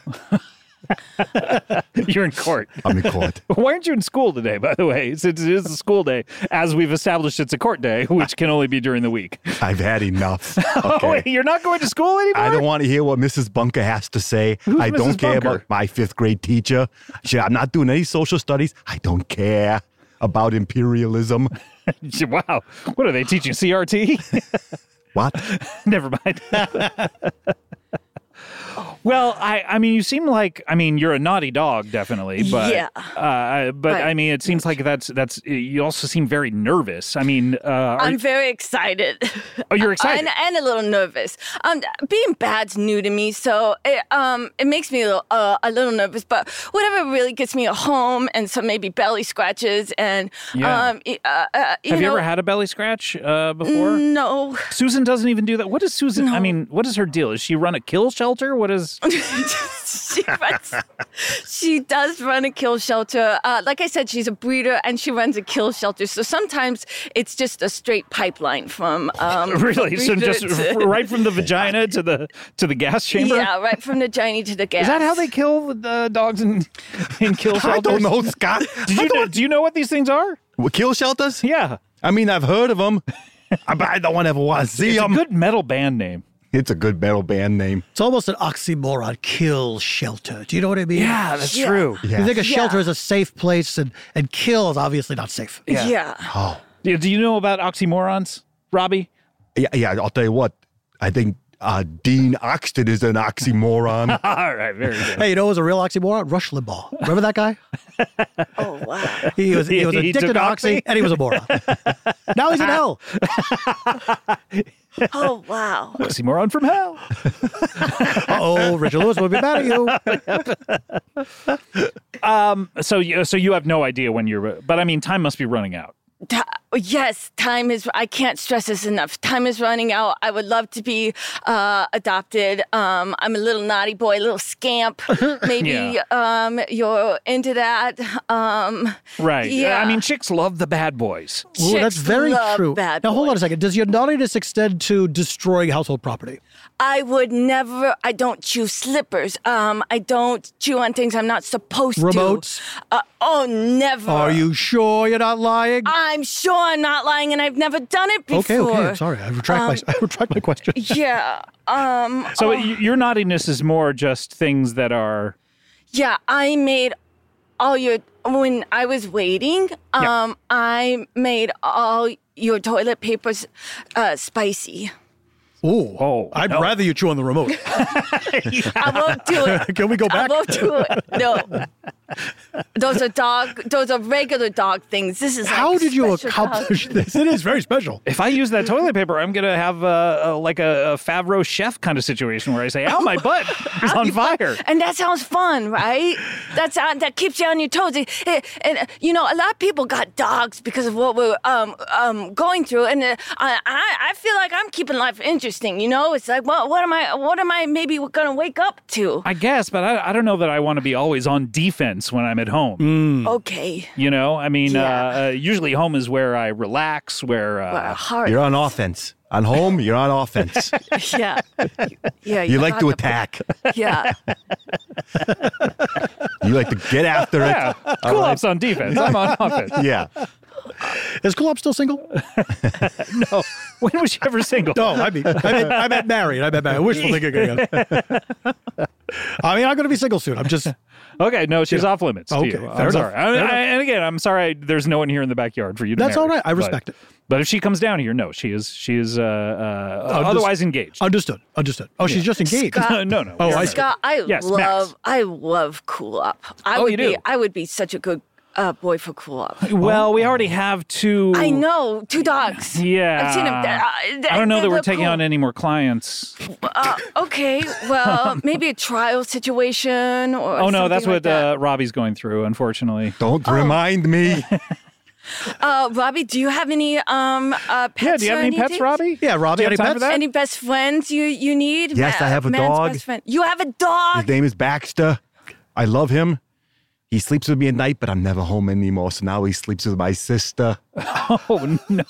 S2: you're in court.
S6: I'm in court.
S2: Why aren't you in school today? By the way, since it is a school day, as we've established, it's a court day, which can only be during the week.
S6: I've had enough.
S2: Oh, wait,
S6: Okay.
S2: you're not going to school anymore.
S6: I don't want to hear what Mrs. Bunker has to say. I don't
S2: Mrs.
S6: care
S2: Bunker?
S6: about my fifth grade teacher. She, I'm not doing any social studies. I don't care about imperialism.
S2: Wow, what are they teaching? CRT?
S6: What?
S2: Never mind. well, I, I mean, you seem like I mean you're a naughty dog, definitely. But
S8: Yeah.
S2: uh, but
S8: Right.
S2: I mean, it seems like that's that's. You also seem very nervous. I mean, uh, are
S8: I'm
S2: you-
S8: very excited.
S2: Oh, you're excited.
S8: and, and a little nervous. Um, being bad's new to me, so it um it makes me a little, uh, a little nervous. But whatever really gets me a home and some maybe belly scratches and
S2: Yeah.
S8: um y- uh, uh, you
S2: have you
S8: know,
S2: ever had a belly scratch uh, before?
S8: no.
S2: Susan doesn't even do that. What is Susan? I mean, what is her deal? Is she run a kill shelter? What is?
S8: she runs, she does run a kill shelter. Uh, like I said, she's a breeder and she runs a kill shelter. So sometimes it's just a straight pipeline from um
S2: Really? So
S8: breeder
S2: just
S8: to-
S2: right from the vagina to the to the gas chamber.
S8: yeah, right from the Johnny to the gas.
S2: Is that how they kill the dogs in in kill shelters?
S6: I don't know, Scott.
S2: Did you know, do you know what these things are?
S6: What, Kill shelters?
S2: Yeah.
S6: I mean, I've heard of them, but I don't ever want to see
S2: It's a
S6: them.
S2: good metal band name.
S6: it's a good metal band name.
S3: It's almost an oxymoron. Kill shelter. Do you know what I mean?
S2: that's
S8: Yeah. true.
S6: Yeah.
S3: You think a
S8: Yeah.
S3: shelter is a safe place, and and kill is obviously not safe.
S2: Yeah.
S8: yeah.
S6: Oh.
S2: Yeah, do you know about oxymorons, Robbie?
S6: Yeah, yeah. I'll tell you what. I think uh, Dean Oxton is an oxymoron.
S2: All right, very good.
S3: Hey, you know, who was a real oxymoron. Rush Limbaugh. Remember that guy?
S8: Oh wow.
S3: He was he was
S2: He
S3: addicted
S2: took
S3: to oxy,
S2: oxy?
S3: and he was a moron. now he's in hell.
S8: Oh wow.
S2: Oxymoron from hell.
S3: Oh, Richard Lewis will be mad at you.
S2: So, you- so you have no idea when you're, but I mean, time must be running out.
S8: Ti- yes, time is. I can't stress this enough. Time is running out. I would love to be uh, adopted. Um, I'm a little naughty boy, a little scamp. Maybe
S2: Yeah.
S8: um, you're into that. Um,
S2: Right.
S8: Yeah.
S2: I mean, chicks love the bad boys.
S3: Ooh, that's
S8: chicks
S3: very
S8: love
S3: true.
S8: Bad
S3: now hold on a
S8: boys.
S3: second. Does your naughtiness extend to destroying household property?
S8: I would never. I don't chew slippers. Um, I don't chew on things I'm not supposed
S3: Remotes?
S8: to. Uh, oh, never.
S3: Are you sure you're not lying?
S8: I'm sure I'm not lying, and I've never done it before.
S3: okay, okay. I'm sorry. I retract
S8: Um,
S3: my I retract my question.
S8: Yeah. Um.
S2: So y your naughtiness is more just things that are.
S8: Yeah, I made all your when I was waiting. Um,
S2: Yeah.
S8: I made all your toilet papers uh, spicy.
S3: Ooh,
S2: Oh,
S3: I'd
S2: no.
S3: rather you chew on the remote.
S8: I won't do it.
S3: Can we go
S8: I
S3: back?
S8: won't do it. No, those are dog. Those are regular dog things. This is like
S3: How did you
S8: special
S3: accomplish this? It is very special.
S2: If I use that toilet paper, I'm gonna have uh, uh, like a, a Favreau chef kind of situation where I say, "Ow, my butt is on fire."
S8: dog. And that sounds fun, right? That's uh, that keeps you on your toes. It- it- and uh, you know, a lot of people got dogs because of what we're um, um, going through, and uh, I, I I feel like I'm keeping life interesting. You know, it's like, well, what am I? What am I? Maybe gonna wake up to?
S2: I guess, but I, I don't know that I want to be always on defense when I'm at home.
S8: Okay.
S2: You know, I mean, uh,
S8: Yeah.
S2: uh, usually home is where I relax, where uh,
S8: Well, hard.
S6: You're on offense. On home, you're on offense.
S8: yeah. Yeah.
S6: You like
S8: got
S6: to
S8: the-
S6: attack.
S8: Yeah.
S6: You like to get after
S2: yeah,
S6: it.
S2: uh, cool ups on defense. I'm on offense.
S6: Yeah.
S3: Is Kulop still single?
S2: When was she ever single?
S3: No, I mean, I meant, I meant married. I meant married. Wishful thinking again. I mean, I'm going to be single soon. I'm just
S2: Okay, no, she's off limits.
S3: Okay,
S2: to you.
S3: fair
S2: I'm
S3: enough,
S2: sorry. I,
S3: fair enough.
S2: I, and again, I'm sorry. There's no one here in the backyard for you. to
S3: That's
S2: marry,
S3: all right. I
S2: but-
S3: respect it.
S2: But if she comes down here, no, she is she is uh, uh,
S3: just-
S2: otherwise engaged.
S3: understood. Understood. Oh, she's just engaged.
S2: no, no, no.
S3: Oh,
S2: we're
S3: I
S2: not.
S3: see.
S8: Scott, I
S2: Yes, Max.
S8: love I love Cool Up. I
S2: Oh,
S8: would
S2: you
S8: be
S2: do?
S8: I would be such a good uh, boy for Cool Up.
S2: Well, we
S3: Oh.
S2: already have two.
S8: I know two dogs.
S2: Yeah.
S8: I've seen them. Uh,
S2: I don't know that
S8: they're
S2: we're
S8: the
S2: taking
S8: cool-
S2: on any more clients.
S8: Uh, okay, well, maybe a trial situation or.
S2: Oh no, that's
S8: something
S2: what
S8: like that.
S2: uh, Robbie's going through, unfortunately.
S6: Don't remind me.
S8: Uh, Robbie, do you have any um uh, pets?
S2: Yeah, do you have
S8: or
S2: any pets,
S8: anything?
S2: Robbie?
S3: Yeah, Robbie,
S2: Do you have
S3: any
S2: time
S3: pets?
S2: for that?
S8: Any best friends you you need? Uh,
S6: Yes, I have a
S8: man's
S6: dog.
S8: Best friend. You have a dog.
S6: His name is Baxter. I love him. He sleeps with me at night, but I'm never home anymore. So now he sleeps with my sister.
S2: Oh no.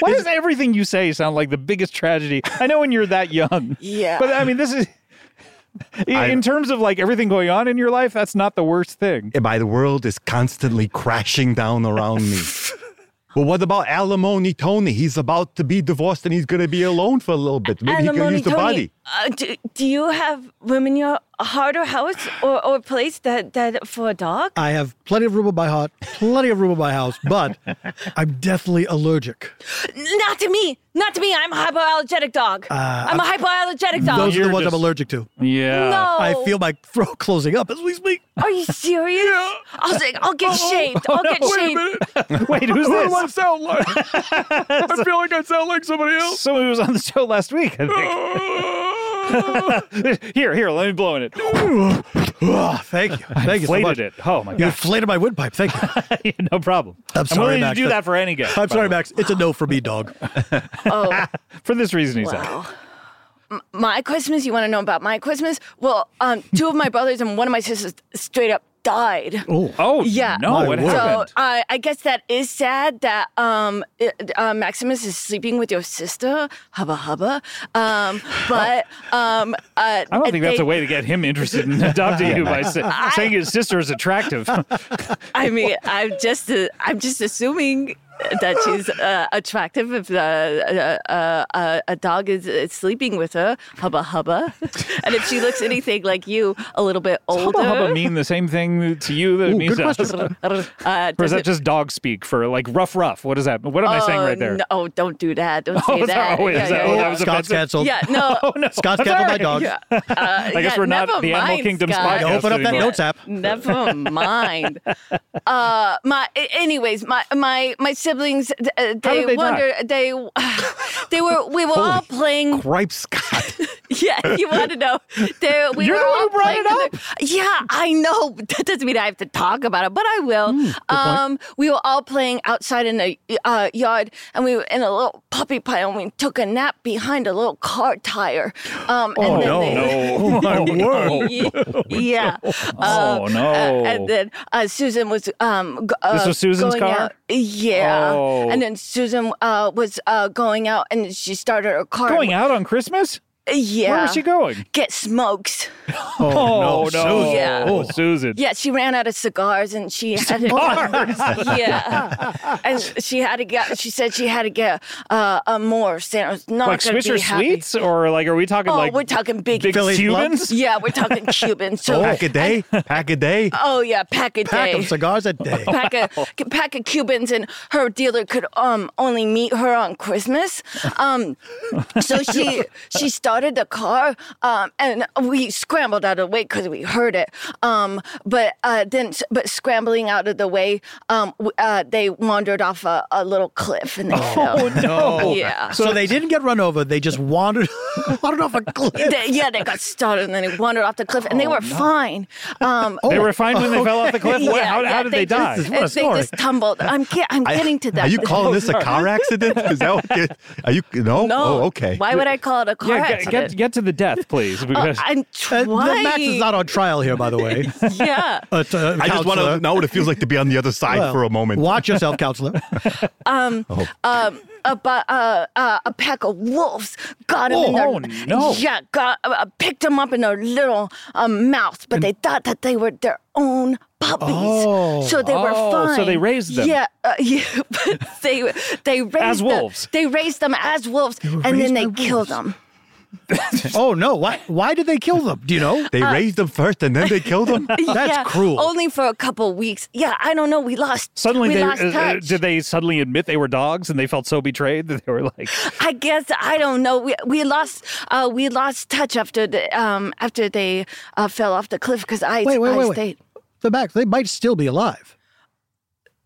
S2: Why does everything you say sound like the biggest tragedy? I know when you're that young.
S8: Yeah.
S2: But I mean, this is in,
S6: I-
S2: in terms of like everything going on in your life, that's not the worst thing.
S6: And by the world is constantly crashing down around me. Well, what about Alimony Tony? He's about to be divorced and he's going to be alone for a little bit. Maybe he can
S8: Alimony
S6: use the
S8: Tony,
S6: body.
S8: Uh, do, do you have room in your heart or house or, or place that, that for a dog?
S3: I have plenty of room in my heart, plenty of room in my house, but I'm deathly allergic.
S8: Not to me. Not to me. I'm a hypoallergenic dog.
S6: Uh,
S8: I'm a hypoallergenic dog.
S3: Those are the
S2: You're
S3: ones
S2: just-
S3: I'm allergic to.
S2: Yeah.
S8: no.
S3: I feel my throat closing up as we speak.
S8: Are you serious? I'll say I'll
S2: Oh,
S8: get shaved. I'll get shaved.
S2: Wait, who's this?
S3: sound like? I feel like I sound like somebody else.
S2: Someone who was on the show last week, I think. here, here, let me blow in it.
S3: thank you. Thank you so much.
S2: Ah, Inflated it. Oh my
S3: You
S2: god.
S3: inflated my windpipe. Thank you.
S2: no problem.
S3: I'm sorry,
S2: willing
S3: Max,
S2: to do
S3: but-
S2: that for any guest.
S3: I'm
S2: by
S3: sorry,
S2: the way.
S3: Max. It's a no for me, dog.
S8: Oh
S2: For this reason, he's out.
S8: wow. M- My Christmas. You want to know about my Christmas? Well, um, two of my brothers and one of my sisters straight up died.
S2: Oh
S8: Yeah.
S2: No,
S3: My
S2: what
S3: word.
S8: So
S2: happened?
S8: I I guess that is sad that um, it- uh, Maximus is sleeping with your sister, hubba hubba. Um, but um, uh,
S2: I don't think that's
S8: they-
S2: a way to get him interested in adopting you by sa- saying his sister is attractive.
S8: I mean, I'm just uh, I'm just assuming that she's uh, attractive if uh, uh, uh, uh, a dog is, is sleeping with her, hubba hubba, and if she looks anything like you, a little bit older.
S2: Hubba hubba mean the same thing to you that it means to us?
S8: Uh,
S2: Or is
S8: does
S2: that
S8: it-
S2: just dog speak for like rough rough? What is that? What am I saying
S8: Oh,
S2: right there?
S8: No, don't do that. Don't
S2: Oh,
S8: say
S2: is that-
S8: that.
S2: oh, wait,
S8: yeah,
S2: is that-
S8: yeah,
S2: oh,
S8: yeah.
S2: was a
S3: Scott's
S2: bad-
S3: canceled.
S8: Yeah, no.
S3: Scott's canceled my dog.
S8: Yeah. Uh,
S2: I guess we're not the Animal Kingdom
S3: You
S2: podcast
S3: open up that
S2: anymore.
S3: notes app.
S8: Never mind. Uh, my, anyways, my my my siblings, th- uh, they,
S2: did they die?
S8: wonder, they they were we were all playing.
S6: Gripe Scott.
S8: Yeah, you want to know? They, we
S2: You're
S8: were
S2: the one
S8: all
S2: who brought
S8: playing
S2: it
S8: in the- yeah, I know. That doesn't mean I have to talk about it, but I will.
S2: Hmm,
S8: um, we were all playing outside in the uh, yard, and we were in a little puppy pile, and we took a nap behind a little car tire. Um, and then they,
S2: Oh, no. Oh, no.
S8: yeah.
S2: Oh,
S8: Um,
S2: no.
S8: uh, and then uh, Susan was. Um, g- uh,
S2: This was Susan's
S8: going
S2: car?
S8: out- Yeah.
S2: Oh.
S8: And then Susan uh, was uh, going out, and she started her car.
S2: Going out on Christmas?
S8: Yeah.
S2: Where was she going?
S8: Get smokes.
S2: Oh, no.
S8: Susan. Yeah.
S2: Oh, Susan.
S8: Yeah, she ran out of cigars, and she had To, yeah, and she had to get. She said she had to get uh, a more. Santa's not
S2: Like
S8: gonna
S2: Swisher
S8: be happy.
S2: Sweets? Or like are we talking
S8: Oh,
S2: like
S8: we're talking big.
S2: big Oh.
S3: Philly's
S2: Cubans?
S8: yeah, we're talking Cuban. So,
S6: Pack a day. Pack a day.
S8: oh yeah, pack a
S3: Pack
S8: day.
S3: of cigars a day.
S8: pack of pack of Cubans, and her dealer could um only meet her on Christmas. Um, so she she started the car, um, and we scrambled out of the way because we heard it. Um, but uh, then but scrambling out of the way, um, w- uh, they wandered off a, a little cliff, and they fell.
S3: no.
S8: Yeah.
S3: So they didn't get run over. They just wandered, wandered off a cliff.
S8: They- yeah, they got started and then they wandered off the cliff, and they were fine. Um,
S2: They were fine when they fell off the Oh, cliff. What-
S8: yeah,
S2: how,
S8: yeah,
S2: how did they, die?
S8: Just,
S3: What a
S8: they
S3: story.
S8: just tumbled. I'm, ge- I'm getting to that.
S6: Are you calling this a car accident? Is that what you are you? No.
S8: No.
S6: Oh, okay.
S8: Why would I call it a car
S2: yeah, get,
S8: accident?
S2: get, get to the death, please. Because
S8: I'm
S3: Uh, Uh,
S8: Why?
S3: Max is not on trial here, by the way.
S8: yeah.
S3: Uh, t- uh,
S6: I just want
S3: counselor.
S6: to know what it feels like to be on the other side for a moment.
S3: Watch yourself, counselor.
S8: um, a, bu- uh, uh, a pack of wolves got him in their
S2: Oh, no.
S8: yeah got uh, picked him up in their little um, mouth, but they thought that they were their own puppies, so they were
S2: Oh,
S8: fine.
S2: so they raised them.
S8: Yeah, uh, yeah, but they they raised them-
S2: wolves.
S8: They raised them as wolves, and then they killed them.
S3: oh no! Why? Why did they kill them? Do you know?
S6: They raised them first and then they killed them.
S3: That's
S8: yeah, Oh.
S3: cruel.
S8: Only for a couple weeks. Yeah, I don't know. We lost.
S2: Suddenly,
S8: we
S2: they
S8: lost
S2: uh, uh,
S8: touch.
S2: did they suddenly admit they were dogs, and they felt so betrayed that they were like,
S8: I guess I don't know. We we lost uh, we lost touch after the um after they uh, fell off the cliff because I
S3: Wait, wait,
S8: I
S3: wait, wait.
S8: stayed.
S3: The Max. They might still be alive.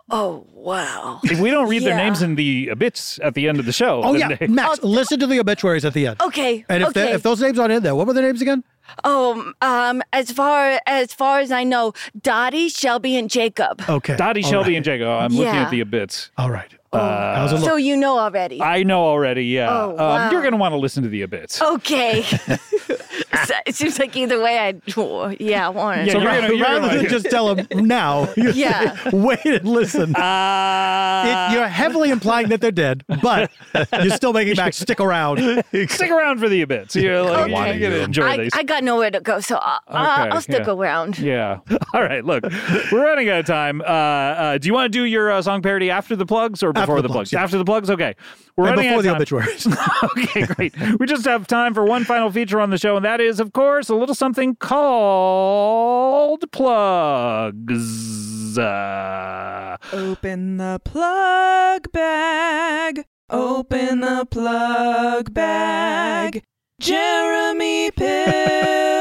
S8: Oh wow.
S2: if we don't read their
S8: Yeah.
S2: names in the obits at the end of the show,
S3: Oh
S2: then
S3: yeah,
S2: they-
S3: Max. listen to the obituaries at the end.
S8: Okay.
S3: And if,
S8: Oh. okay.
S3: the, if those names aren't in there, what were their names again?
S8: oh um as far as far as I know, Dottie, Shelby, and Jacob.
S3: Okay.
S2: Dottie,
S3: All
S2: Shelby,
S3: right.
S2: and Jacob. Oh, I'm looking
S8: Yeah. Oh.
S2: at the obits.
S3: All right. That was a look.
S8: so you know already.
S2: I know already. Yeah,
S8: Oh, wow. Oh.
S2: um, you're gonna want to listen to the obits.
S8: okay. So it seems like either way, I yeah, I want
S2: Yeah,
S8: to.
S2: you're
S3: Rather
S2: gonna- you're
S3: rather
S2: gonna-
S3: than just tell them now, you
S8: Yeah.
S3: say, wait and listen.
S2: Uh,
S3: It- you're heavily implying that they're dead, but you're still making Max stick around.
S2: stick around for the obits. You're like,
S8: Okay.
S2: you're
S8: Wanna
S2: gonna
S6: hear 'em.
S2: enjoy
S8: I,
S2: these.
S8: I got nowhere to go, so I'll, I'll,
S2: Okay,
S8: I'll stick
S2: yeah.
S8: around.
S2: Yeah. All right. Look, we're running out of time. Uh, uh, do you want to do your uh, song parody after the plugs or before
S3: the
S2: the plugs?
S3: plugs, yeah.
S2: After the plugs. Okay. We're
S3: And
S2: running
S3: before the
S2: out of time.
S3: obituaries.
S2: okay, great. We just have time for one final feature on the show, and that is, of course, a little something called plugs. Uh,
S9: Open the plug bag. Open the plug bag. Jeremy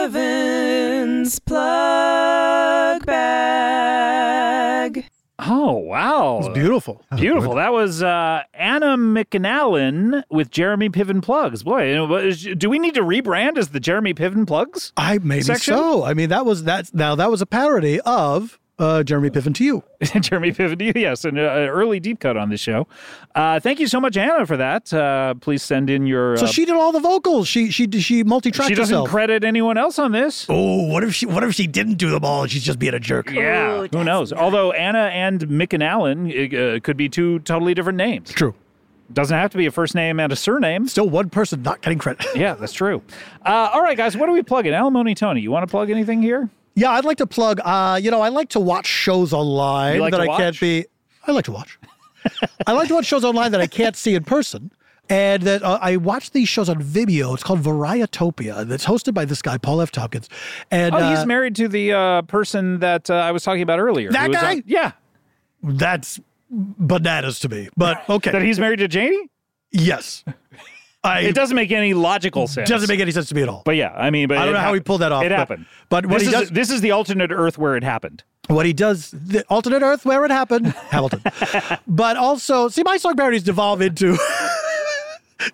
S9: Piven's plug bag.
S2: oh wow,
S3: Beautiful.
S2: Beautiful. That was uh, Anna McAllen with Jeremy Piven plugs. Boy, you know, but is- do we need to rebrand as the Jeremy Piven plugs?
S3: I maybe
S2: Section?
S3: so. I mean, that was that. Now that was a parody of uh, Jeremy Piven to you.
S2: Jeremy Piven, to you. yes, an uh, early deep cut on the show. Uh, thank you so much, Anna, for that. Uh, please send in your.
S3: So
S2: uh,
S3: she did all the vocals. She she she multi-tracked
S2: she doesn't
S3: herself.
S2: credit anyone else on this.
S3: oh, what if she what if she didn't do them all and she's just being a jerk?
S2: Yeah, who knows? Although Anna and Mick and Allen uh, could be two totally different names.
S3: True.
S2: Doesn't have to be a first name and a surname.
S3: Still one person not getting credit.
S2: Yeah, that's true. Uh, all right, guys, what are we plugging? Alimony Tony, you want to plug anything here?
S3: Yeah, I'd like to plug. Uh, you know, I like to watch shows online
S2: You like
S3: that
S2: to
S3: I can't
S2: watch?
S3: be. I like to watch. I like to watch shows online that I can't see in person, and that uh, I watch these shows on Vimeo. It's called Varietopia. and It's hosted by this guy Paul F. Tompkins, and
S2: Oh,
S3: uh,
S2: he's married to the uh, person that uh, I was talking about earlier.
S3: That
S2: who was
S3: guy?
S2: on- yeah,
S3: that's bananas to me. But okay,
S2: that he's married to Janie.
S3: yes, I
S2: It doesn't make any logical sense.
S3: doesn't make any sense to me at all.
S2: But yeah, I mean, but
S3: I don't
S2: it
S3: know how he
S2: hap-
S3: pulled that off,
S2: It
S3: but-
S2: happened.
S3: but what
S2: this
S3: he
S2: is,
S3: does-
S2: this is the alternate Earth where it happened.
S3: what he does, the alternate Earth, where it happened, Hamilton. but also, see, my song parodies devolve into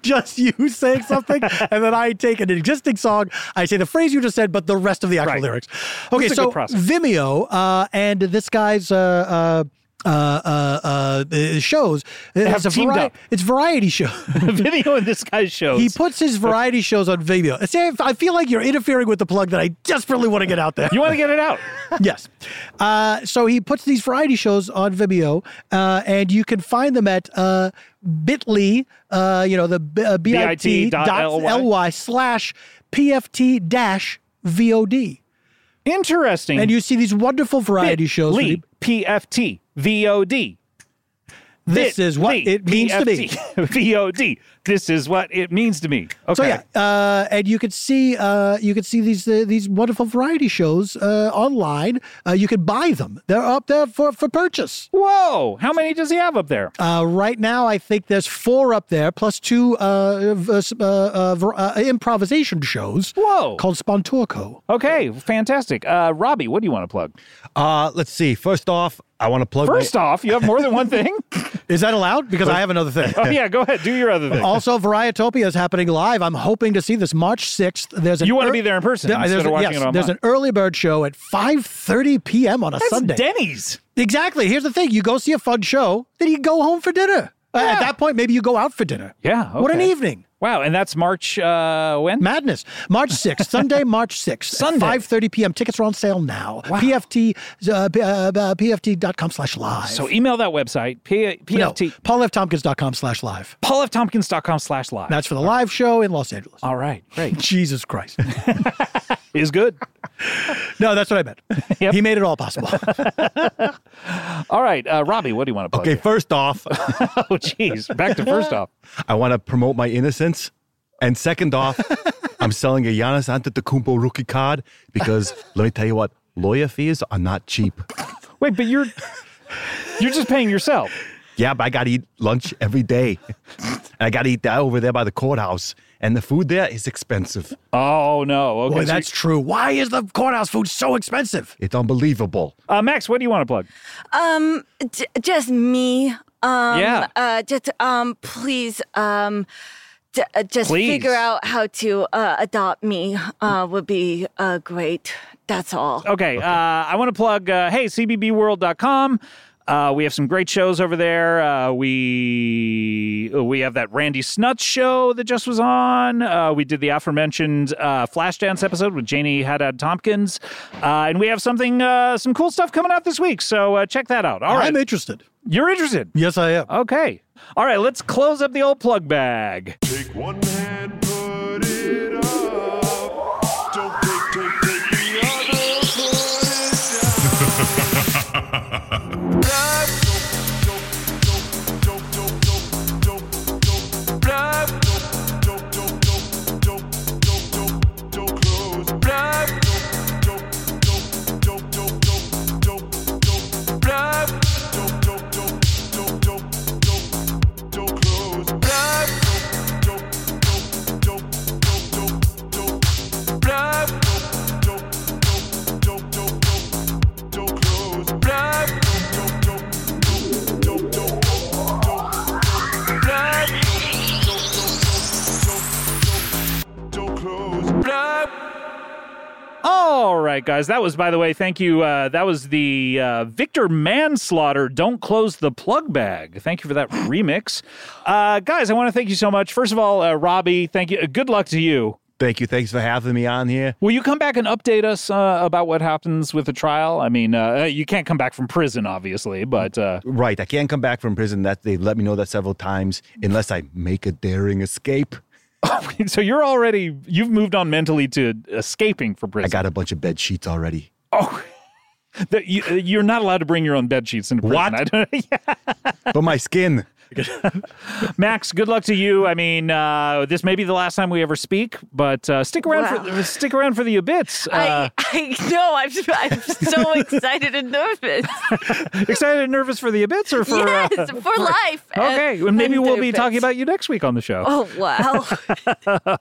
S3: just you saying something, and then I take an existing song, I say the phrase you just said, but the rest of the actual
S2: Right.
S3: lyrics. Okay,
S2: is a
S3: so
S2: good process.
S3: Vimeo uh, and this guy's. Uh, uh, uh, uh, uh, shows. It has a
S2: have teamed
S3: vari-
S2: up.
S3: It's variety show.
S2: Video in this guy's shows.
S3: he puts his variety shows on Vimeo. See, I- I feel like you're interfering with the plug that I desperately want to get out there
S2: you want to get it out?
S3: yes. Uh, so he puts these variety shows on Vimeo, uh, and you can find them at uh, bit.ly, uh, you know, the b- uh,
S2: bit
S3: bit
S2: dot
S3: dot
S2: LY.
S3: ly slash pft dash VOD.
S2: Interesting.
S3: And you see these wonderful variety shows. where
S2: Lee
S3: you-
S2: PFT VOD.
S3: This
S2: Bit
S3: is what
S2: Lee,
S3: it means to me.
S2: PFT, VOD. This is what it means to me. Okay.
S3: So yeah, uh, and you could see uh, you could see these uh, these wonderful variety shows uh, online. Uh, you could buy them; they're up there for, for purchase.
S2: Whoa! How many does he have up there?
S3: Uh, right now, I think there's four up there, plus two uh, v- uh, s- uh, uh, ver- uh, improvisation shows
S2: Whoa.
S3: called Spontorco.
S2: Okay, fantastic. Uh, Robbie, what do you want to plug?
S6: Uh, let's see. First off, I want to plug. my-
S2: First off, you have more than one thing.
S3: Is that allowed? Because I have another thing.
S2: Oh yeah, go ahead. Do your other thing.
S3: also, Varietopia is happening live. I'm hoping to see this March 6th. There's an
S2: You wanna
S3: ear- uh,
S2: be there in person instead
S3: there's,
S2: of watching
S3: yes,
S2: it online.
S3: there's an early bird show at 5:30 p.m. on a Sunday.
S2: Denny's.
S3: exactly. Here's the thing: you go see a fun show, then you go home for dinner. Uh, at that point, maybe you go out for dinner.
S2: Yeah,
S3: What an
S2: okay.
S3: evening!
S2: Wow, and that's March uh, when?
S3: Madness. March 6th, Sunday, March 6th.
S2: Sunday.
S3: 5.30 p.m. Tickets are on sale now. PFT, uh, p- uh, PFT.com slash live.
S2: So email that website, P-
S3: no,
S2: PFT,
S3: paulftompkins.com slash live.
S2: paulftompkins.com slash live.
S3: That's for the live show in Los Angeles.
S2: All right, great.
S3: Jesus Christ.
S2: Is good.
S3: no, that's what I meant. He made it all possible.
S2: All right, uh, Robbie, what do you want to plug?
S6: Okay, first off,
S2: Oh, jeez. Back to first off.
S6: I want to promote my innocence. And second off, I'm selling a Giannis Antetokounmpo rookie card because let me tell you what, lawyer fees are not cheap.
S2: Wait, but you're you're just paying yourself.
S6: Yeah, but I got to eat lunch every day. And I got to eat that over there by the courthouse. And the food there is expensive.
S2: Oh no. Okay.
S3: Boy,
S2: so
S3: that's true. Why is the courthouse food so expensive?
S6: It's unbelievable.
S2: you- uh, Max, what do you want to plug?
S8: Um, j- just me. Um,
S2: Yeah.
S8: Uh, just um, please um, j- uh, just
S2: Please.
S8: figure out how to uh, adopt me. Uh, would be uh, great. That's all.
S2: Okay, uh, I want to plug uh, hey, cbbworld.com. Uh, we have some great shows over there. Uh, we uh, we have that Randy Snuts show that just was on. Uh, we did the aforementioned uh, Flashdance episode with Janie Haddad Tompkins, uh, and we have something uh, some cool stuff coming out this week. So uh, check that out. All right,
S3: I'm interested.
S2: you're interested.
S3: Yes, I am.
S2: Okay. All right, let's close up the old plug bag.
S10: Take one hand, put it up. Don't take, take, take the other, put it down. Blah, dope, dope, dope, dope, dope, dope, dope, dope. Blah, dope, dope, dope, dope, dope, dope, dope, dope, close. Blah, dope, dope, dope, dope, dope, dope, dope, dope. Blah, dope, dope, dope, dope, dope, dope, dope, close. Blah, dope, dope, dope, dope, dope, dope, dope. Blah, dope, dope, dope, dope, dope, dope, dope, close. Blah, dope, dope, dope, dope, dope, dope, dope, dope. Blah, dope, dope, dope, dope, dope, dope, close. Blah.
S2: All right, guys. That was, by the way, thank you. Uh, that was the uh, Victor Manslaughter Don't Close the Plug Bag. Thank you for that remix. Uh, guys, I want to thank you so much. First of all, uh, Robbie, thank you. Uh, good luck to you.
S6: Thank you. Thanks for having me on here.
S2: Will you come back and update us uh, about what happens with the trial? I mean, uh, you can't come back from prison, obviously, but uh,
S6: Right, I can't come back from prison. That they let me know that several times, unless I make a daring escape.
S2: so you're already, you've moved on mentally to escaping from prison.
S6: I got a bunch of bed sheets already.
S2: That you, uh, you're not allowed to bring your own bed sheets into prison.
S6: What?
S2: I don't- Yeah.
S6: But my skin.
S2: Max, good luck to you. I mean, uh, this may be the last time we ever speak, but uh, stick around for
S8: Wow.
S2: stick around for the bits. Uh,
S8: I, I know. I'm, I'm so excited and nervous.
S2: excited and nervous for the bits, or for uh,
S8: yes, for life.
S2: okay?
S8: and-
S2: Well, maybe
S8: and
S2: we'll be
S8: nervous.
S2: talking about you next week on the show.
S8: Oh wow!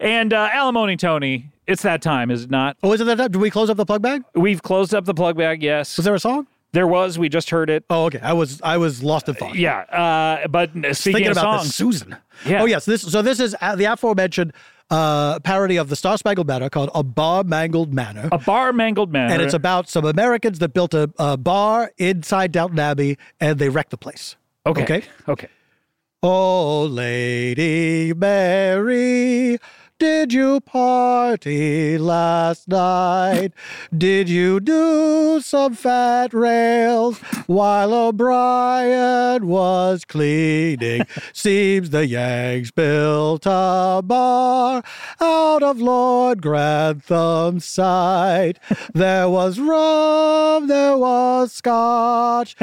S2: And uh, alimony, Tony, it's that time, is it not?
S3: Oh, is it that? Did we close up the plug bag?
S2: We've closed up the plug bag. Yes,
S3: Was there a song?
S2: there was. We just heard it.
S3: Oh, okay. I was I was lost in thought.
S2: Yeah, uh, but uh, speaking
S3: thinking
S2: of
S3: about
S2: songs,
S3: this Susan.
S2: Yeah.
S3: Oh yes. This so this is uh, the aforementioned uh, parody of the Star Spangled Banner called "A Bar Mangled Manor,"
S2: a bar mangled man,
S3: and it's about some Americans that built a, a bar inside Downton Abbey and they wrecked the place.
S2: okay,
S3: okay.
S2: okay.
S3: Oh, Lady Mary, did you party last night? Did you do some fat rails while O'Brien was cleaning? Seems the Yanks built a bar out of Lord Grantham's sight. There was rum, there was scotch.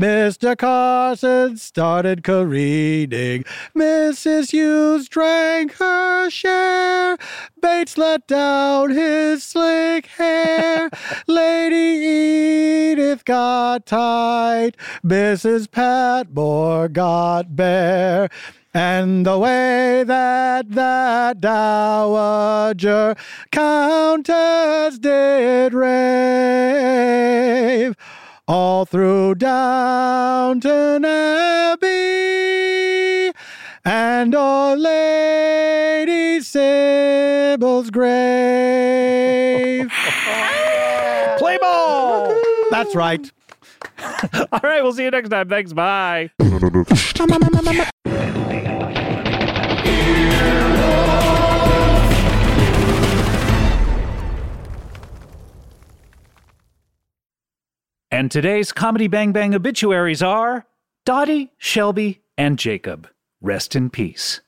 S3: Mr. Carson started careening. Mrs. Hughes drank her share. Bates let down his slick hair. Lady Edith got tight. Mrs. Patmore got bare. And the way that that dowager countess did rave all through Downton Abbey and Our Lady Sybil's grave.
S2: Play ball.
S3: That's right.
S2: All right, we'll see you next time. Thanks. Bye.
S1: Come on, come on, come on.
S2: And today's Comedy Bang Bang obituaries are Dottie, Shelby, and Jacob. Rest in peace.